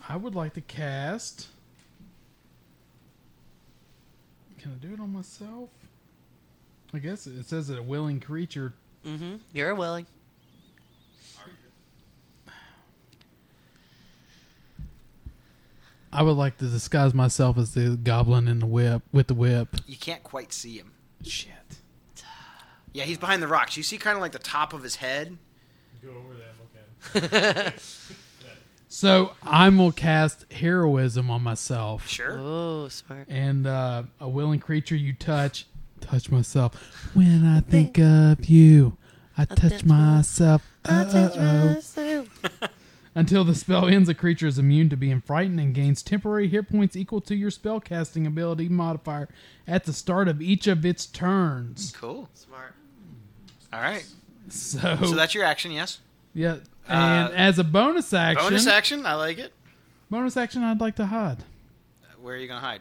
S7: I would like to cast. Can I do it on myself? I guess it says that a willing creature.
S3: hmm You're willing.
S7: I would like to disguise myself as the goblin in the whip with the whip.
S2: You can't quite see him.
S7: Shit.
S2: Yeah, he's behind the rocks. You see kind of like the top of his head.
S4: Go over that. Okay.
S7: So I'm gonna cast heroism on myself.
S2: Sure.
S3: Oh, smart.
S7: and uh, a willing creature you touch touch myself when i think of you i touch myself Uh-oh. until the spell ends a creature is immune to being frightened and gains temporary hit points equal to your spell casting ability modifier at the start of each of its turns
S2: Cool.
S3: Smart.
S2: All right.
S7: so,
S2: So that's your action. Yes.
S7: yeah and
S2: uh,
S7: as a bonus action
S2: Bonus action, I like it.
S7: bonus action i'd like to hide
S2: Where are you gonna hide?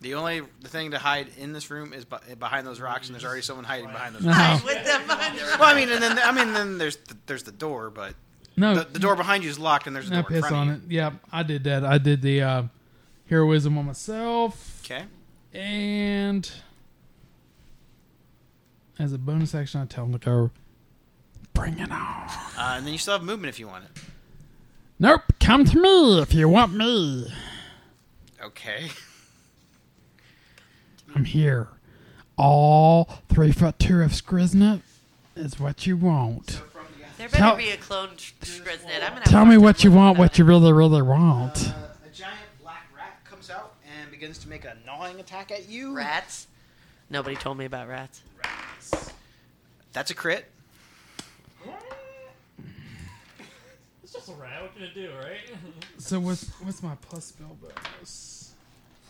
S2: The only the thing to hide in this room is be- behind those rocks, and there's already someone hiding behind those. rocks.
S7: no,
S3: With the money.
S2: Well, I mean, and then I mean, then there's the, there's the door, but
S7: no
S2: the, the door behind you is locked, and there's a
S7: no
S2: door in
S7: piss
S2: front
S7: on
S2: of
S7: it yeah i did that i did the uh, heroism on myself
S2: you. Okay.
S7: And as a bonus action, I tell him to go.
S1: Bring it on.
S2: Uh, and then you still have movement if you want it.
S1: Nope. Come to me if you want me.
S2: Okay.
S1: I'm here. All three foot two of Skriznet is what you want.
S3: There
S1: Tell-
S3: better be a clone tr- Skriznet. I'm gonna have
S1: Tell
S3: to
S1: me
S3: look
S1: what you
S3: up
S1: want,
S3: about
S1: what you really, really want.
S2: Uh, a giant black rat comes out and begins to make a gnawing attack at you.
S3: Rats. Nobody told me about rats.
S2: That's a crit.
S4: It's just a rat. What can it do, right?
S7: So what's what's my plus spell bonus?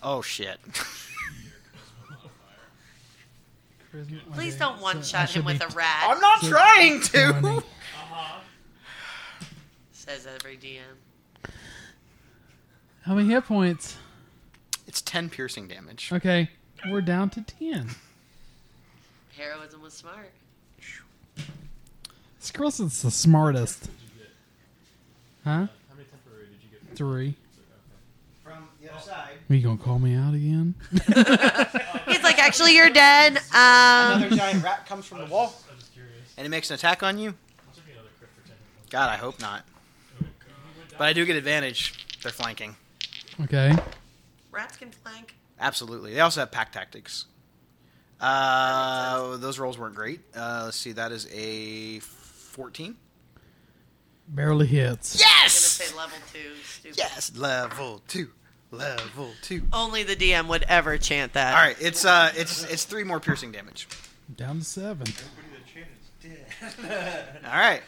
S2: Oh shit.
S4: Uh-huh.
S7: Charisma-
S3: Please
S7: okay,
S3: don't
S7: so
S3: one
S7: I
S3: shot
S7: should
S3: him with
S7: be
S3: a rat.
S2: I'm not trying to.
S7: 20.
S3: Says every DM.
S7: How many hit points?
S2: It's ten piercing damage.
S7: Okay, we're down to ten.
S3: Heroism was smart.
S1: Skrizzet's the smartest.
S7: Huh?
S4: How many temporary did you get?
S7: Three.
S2: From the other side.
S7: Are you gonna call me out again?
S3: He's like, actually, you're dead. Um,
S2: Another giant rat comes from the wall
S4: I'm just curious.
S2: and it makes an attack on you.
S4: I'll take another crit for ten.
S2: God, I hope not. But I do get advantage. They're flanking.
S7: Okay.
S3: rats can flank.
S2: Absolutely. They also have pack tactics. Uh, those rolls weren't great. Uh, let's see. That is a 14.
S7: Barely hits.
S3: I'm gonna say level two. Stupid.
S2: Yes. Level two. Level two.
S3: Only the DM would ever chant that.
S2: All right. It's uh, it's it's three more piercing damage.
S7: Down to seven.
S2: All right.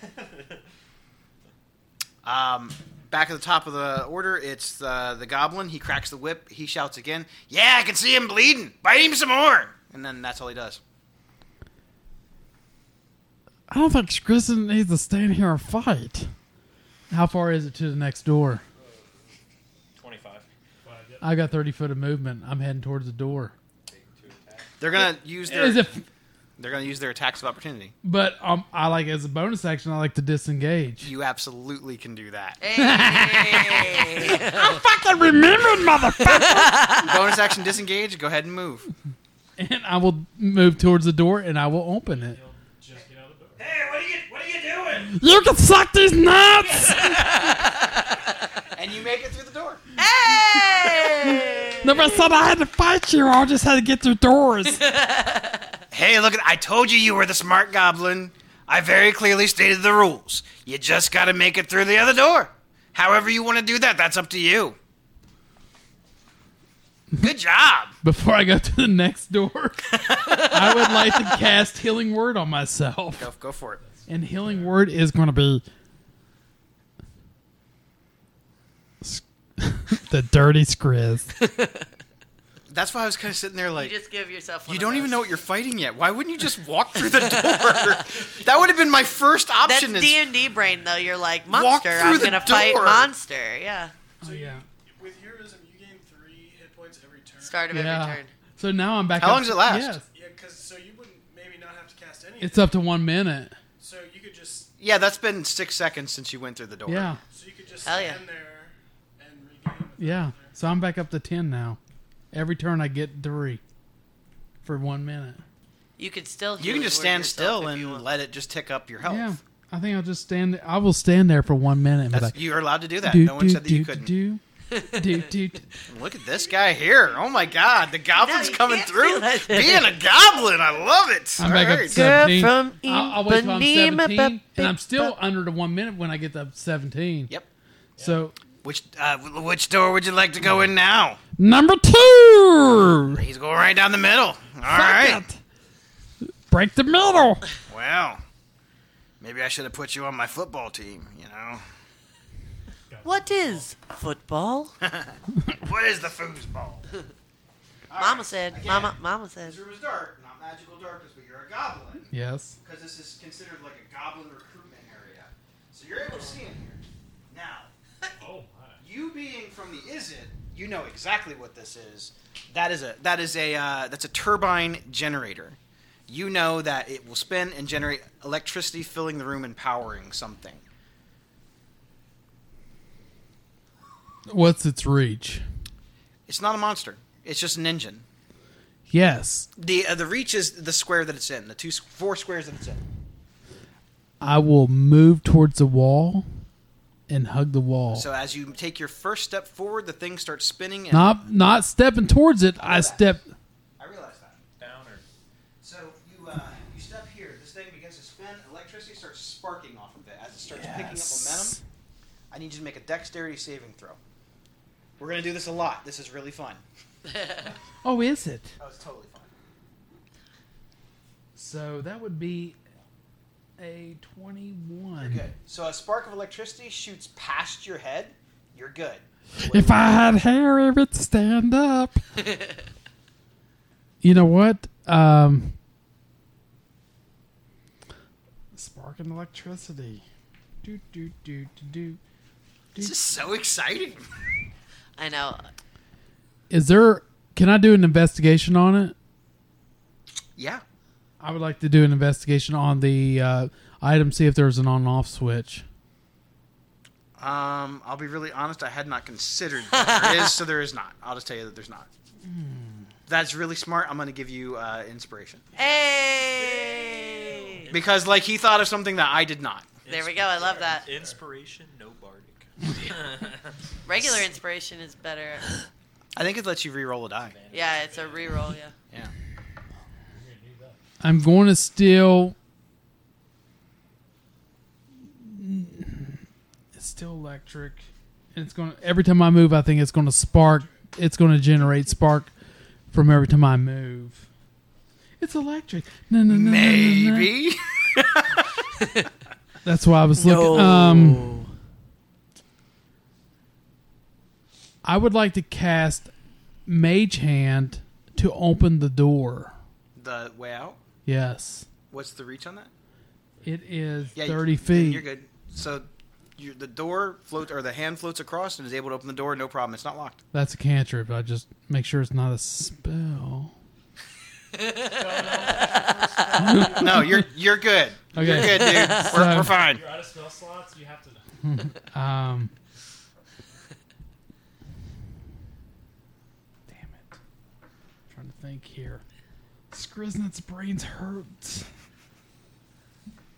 S2: Um, back at the top of the order, it's uh, the goblin. He cracks the whip. He shouts again. Yeah, I can see him bleeding. Bite him some more. And then that's all he does.
S1: I don't think Skrizzen needs to stand here and fight.
S7: How far is it to the next door?
S6: Twenty-five.
S7: I got thirty foot of movement. I'm heading towards the door.
S2: They're gonna use their
S7: Is it
S2: they're gonna use their attacks of opportunity.
S7: But um, I like as a bonus action, I like to disengage.
S2: You absolutely can do that.
S3: Hey.
S1: Fucking remembered, motherfucker!
S2: Bonus action disengage. Go ahead and move.
S7: And I will move towards the door and I will open it.
S11: You can suck these nuts!
S2: and you make it through the door.
S3: Hey!
S11: Never said I had to fight you, I just had to get through doors.
S2: Hey, look at I told you you were the smart goblin. I very clearly stated the rules. You just got to make it through the other door. However you want to do that, that's up to you. Good job.
S1: Before I go to the next door, I would like to cast Healing Word on myself.
S2: Go, go for it.
S1: And Healing Word is
S11: It's gonna be. the dirty Skriz.
S2: That's why I was kind of sitting there
S3: You
S2: like, you,
S3: just give yourself. One of
S2: don't even
S3: those.
S2: know what you're fighting yet. Why wouldn't you just walk through the door? that would have been my first
S3: That's
S2: option.
S3: D
S2: is,
S3: and D brain though. You're like
S2: Walk
S3: monster.
S2: through
S3: I'm
S2: the
S3: gonna fight
S2: door."
S3: monster. Yeah.
S1: Oh, yeah.
S5: With heroism, you gain three hit points every turn.
S3: Start of
S1: Yeah.
S3: every turn.
S1: So now I'm back
S2: How
S1: up
S2: long does
S1: to-
S2: it last?
S1: Yes.
S5: Yeah, because so you wouldn't maybe not have to cast anything.
S1: It's up to one minute.
S5: so you could just
S2: yeah, that's been six seconds since you went through the door.
S1: Yeah.
S5: so you could just
S3: Hell
S5: stand
S3: yeah.
S5: there and regain. it.
S1: Yeah. So I'm back up to 10 now. Every turn I get three for one minute.
S3: You could still.
S2: You can
S3: heal
S2: just
S3: word
S2: stand
S3: yourself
S2: still
S3: if you
S2: and
S3: want.
S2: let it just tick up your health.
S1: Yeah. I think I'll just stand I will stand there for one minute and be
S2: That's,
S1: like,
S2: you're allowed to do that.
S1: do,
S2: no one
S1: do,
S2: said that you
S1: do,
S2: couldn't.
S1: do, do, do, do.
S2: Look at this guy here. Oh my god, the goblin's
S3: No, you
S2: coming
S3: can't
S2: through.
S3: do that.
S2: Being a goblin, I love it.
S1: I'm back
S2: All
S1: up to
S2: right.
S1: 17.
S3: from
S1: I'll, I'll wait till I'm
S3: Ipanema,
S1: 17, and I'm
S3: ba-
S1: still
S3: ba-
S1: under the one minute when I get to 17.
S2: Yep.
S1: So
S2: Which uh, wh- which door would you like to go in now?
S11: Number two!
S2: He's going right down the middle. All right.
S11: Break the middle!
S2: Well, maybe I should have put you on my football team. You know,
S3: What is football?
S2: what is the foosball?
S3: Mama said. Mama. Mama said.
S2: This room is dark, not magical darkness, but you're a goblin
S1: yes,
S2: because this is considered like a goblin recruitment area. So you're able to see in here. Now,
S4: Oh my.
S2: you being from the Izzet, you know exactly what this is. That is a that is a uh, that's a turbine generator. You know that it will spin and generate electricity, filling the room and powering something.
S1: what's its reach?
S2: It's not a monster. It's just an engine.
S1: Yes,
S2: The uh, the reach is the square that it's in, the two s- four squares that it's in.
S1: I will move towards the wall and hug the wall.
S2: So as you take your first step forward, the thing starts spinning. And
S1: not not stepping towards it. I step.
S2: I realize that.
S6: Down or
S2: So you uh, you step here. This thing begins to spin. Electricity starts sparking off of it as it starts picking up momentum.
S1: Yes.
S2: I need you to make a dexterity saving throw. We're gonna do this a lot. This is really fun.
S1: Oh, is it?
S2: Oh, it's totally fun.
S1: So that would be a 21
S2: Good. So a spark of electricity shoots past your head. You're good.
S11: If I had hair, it would stand up.
S1: You know what? Um,
S11: Sparking electricity.
S1: do do do do do.
S2: This is so exciting.
S3: I know.
S1: Is there? Can I do an investigation on it?
S2: Yeah.
S1: I would like to do an investigation on the uh, item, see if there's an on and off switch.
S2: Um, I'll be really honest. I had not considered that there is, so there is not. I'll just tell you that there's not. Hmm. That's really smart. I'm gonna give you uh, inspiration
S3: Hey.
S2: because like he thought of something that I did not.
S3: There we go. I love that.
S6: inspiration, no bardic.
S3: Regular inspiration is better.
S2: I think it lets you re-roll a die.
S3: Yeah, it's a reroll. Yeah.
S2: Yeah.
S1: I'm going to steal. It's still electric. And it's going to, every time I move, I think it's going to spark. It's going to generate spark from every time I move. It's electric. No, no, no, no, no,
S7: Mm-hmm.
S1: no.
S2: Maybe.
S1: That's why I was looking. Um, I would like to cast Mage Hand to open the door.
S2: the way out.
S1: Yes.
S2: What's the reach on that?
S1: It is
S2: Yeah,
S1: 30
S2: you,
S1: feet.
S2: You're good. So you the door floats or the hand floats across and is able to open the door. No problem. It's not locked.
S1: That's a cantrip. I just make sure it's not a spell.
S2: No, you're you're good. You're
S1: Okay.
S2: good, dude. We're, we're fine.
S4: You're out of spell slots. You have to.
S1: Um. Damn it! trying to think here. Skriznet's brains hurt.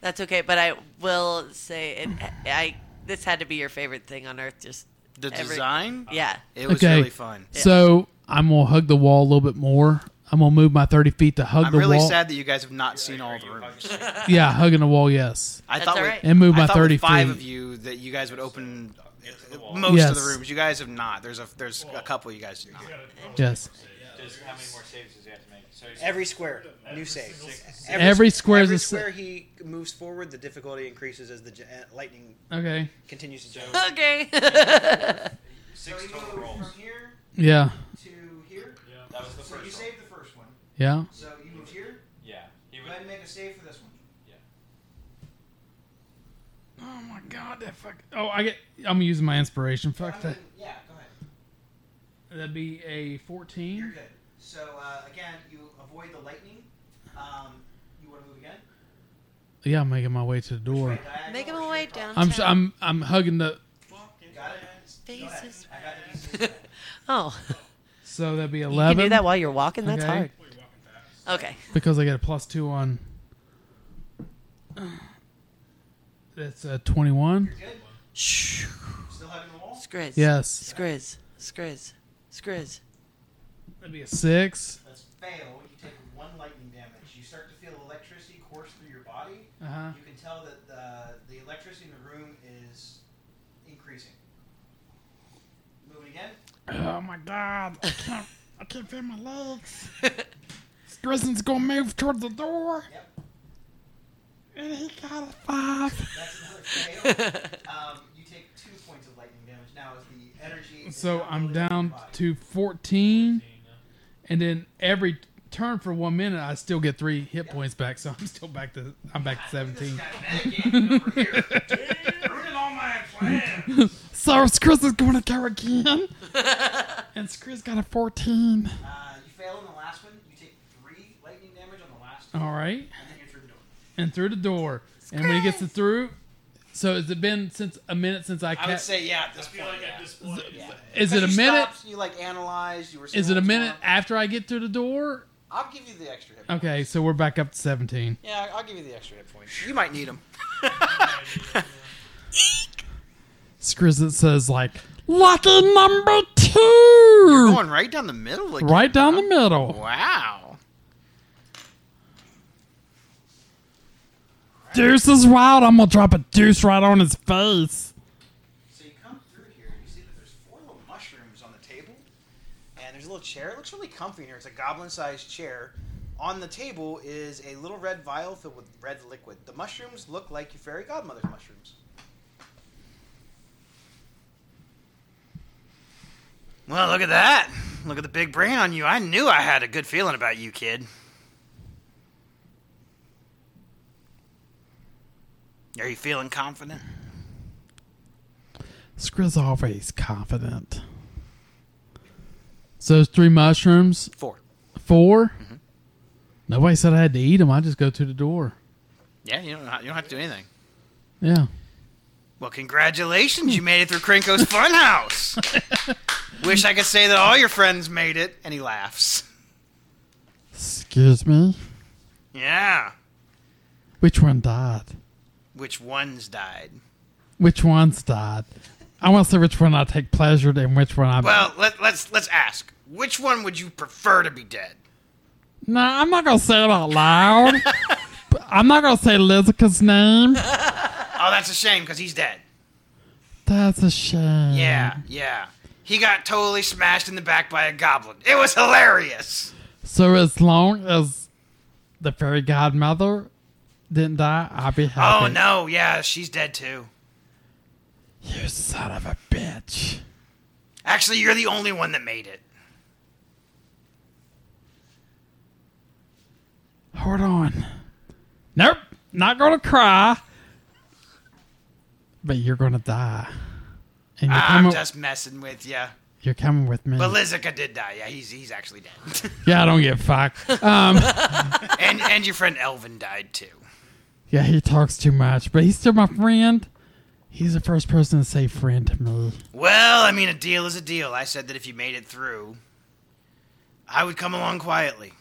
S3: That's okay, but I will say it. I this had to be your favorite thing on earth. Just
S8: The
S3: every-
S8: design,
S2: Uh.
S3: Yeah.
S8: it was
S7: Okay.
S8: really fun.
S7: So I'm gonna hug the wall a little bit more. I'm gonna move my 30 feet to hug
S8: I'm
S7: the
S8: really
S7: wall.
S8: sad that you guys have not seen all the rooms.
S7: Yeah, hugging the wall. Yes.
S8: I
S3: That's
S8: thought
S3: all
S8: we-
S3: right.
S7: And move
S8: I
S7: my
S8: thought with
S7: 30
S8: five
S7: feet.
S8: of you that you guys would open most of the
S7: Yes.
S8: rooms. You guys have not. There's a there's a couple you guys did not.
S7: Yes.
S6: Does, how many more saves does he have to make? So he's-
S8: Every square, new save.
S7: Every Every square is every a sa-
S8: square
S7: square
S8: he moves forward, the difficulty increases as the uh, lightning
S7: Okay.
S8: continues to jump.
S3: Okay.
S6: six total rolls.
S8: here
S7: Yeah.
S8: to here.
S6: That was the first roll.
S8: the first one.
S7: Yeah.
S8: So you move here.
S6: Yeah. He would,
S8: and make a save for this one.
S7: Oh my god, that fuck. Oh, I get. I'm using my inspiration. Fuck that.
S8: yeah, go ahead.
S7: That'd be a 14.
S8: good. So uh, again, you avoid the lightning. Um, you want to move again?
S7: Yeah, I'm making my way to the door.
S3: Make him a way down.
S7: I'm so- I'm I'm hugging the.
S3: Faces. Oh,
S7: So that'd be
S3: you can
S7: 11.
S3: do that while you're walking. That's
S7: Okay.
S3: hard. Okay.
S7: because I get a plus two on. That's a 21.
S3: Shh.
S8: Still hugging the wall?
S3: Scrizz.
S7: Yes.
S3: Scrizz. Scrizz. Scrizz.
S7: That'd be a six.
S8: Let's fail. You take one lightning damage. You start to feel electricity course through your body.
S7: Uh huh.
S8: You can tell that the, the electricity in the room is increasing. Move it again.
S1: Oh my god, I can't, I can't feel my legs. Grison's gonna move towards the door.
S8: Yep.
S1: And he got a five.
S8: That's another fail. um, you take two points of lightning damage now as the energy. is
S7: So
S8: now
S7: I'm
S8: building up in your
S7: down
S8: body.
S7: to 14. And then every turn for one minute, I still get three hit points back. So I'm still back to I'm back to 17.
S1: So Skriz is gonna go again. and Skriz got a 14.
S8: Uh, you fail on the last one. You take three lightning damage on the last,
S7: All right.
S8: and then you're through the door.
S7: And through the door. And when he gets it through, so has it been since a minute since I
S8: I would
S7: cast?
S8: say yeah at this
S4: I feel
S8: point.
S4: like
S8: yeah.
S4: I just played.
S8: Yeah.
S7: Is it a
S8: you
S7: minute?
S8: stopped, you like analyzed. You were.
S7: Is
S8: saying
S7: it a
S8: what's
S7: minute
S8: going on.
S7: after I get through the door?
S8: I'll give you the extra hit. Point.
S7: Okay, so we're back up to 17.
S8: Yeah, I'll give you the extra hit points. You might need them.
S7: Skriz it says like
S1: Lucky number two.
S8: Going right down the middle. Again.
S7: right down the middle.
S8: Wow.
S1: Deuce is wild. I'm gonna drop a deuce right on his face.
S8: So you come through here, and you see that there's four little mushrooms on the table, and there's a little chair. It looks really comfy in here. It's a goblin-sized chair. On the table is a little red vial filled with red liquid. The mushrooms look like your fairy godmother's mushrooms. Well, look at that. Look at the big brain on you. I knew I had a good feeling about you, kid. Are you feeling confident?
S1: Skriz always confident.
S7: So it's three mushrooms,
S8: Four. Mm-hmm.
S7: 4 Nobody said I had to eat them. I just go to the door.
S8: Yeah, you don't, you don't have to do anything.
S7: Yeah.
S8: Well, congratulations, you made it through Krinko's Funhouse. Wish I could say that all your friends made it. And he laughs.
S1: Excuse me?
S8: Yeah.
S1: Which one died?
S8: Which ones died?
S1: Which one's died? I want to say which one I take pleasure in and which one I.
S8: Well, let, let's let's ask. Which one would you prefer to be dead?
S1: no, I'm not going to say it out loud. But I'm not going to say Lizica's name.
S8: Oh, that's a shame because he's dead.
S1: That's a shame.
S8: Yeah, yeah. He got totally smashed in the back by a goblin. It was hilarious.
S1: So as long as the fairy godmother didn't die, I'll be happy.
S8: Oh no, yeah, she's dead too.
S1: You son of a bitch.
S8: Actually, you're the only one that made it.
S1: Hold on. Nope. Not gonna cry. But you're gonna die. And
S2: Ah,
S1: you're,
S8: I'm
S1: coming,
S8: just messing with you.
S1: you're coming with me.
S8: But Lizica did die. Yeah, he's he's actually dead.
S1: yeah, I don't give a fuck. Um,
S8: and and your friend Elvin died too.
S1: yeah, he talks too much, but he's still my friend. He's the first person to say friend to me.
S8: Well, I mean, a deal is a deal. I said that if you made it through, I would come along quietly.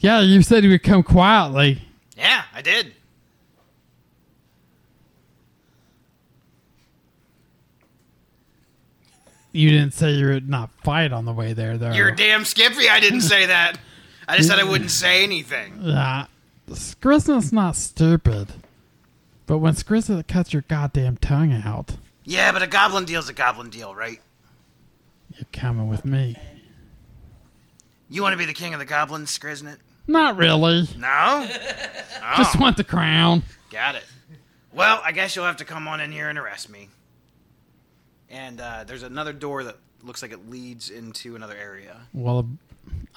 S1: Yeah, you said he would come quietly.
S8: Yeah, I did.
S1: You didn't say you would not fight on the way there, though.
S2: You're damn Skippy. I didn't say that. I just said I wouldn't say anything.
S1: Yeah. Skrisna's not stupid. But when Skrisna cuts your goddamn tongue out,
S2: Yeah, but a goblin deal's a goblin deal, right?
S1: you're coming with me.
S2: You want to be the king of the goblins, Skriznet?
S1: Not really.
S2: No?
S1: Just
S2: Ah.
S1: want the crown.
S2: Got it. Well, I guess you'll have to come on in here and arrest me. And uh, there's another door that looks like it leads into another area.
S7: Well,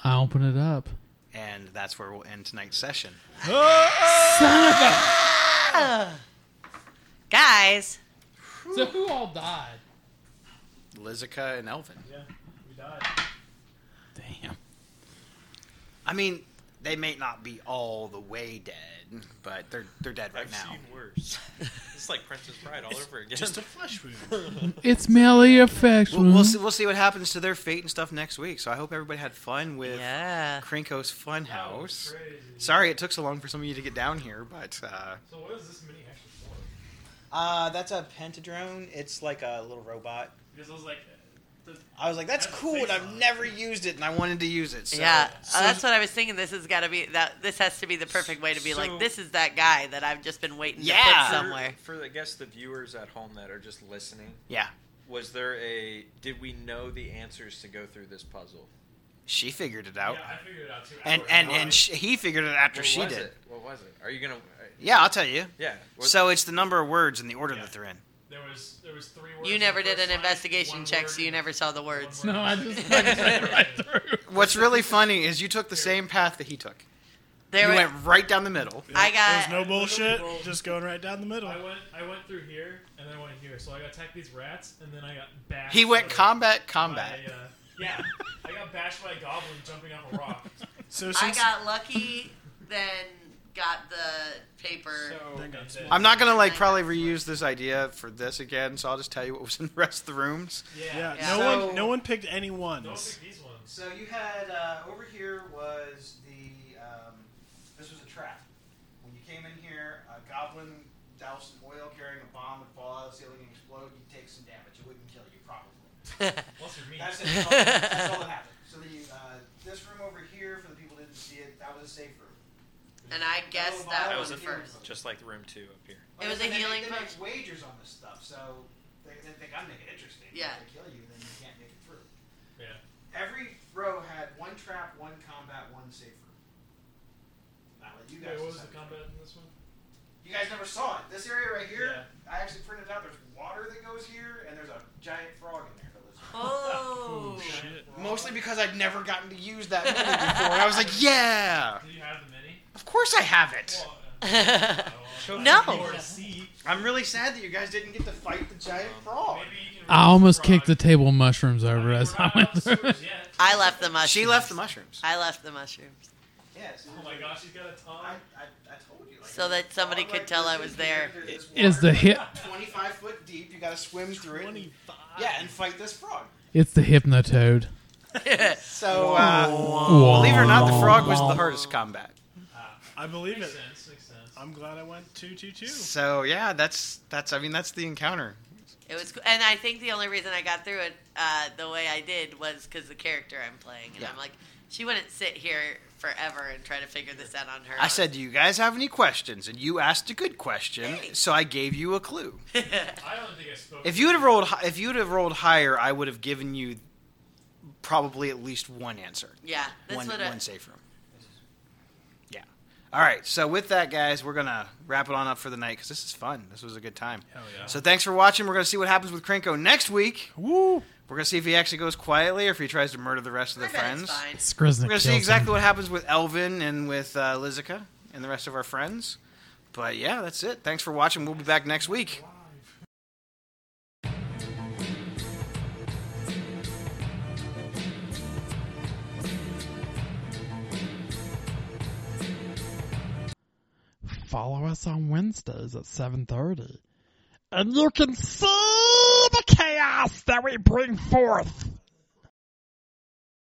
S7: I open it up.
S2: And that's where we'll end tonight's session.
S3: Guys,
S7: So who all died?
S2: Lizica and Elvin.
S4: Yeah, we died.
S7: Damn.
S2: I mean, they may not be all the way dead, but they're they're dead right
S6: I've
S2: now.
S6: seen worse. it's like Princess Bride all over again.
S8: Just a flesh wound.
S7: It's merely a faction.
S1: Mm-hmm.
S2: We'll, we'll see, we'll see what happens to their fate and stuff next week. So I hope everybody had fun with
S3: yeah.
S2: Krinko's
S4: That was
S2: Funhouse.
S4: crazy.
S2: Sorry it took so long for some of you to get down here, but uh,
S4: So what is this mini actually for?
S2: uh, that's a pentadrone. It's like a little robot.
S4: Because I was like, uh, the,
S2: I was like, that's
S4: That's
S2: cool, and
S4: based
S2: I've
S4: on it.
S2: never used it, and I wanted to use it. So.
S3: yeah, Uh, that's what I was thinking. This has got to be that. This has to be the perfect way to be
S6: So-
S3: like, this is that guy that I've just been waiting
S2: Yeah.
S3: to put somewhere.
S6: For, I guess the viewers at home that are just listening,
S2: Yeah.
S6: was there a? Did we know the answers to go through this puzzle?
S2: She figured it out,
S4: yeah, I figured it out too.
S2: and
S4: afterwards.
S2: and
S4: Why?
S2: and sh he figured it after
S6: What
S2: she
S6: was
S2: did.
S6: It? What was it? Are you gonna? uh,
S2: Yeah, I'll tell you.
S6: yeah. What-
S2: So it's the number of words in the order
S4: Yeah.
S2: that they're in.
S4: there was there was three words.
S3: You
S4: in the
S3: never did
S4: first
S3: an
S4: line,
S3: investigation
S4: one
S3: check,
S4: word
S3: so you
S4: in
S3: never saw the
S4: the-
S3: words.
S4: one
S7: No,
S4: word.
S7: I just like ran right through.
S2: What's really funny is you took the same path that he took.
S3: There
S2: you
S3: was,
S2: went right down the middle.
S3: I
S5: There's
S3: got
S5: no bullshit.
S4: bull-
S5: Just going right down the middle.
S4: I went I went through here and then I went here, so I got attacked these rats and then I got bashed.
S2: He went
S4: by-
S2: combat,
S4: by,
S2: combat.
S4: uh, yeah, I got bashed by a goblin jumping off a rock.
S5: So
S3: I
S5: since
S3: got lucky, then got the paper.
S4: So
S5: got
S4: and
S5: small.
S4: then-
S2: I'm not gonna like probably reuse this idea for this again, so I'll just tell you what was in the rest of the rooms.
S5: yeah,
S4: Yeah.
S5: no
S2: So-
S5: one no one picked any
S4: Don't
S5: ones.
S4: pick these ones.
S2: So you had uh, over here was the um, this was a trap. When you came in here, a goblin doused in oil carrying a bomb would fall out of the ceiling and explode. You'd take some damage. It wouldn't kill you probably.
S4: Plus your meat.
S2: That's it. That's all, Oh, that's all that happened. So the uh, this room over here, for the people who didn't see it, that was a safe room.
S3: And I guessed that,
S6: that
S3: one
S6: was a
S3: first.
S6: just like room two up here.
S3: It was a
S2: They make-
S3: healing
S2: They make
S3: potion.
S2: wagers on this stuff, so they, they, they gotta make it interesting.
S3: Yeah.
S2: If they kill you, then you can't make it through.
S4: Yeah.
S2: Every row had one trap, one combat, one safe room. I'll let you guys.
S4: Wait, what was the
S2: decide.
S4: combat in this one?
S2: You guys never saw it. This area right here,
S4: Yeah.
S2: I actually printed out. There's water that goes here, and there's a giant frog in there that lives. here.
S3: Oh,
S8: Shit.
S2: Mostly because I'd never gotten to use that mini before. and I was like, yeah,
S4: Do you have the mini?
S2: of course I have it.
S4: Well, uh, well,
S3: No.
S4: or C.
S2: I'm really sad that you guys didn't get to fight the giant
S7: um,
S2: frog.
S4: Maybe you can
S7: I almost
S4: frog.
S7: kicked the table of mushrooms
S4: I mean,
S7: over
S4: we're
S7: as I
S4: not out
S7: went
S4: of
S7: through.
S4: sewers yet.
S3: I left the mushrooms.
S2: Uh, She left the mushrooms.
S3: I left the mushrooms.
S2: Yes.
S4: Oh my gosh, he's got a tongue.
S2: I, I, I told you. Like,
S3: So that somebody
S2: frog
S3: could
S2: like
S3: tell
S2: this
S3: I
S2: is
S3: was
S2: here,
S3: there.
S2: there's this
S7: Is
S2: water
S7: the hip?
S2: that's 25 foot deep. You got to swim through it. and- Yeah, and fight this frog.
S7: It's the hypnotoad.
S2: So, uh,
S7: Wah.
S2: believe it or not, the frog was the hardest combat.
S8: I believe
S4: Makes
S8: it.
S4: sense. Makes sense.
S8: I'm glad I went two two two.
S2: So yeah, that's that's. I mean, that's the encounter.
S3: It was, and I think the only reason I got through it uh, the way I did was because the character I'm playing, and
S2: Yeah.
S3: I'm like, she wouldn't sit here forever and try to figure this out on her.
S2: I
S3: own.
S2: said, "Do you guys have any questions?" And you asked a good question,
S3: Hey.
S2: so I gave you a clue.
S4: I don't think I spoke.
S2: If you would have rolled, hi- if you would have rolled higher, I would have given you probably at least one answer.
S3: "Yeah, this
S2: one,
S3: would
S2: one
S3: have."
S2: safe room. Yeah. All right. So with that, guys, we're gonna wrap it on up for the night because this is fun. This was a good time.
S4: Hell yeah.
S2: So thanks for watching. We're gonna see what happens with Krenko next week. Woo! We're gonna see if he actually goes quietly or if he tries to murder the rest of the
S3: I bet
S2: friends.
S3: it's fine.
S7: Skriznik
S2: We're gonna
S7: kills
S2: see exactly
S7: him.
S2: what happens with Elvin and with uh, Lizica and the rest of our friends. But yeah, that's it. Thanks for watching. We'll be back next week.
S1: Follow us on Wednesdays at 7.30. And you can see the chaos that we bring forth.